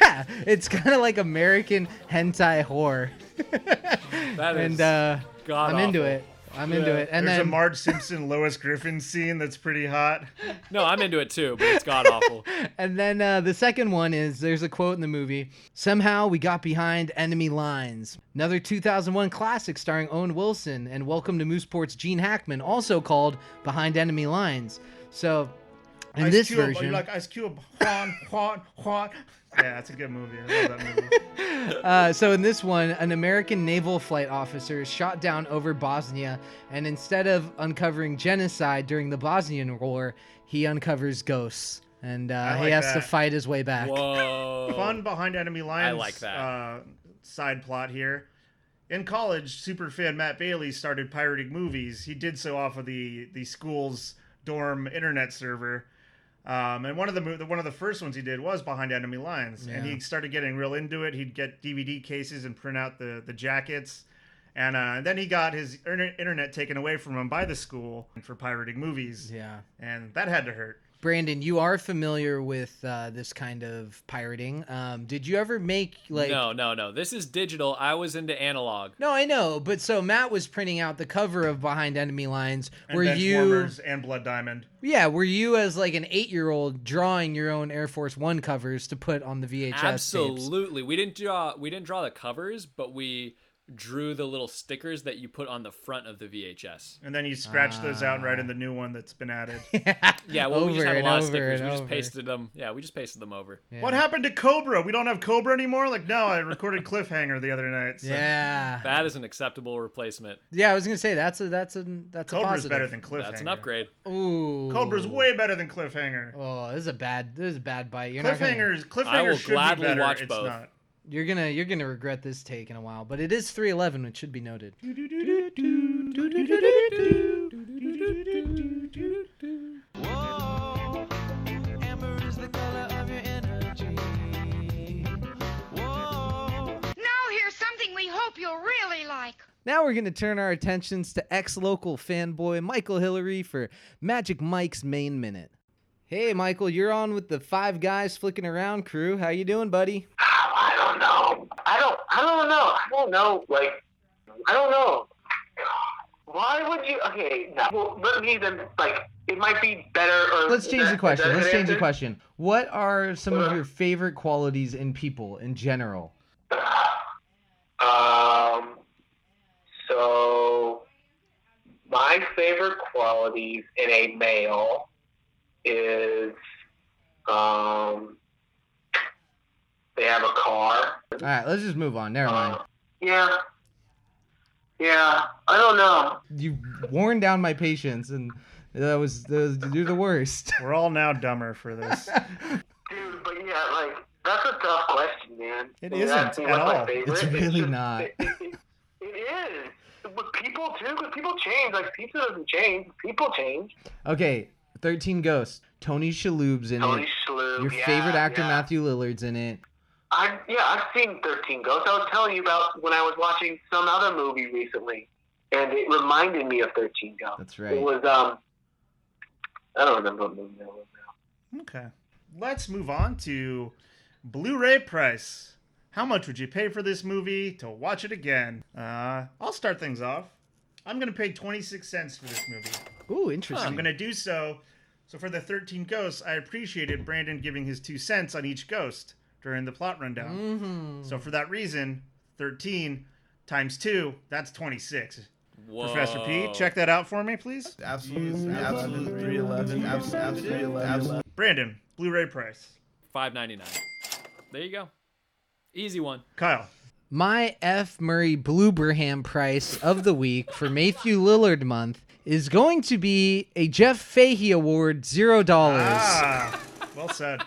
Speaker 2: yeah, it's kind of like American hentai horror.
Speaker 17: That
Speaker 2: and uh, I'm into it. I'm into it. And
Speaker 17: There's
Speaker 2: then
Speaker 17: a Marge Simpson, Lois Griffin scene that's pretty hot.
Speaker 18: No, I'm into it too, but it's god awful.
Speaker 2: and then uh, the second one is there's a quote in the movie somehow we got behind enemy lines another 2001 classic starring owen wilson and welcome to mooseport's gene hackman also called behind enemy lines so in
Speaker 17: Ice
Speaker 2: this
Speaker 17: Cube, oh,
Speaker 2: version
Speaker 17: you like Ice Cube, Juan, Juan, Juan. Yeah, that's a good movie. I love that movie.
Speaker 2: Uh, so in this one, an American naval flight officer is shot down over Bosnia, and instead of uncovering genocide during the Bosnian War, he uncovers ghosts, and uh,
Speaker 17: I
Speaker 2: he
Speaker 17: like
Speaker 2: has to
Speaker 17: that.
Speaker 2: fight his way back.
Speaker 18: Whoa.
Speaker 17: Fun behind enemy lines.
Speaker 18: I like that.
Speaker 17: Uh, side plot here. In college, super fan Matt Bailey started pirating movies. He did so off of the the school's dorm internet server. Um, and one of the mo- one of the first ones he did was Behind Enemy Lines, and
Speaker 2: Yeah.
Speaker 17: he started getting real into it. He'd get DVD cases and print out the the jackets, and, uh, and then he got his inter- internet taken away from him by the school for pirating movies.
Speaker 2: Yeah,
Speaker 17: and that had to hurt.
Speaker 2: Brandon, you are familiar with uh, this kind of pirating. Um, did you ever make like?
Speaker 18: no, no, no. This is digital. I was into analog.
Speaker 2: No, I know, but so Matt was printing out the cover of Behind Enemy Lines,
Speaker 17: And
Speaker 2: where you
Speaker 17: Benchwarmers and Blood Diamond.
Speaker 2: Yeah, were you as like an eight-year-old drawing your own Air Force One covers to put on the VHS tapes?
Speaker 18: Absolutely. We didn't draw we didn't draw the covers, but we drew the little stickers that you put on the front of the VHS.
Speaker 17: And then you scratch those out and write in the new one that's been added.
Speaker 18: Ah. Yeah, well, we just
Speaker 2: Ah. Over
Speaker 18: had a
Speaker 2: and
Speaker 18: lot of
Speaker 2: over
Speaker 18: stickers.
Speaker 2: and
Speaker 18: We just
Speaker 2: over.
Speaker 18: pasted them. Yeah, we just pasted them over.
Speaker 17: What happened to Cobra? We don't have Cobra anymore? Like, no, I recorded Cliffhanger the other night. so-
Speaker 18: That is an acceptable replacement.
Speaker 2: Yeah, I was gonna say that's a that's a that's a
Speaker 17: Cobra's
Speaker 2: positive.
Speaker 17: better than Cliffhanger.
Speaker 18: That's an upgrade.
Speaker 2: Ooh,
Speaker 17: Cobra's way better than Cliffhanger.
Speaker 2: Oh, this is a bad this is a bad bite. You're not gonna-
Speaker 17: Cliffhanger is Cliffhanger should be better. it's not.
Speaker 2: You're gonna you're gonna regret this take in a while, but it is 311, which should be noted.
Speaker 4: Now here's something we hope you'll really like.
Speaker 2: Now we're gonna turn our attentions to ex-local fanboy Michael Hillary for Magic Mike's main minute. Hey, Michael, you're on with the Five Guys Flicking Around crew. How you doing, buddy?
Speaker 20: I don't. I don't know. I don't know. Like, I don't know. God, why would you? Okay, no. Well, let me then. Like, it might be better. Or
Speaker 2: Let's change
Speaker 20: is
Speaker 2: the
Speaker 20: that-
Speaker 2: question.
Speaker 20: is that
Speaker 2: Let's
Speaker 20: an
Speaker 2: change the
Speaker 20: answer? Uh-huh.
Speaker 2: question. What are some of your favorite qualities in people in general?
Speaker 20: Um. So, my favorite qualities in a male is um. They have a car.
Speaker 2: All right, let's just move on. Never
Speaker 20: Uh-huh.
Speaker 2: mind.
Speaker 20: Yeah. Yeah. I don't know.
Speaker 2: You worn down my patience, and that was, that was you're the worst.
Speaker 17: We're all now dumber for this.
Speaker 20: Dude, but yeah, like that's a tough question, man.
Speaker 17: It
Speaker 20: When you ask
Speaker 17: isn't
Speaker 20: me
Speaker 17: at
Speaker 20: what's my
Speaker 17: all.
Speaker 20: favorite,
Speaker 2: It's really not.
Speaker 20: it is. But people too, because people change. Like pizza doesn't change. People change.
Speaker 2: Okay, Thirteen Ghosts. Tony Shalhoub's in
Speaker 20: Tony
Speaker 2: it.
Speaker 20: Shalhoub,
Speaker 2: Your
Speaker 20: yeah,
Speaker 2: favorite actor
Speaker 20: yeah.
Speaker 2: Matthew Lillard's in it.
Speaker 20: I yeah, I've seen Thirteen Ghosts. I was telling you about when I was watching some other movie recently, and it reminded me of Thirteen Ghosts.
Speaker 2: That's right.
Speaker 20: It was um, I don't remember what movie that was.
Speaker 17: Okay. Let's move on to Blu-ray price. How much would you pay for this movie to watch it again? Uh, I'll start things off. I'm gonna pay 26 cents for this movie.
Speaker 2: Ooh, interesting.
Speaker 17: I'm gonna do so. So for the 13 ghosts, I appreciated Brandon giving his two cents on each ghost during the plot rundown.
Speaker 2: Mm-hmm.
Speaker 17: So for that reason, 13 times two, that's 26. Professor P,
Speaker 21: Whoa.
Speaker 17: check that out for me, please.
Speaker 21: Absolute, absolute 311, abs- abs- 311, absolute.
Speaker 17: Brandon, Blu-ray price.
Speaker 18: Five ninety nine. There you go. Easy one.
Speaker 17: Kyle.
Speaker 2: My F. Murray Blueberham price of the week for Matthew Lillard month is going to be a Jeff Fahey Award, $0.
Speaker 17: Ah, well said.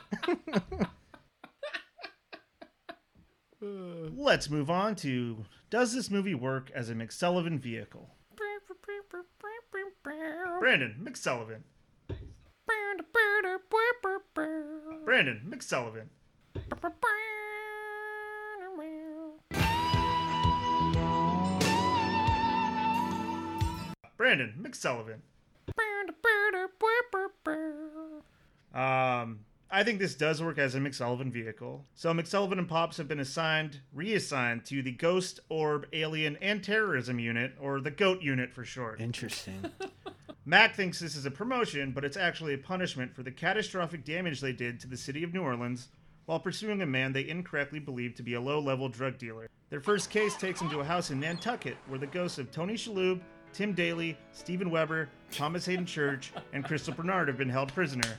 Speaker 17: Let's move on to Does this movie work as a McSullivan vehicle? Brandon McSullivan. Brandon McSullivan. Brandon McSullivan. Um, I think this does work as a McSullivan vehicle. So McSullivan and Pops have been assigned, reassigned to the Ghost Orb Alien and Terrorism Unit, or the GOAT Unit for short.
Speaker 2: Interesting.
Speaker 17: Mac thinks this is a promotion, but it's actually a punishment for the catastrophic damage they did to the city of New Orleans while pursuing a man they incorrectly believed to be a low level drug dealer. Their first case takes them to a house in Nantucket where the ghosts of Tony Shalhoub, Tim Daly, Stephen Weber, Thomas Hayden Church, and Crystal Bernard have been held prisoner.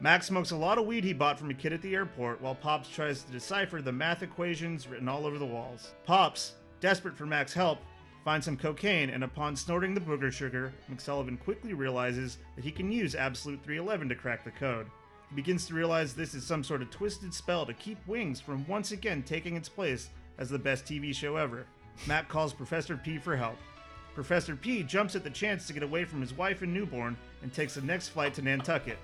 Speaker 17: Mac smokes a lot of weed he bought from a kid at the airport while Pops tries to decipher the math equations written all over the walls. Pops, desperate for Mac's help, finds some cocaine and upon snorting the booger sugar, McSullivan quickly realizes that he can use Absolute 311 to crack the code. He begins to realize this is some sort of twisted spell to keep Wings from once again taking its place as the best TV show ever. Mac calls Professor P for help. Professor P jumps at the chance to get away from his wife and newborn and takes the next flight to Nantucket.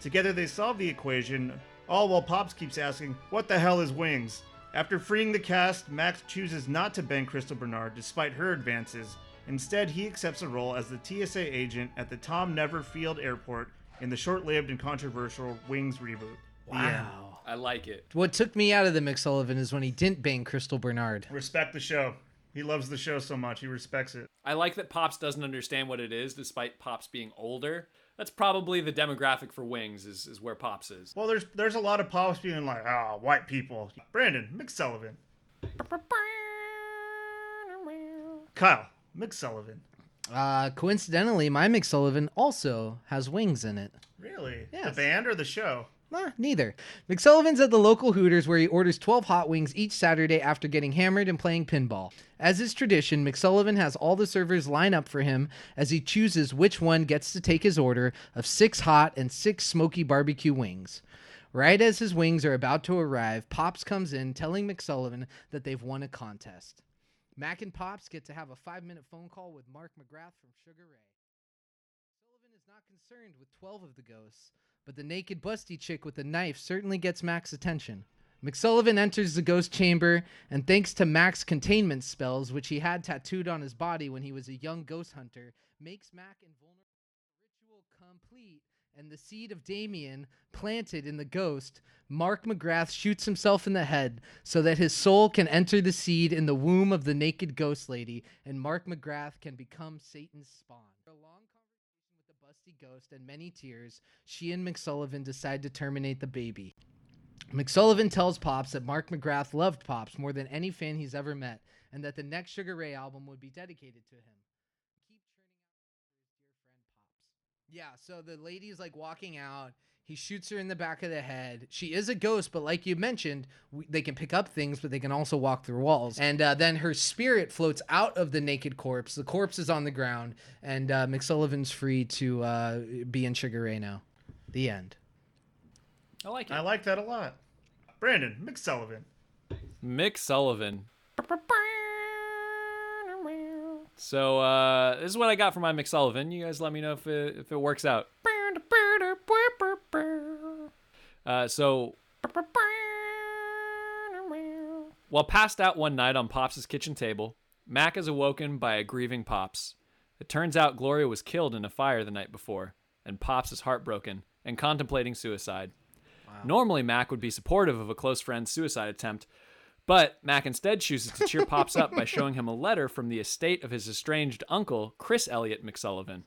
Speaker 17: Together they solve the equation, all while Pops keeps asking, What the hell is wings? After freeing the cast, Max chooses not to bang Crystal Bernard despite her advances. Instead, he accepts a role as the TSA agent at the Tom Never Field Airport in the short lived and controversial Wings reboot. The end.
Speaker 2: Wow.
Speaker 18: I like it.
Speaker 2: What took me out of the McSullivan is when he didn't bang Crystal Bernard.
Speaker 17: Respect the show. He loves the show so much, he respects it.
Speaker 18: I like that Pops doesn't understand what it is, despite Pops being older. That's probably the demographic for Wings is, is where Pops is.
Speaker 17: Well, there's there's a lot of pops being like, ah, white people. Brandon McSullivan. Kyle McSullivan.
Speaker 2: Uh, coincidentally, my McSullivan also has wings in it.
Speaker 17: Really? The band or the show?
Speaker 2: Nah, neither. McSullivan's at the local Hooters where he orders 12 hot wings each Saturday after getting hammered and playing pinball. As is tradition, McSullivan has all the servers line up for him as he chooses which one gets to take his order of six hot and six smoky barbecue wings. Right as his wings are about to arrive, Pops comes in telling McSullivan that they've won a contest. Mac and Pops get to have a five minute phone call with Mark McGrath from Sugar Ray. Sullivan is not concerned with 12 of the ghosts, but the naked busty chick with the knife certainly gets Mac's attention. McSullivan enters the ghost chamber, and thanks to Mac's containment spells, which he had tattooed on his body when he was a young ghost hunter, makes Mac invulnerable ritual complete, and the seed of Damien planted in the ghost. Mark McGrath shoots himself in the head so that his soul can enter the seed in the womb of the naked ghost lady, and Mark McGrath can become Satan's spawn. After a long conversation with the busty ghost and many tears, she and McSullivan decide to terminate the baby. McSullivan tells Pops that Mark McGrath loved Pops more than any fan he's ever met, and that the next Sugar Ray album would be dedicated to him. Yeah, so the lady's like walking out. He shoots her in the back of the head. She is a ghost, but like you mentioned, we, they can pick up things, but they can also walk through walls. And uh, then her spirit floats out of the naked corpse. The corpse is on the ground, and uh, McSullivan's free to uh, be in Sugar Ray now. The end.
Speaker 18: I like
Speaker 17: it. I like that a lot. Brandon McSullivan.
Speaker 18: Mick Sullivan. So uh, this is what I got from my McSullivan. You guys let me know if it, if it works out. Uh, so while passed out one night on Pops' kitchen table, Mac is awoken by a grieving Pops. It turns out Gloria was killed in a fire the night before, and Pops is heartbroken and contemplating suicide. Normally, Mac would be supportive of a close friend's suicide attempt, but Mac instead chooses to cheer Pops up by showing him a letter from the estate of his estranged uncle, Chris Elliott McSullivan.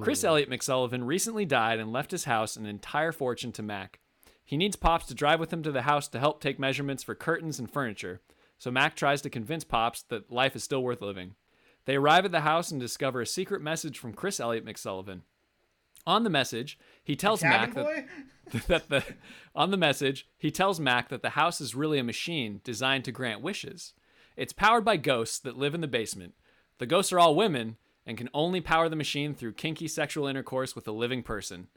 Speaker 18: Chris Elliott McSullivan recently died and left his house and entire fortune to Mac. He needs Pops to drive with him to the house to help take measurements for curtains and furniture, so Mac tries to convince Pops that life is still worth living. They arrive at the house and discover a secret message from Chris Elliott McSullivan. on the message, he tells Mac
Speaker 17: Cabin
Speaker 18: that
Speaker 17: boy?
Speaker 18: that the on the message he tells Mac that the house is really a machine designed to grant wishes. It's powered by ghosts that live in the basement. The ghosts are all women and can only power the machine through kinky sexual intercourse with a living person.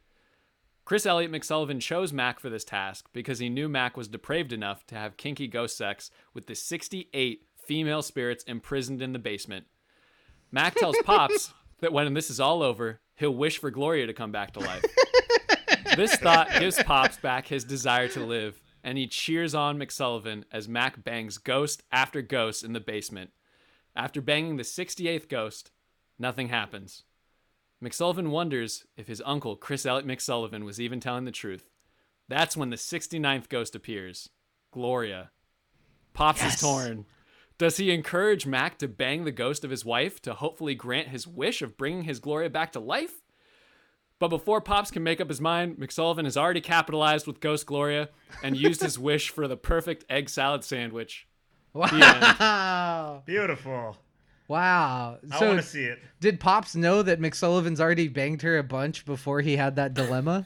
Speaker 18: Chris Elliott McSullivan chose Mac for this task because he knew Mac was depraved enough to have kinky ghost sex with the 68 female spirits imprisoned in the basement. Mac tells Pops that when this is all over, he'll wish for Gloria to come back to life. this thought gives Pops back his desire to live, and he cheers on McSullivan as Mac bangs ghost after ghost in the basement. After banging the 68th ghost, nothing happens. McSullivan wonders if his uncle, Chris Elliott McSullivan, was even telling the truth. That's when the 69th ghost appears Gloria. Pops is torn. Does he encourage Mac to bang the ghost of his wife to hopefully grant his wish of bringing his Gloria back to life? But before Pops can make up his mind, McSullivan has already capitalized with Ghost Gloria and used his wish for the perfect egg salad sandwich.
Speaker 2: Wow.
Speaker 17: Beautiful.
Speaker 2: Wow.
Speaker 17: I
Speaker 2: So
Speaker 17: wanna see it.
Speaker 2: Did Pops know that McSullivan's already banged her a bunch before he had that dilemma?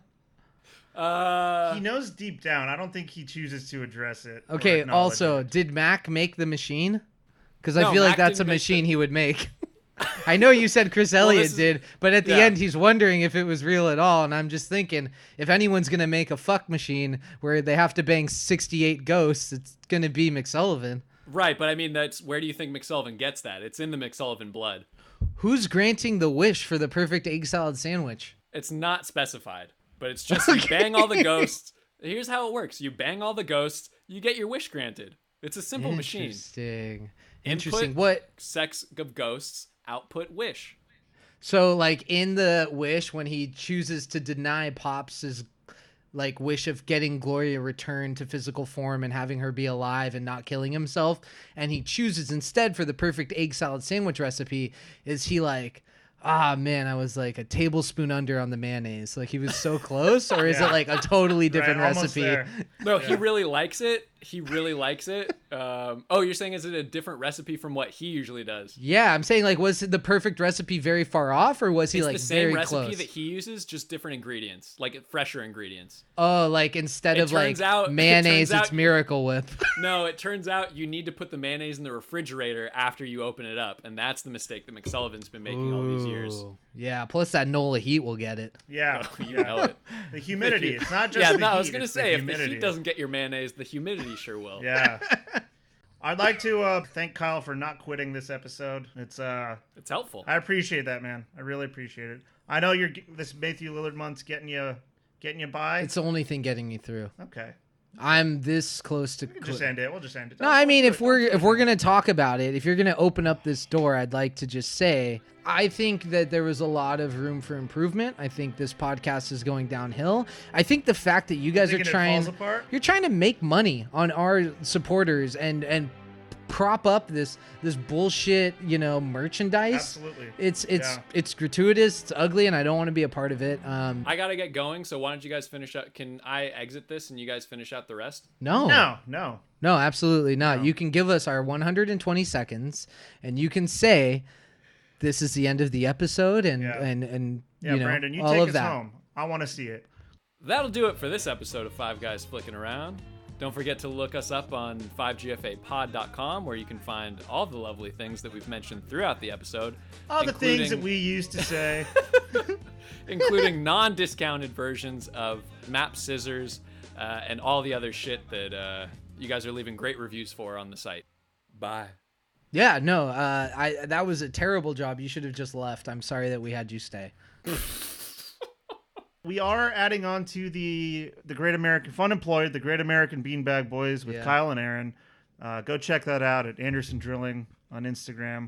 Speaker 18: Uh,
Speaker 17: he knows deep down. I don't think he chooses to address it. or
Speaker 2: Okay,
Speaker 17: acknowledge it.
Speaker 2: also, did Mac make the machine? Because I
Speaker 17: No,
Speaker 2: feel like
Speaker 17: Mac
Speaker 2: that's a
Speaker 17: didn't make
Speaker 2: machine he would make. I know you said Chris Elliott
Speaker 17: this is-
Speaker 2: did, but at the
Speaker 17: yeah.
Speaker 2: end he's wondering if it was real at all, and I'm just thinking if anyone's gonna make a fuck machine where they have to bang 68 ghosts, it's gonna be McSullivan.
Speaker 18: Right, but I mean, that's where do you think McSullivan gets that? It's in the McSullivan blood.
Speaker 2: Who's granting the wish for the perfect egg salad sandwich?
Speaker 18: It's not specified, but it's just you bang all the ghosts. Here's how it works: you bang all the ghosts, you get your wish granted. It's a simple machine.
Speaker 2: Interesting.
Speaker 18: Input,
Speaker 2: Interesting. What
Speaker 18: sex of ghosts? Output wish.
Speaker 2: So, like in the wish, when he chooses to deny Pops his like wish of getting Gloria returned to physical form and having her be alive and not killing himself, and he chooses instead for the perfect egg salad sandwich recipe, is he like, ah man, I was like a tablespoon under on the mayonnaise, like he was so close, or is
Speaker 18: Yeah.
Speaker 2: it like a totally different recipe?
Speaker 18: No, he really likes it. He really likes it. Um, oh, you're saying is it a different recipe from what he usually does?
Speaker 2: Yeah, I'm saying like, was the perfect recipe very far off, or was he
Speaker 18: it's
Speaker 2: like
Speaker 18: the same
Speaker 2: very
Speaker 18: recipe
Speaker 2: close?
Speaker 18: that he uses, just different ingredients, like fresher ingredients.
Speaker 2: Oh, like instead
Speaker 18: It
Speaker 2: of like
Speaker 18: turns out- it turns
Speaker 2: mayonnaise, it's
Speaker 18: out-
Speaker 2: Miracle Whip.
Speaker 18: no, it turns out you need to put the mayonnaise in the refrigerator after you open it up, and that's the mistake that McSullivan's been making all these years.
Speaker 2: Ooh. Yeah, plus that NOLA heat will get it.
Speaker 17: Yeah.
Speaker 18: You know it.
Speaker 17: The humidity.
Speaker 18: hu-
Speaker 17: It's not just
Speaker 18: yeah,
Speaker 17: the
Speaker 18: no, I was
Speaker 17: heat,
Speaker 18: gonna
Speaker 17: it's the
Speaker 18: say if the
Speaker 17: humidity.
Speaker 18: heat doesn't get your mayonnaise, the humidity sure will.
Speaker 17: Yeah. I'd like to uh, thank Kyle for not quitting this episode. It's uh,
Speaker 18: it's helpful.
Speaker 17: I appreciate that, man. I really appreciate it. I know you're this Matthew Lillard month's getting you getting you by.
Speaker 2: It's the only thing getting me through.
Speaker 17: okay.
Speaker 2: I'm this close to.
Speaker 17: We can just
Speaker 2: quit.
Speaker 17: end it. We'll just end it.
Speaker 2: No, I mean if we're if we're gonna talk about it, if you're gonna open up this door, I'd like to just say I think that there was a lot of room for improvement. I think this podcast is going downhill. I think the fact that you guys are
Speaker 17: thinking it falls
Speaker 2: trying
Speaker 17: apart?
Speaker 2: you're trying to make money on our supporters and and prop up this this bullshit you know merchandise.
Speaker 18: Absolutely.
Speaker 2: It's it's
Speaker 18: Yeah.
Speaker 2: it's gratuitous. It's ugly, and I don't want to be a part of it. Um,
Speaker 18: I gotta get going, so why don't you guys finish up? Can I exit this and you guys finish out the rest?
Speaker 2: No.
Speaker 17: No, no.
Speaker 2: No, absolutely not. You can give us our 120 seconds and you can say this is the end of the episode and and and
Speaker 17: Yeah,
Speaker 2: you know
Speaker 17: Brandon, you
Speaker 2: all
Speaker 17: take
Speaker 2: of
Speaker 17: us
Speaker 2: that.
Speaker 17: home. I want to see it.
Speaker 18: That'll do it for this episode of Five Guys Flicking Around. Don't forget to look us up on 5gfapod.com where you can find all the lovely things that we've mentioned throughout the episode.
Speaker 17: All the things that
Speaker 18: including-
Speaker 17: we used to say.
Speaker 18: including non-discounted versions of Map Scissors uh, and all the other shit that uh, you guys are leaving great reviews for on the site. Bye.
Speaker 2: Yeah, no. Uh I that was a terrible job. You should have just left. I'm sorry that we had you stay.
Speaker 17: We are adding on to the the Great American Fun Employed, the Great American Beanbag Boys with
Speaker 2: Yeah.
Speaker 17: Kyle and Aaron. Uh, go check that out at Anderson Drilling on Instagram.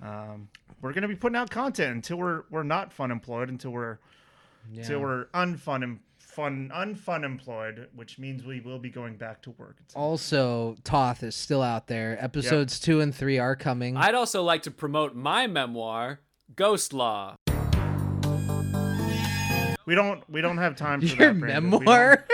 Speaker 17: Um, we're gonna be putting out content until we're we're not fun employed, until we're
Speaker 2: Yeah.
Speaker 17: until we're unfun em- fun unfun employed, which means we will be going back to work.
Speaker 2: Also, Toth is still out there. Episodes 2 and 3 are coming.
Speaker 18: I'd also like to promote my memoir, Ghost Law.
Speaker 17: We don't we don't have time for
Speaker 2: Your
Speaker 17: that. Brandon. We don't-
Speaker 2: memoir.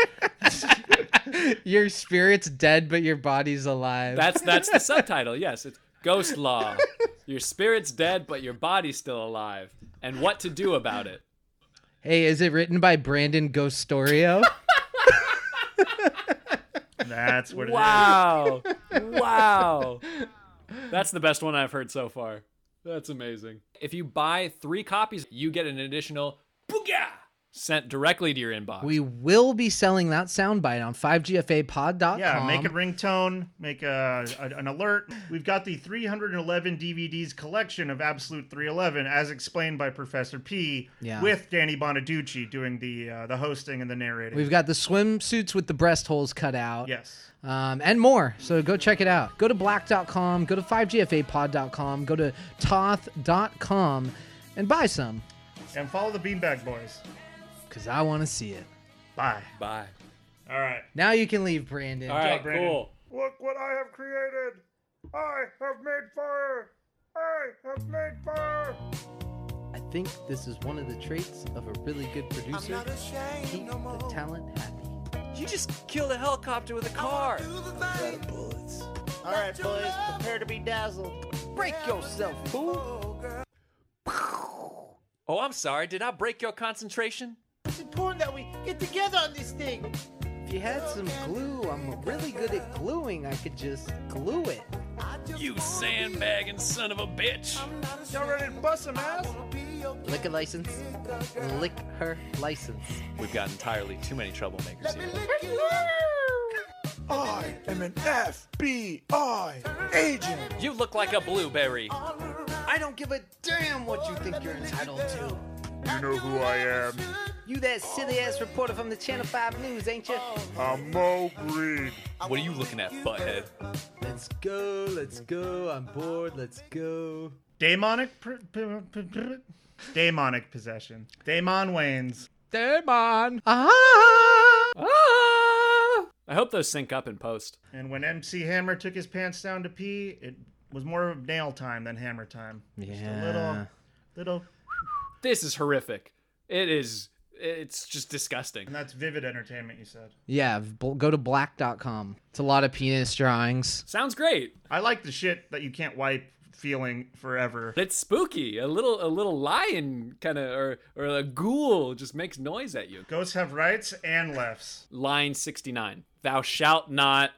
Speaker 2: your spirit's dead but your body's alive.
Speaker 18: That's that's the subtitle. Yes, it's Ghost Law. Your spirit's dead, but your body's still alive, and what to do about it.
Speaker 2: Hey, is it written by Brandon Ghostorio?
Speaker 17: That's what
Speaker 18: Wow. wow. That's the best one I've heard so far. That's amazing. If you buy three copies, you get an additional booyah sent directly to your inbox.
Speaker 2: we will be selling that soundbite on 5gfapod.com.
Speaker 17: Yeah, make a ringtone, make a, a- an alert. We've got the 311 DVDs collection of Absolute 311, as explained by Professor P,
Speaker 2: Yeah.
Speaker 17: with Danny Bonaducci doing the uh, the hosting and the narrating.
Speaker 2: We've got the swimsuits with the breast holes cut out.
Speaker 17: Yes.
Speaker 2: Um, and more. So go check it out. Go to black.com, go to 5gfapod.com, go to toth.com and buy some
Speaker 17: and follow the Beanbag Boys.
Speaker 2: because I want to see it.
Speaker 17: Bye.
Speaker 18: Bye.
Speaker 17: All right.
Speaker 2: Now you can leave, Brandon.
Speaker 17: All right, cool.
Speaker 9: Look what I have created! I have made fire! I have made fire!
Speaker 2: I think this is one of the traits of a really good producer. Keep the talent happy.
Speaker 12: You just killed a helicopter with a car. bullets. All right, boys, prepare to be dazzled. Break yourself, fool.
Speaker 18: Oh, I'm sorry. Did I break your concentration?
Speaker 12: It's important that we get together on this thing.
Speaker 2: If you had some glue, I'm really good at gluing. I could just glue it.
Speaker 18: You sandbagging son of a bitch.
Speaker 12: Y'all ready to bust some ass?
Speaker 2: Lick a license. Lick her license.
Speaker 18: We've got entirely too many troublemakers here.
Speaker 12: I am an FBI agent.
Speaker 18: You look like a blueberry.
Speaker 2: I don't give a damn what you think you're entitled to.
Speaker 9: You know who I am.
Speaker 2: You that silly ass reporter from the Channel 5 News, ain't you?
Speaker 9: I'm Mo Green.
Speaker 18: What are you looking at, butthead?
Speaker 2: Let's go, let's go. I'm bored, let's go.
Speaker 17: Daemonic, pr- pr- pr- pr- daemonic possession. Daemon wanes.
Speaker 2: Daemon. Ah.
Speaker 18: Ah. I hope those sync up in post.
Speaker 17: And when MC Hammer took his pants down to pee, it was more of nail time than hammer time. Just a little, little.
Speaker 18: This is horrific. It is. It's just disgusting.
Speaker 17: And that's vivid entertainment, you said.
Speaker 2: Yeah, bl- go to black.com. It's a lot of penis drawings.
Speaker 18: Sounds great.
Speaker 17: I like the shit that you can't wipe feeling forever.
Speaker 18: It's spooky. A little, a little lion kind of, or or a ghoul just makes noise at you.
Speaker 17: Ghosts have rights and lefts.
Speaker 18: Line sixty-nine: Thou shalt not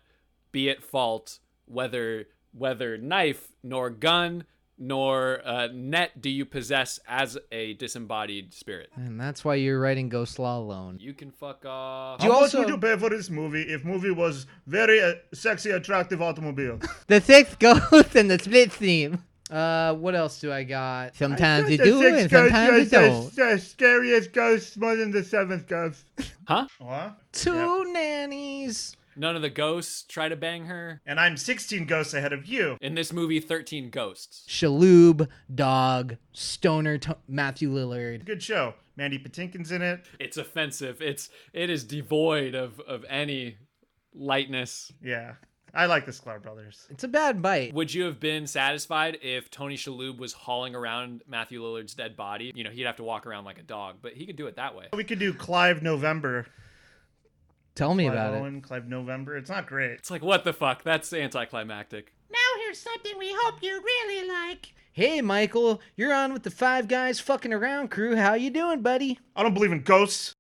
Speaker 18: be at fault, whether whether knife nor gun nor uh, net do you possess as a disembodied spirit.
Speaker 2: And that's why you're writing Ghost Law alone.
Speaker 18: You can fuck off.
Speaker 17: How much would you pay for this movie if movie was very uh, sexy, attractive automobile?
Speaker 2: The sixth ghost and the split theme. Uh, what else do I got? Sometimes you do and sometimes you don't.
Speaker 9: The scariest ghost more than the seventh ghost.
Speaker 18: Huh?
Speaker 17: What?
Speaker 2: Two nannies.
Speaker 18: None of the ghosts try to bang her.
Speaker 17: And I'm 16 ghosts ahead of you.
Speaker 18: In this movie, 13 ghosts.
Speaker 2: Shaloob, dog, stoner, to- Matthew Lillard.
Speaker 17: Good show. Mandy Patinkin's in it.
Speaker 18: It's offensive. It's it is devoid of of any lightness.
Speaker 17: Yeah. I like the Sklar brothers.
Speaker 2: It's a bad bite.
Speaker 18: Would you have been satisfied if Tony Shalhoub was hauling around Matthew Lillard's dead body? You know, he'd have to walk around like a dog, but he could do it that way.
Speaker 17: We could do Clive November.
Speaker 2: Tell me
Speaker 17: Clive
Speaker 2: about it.
Speaker 17: Owen, Clive November. It's not great.
Speaker 18: It's like what the fuck? That's anticlimactic.
Speaker 12: Now here's something we hope you really like.
Speaker 2: Hey, Michael, you're on with the Five Guys Fucking Around crew. How you doing, buddy?
Speaker 17: I don't believe in ghosts.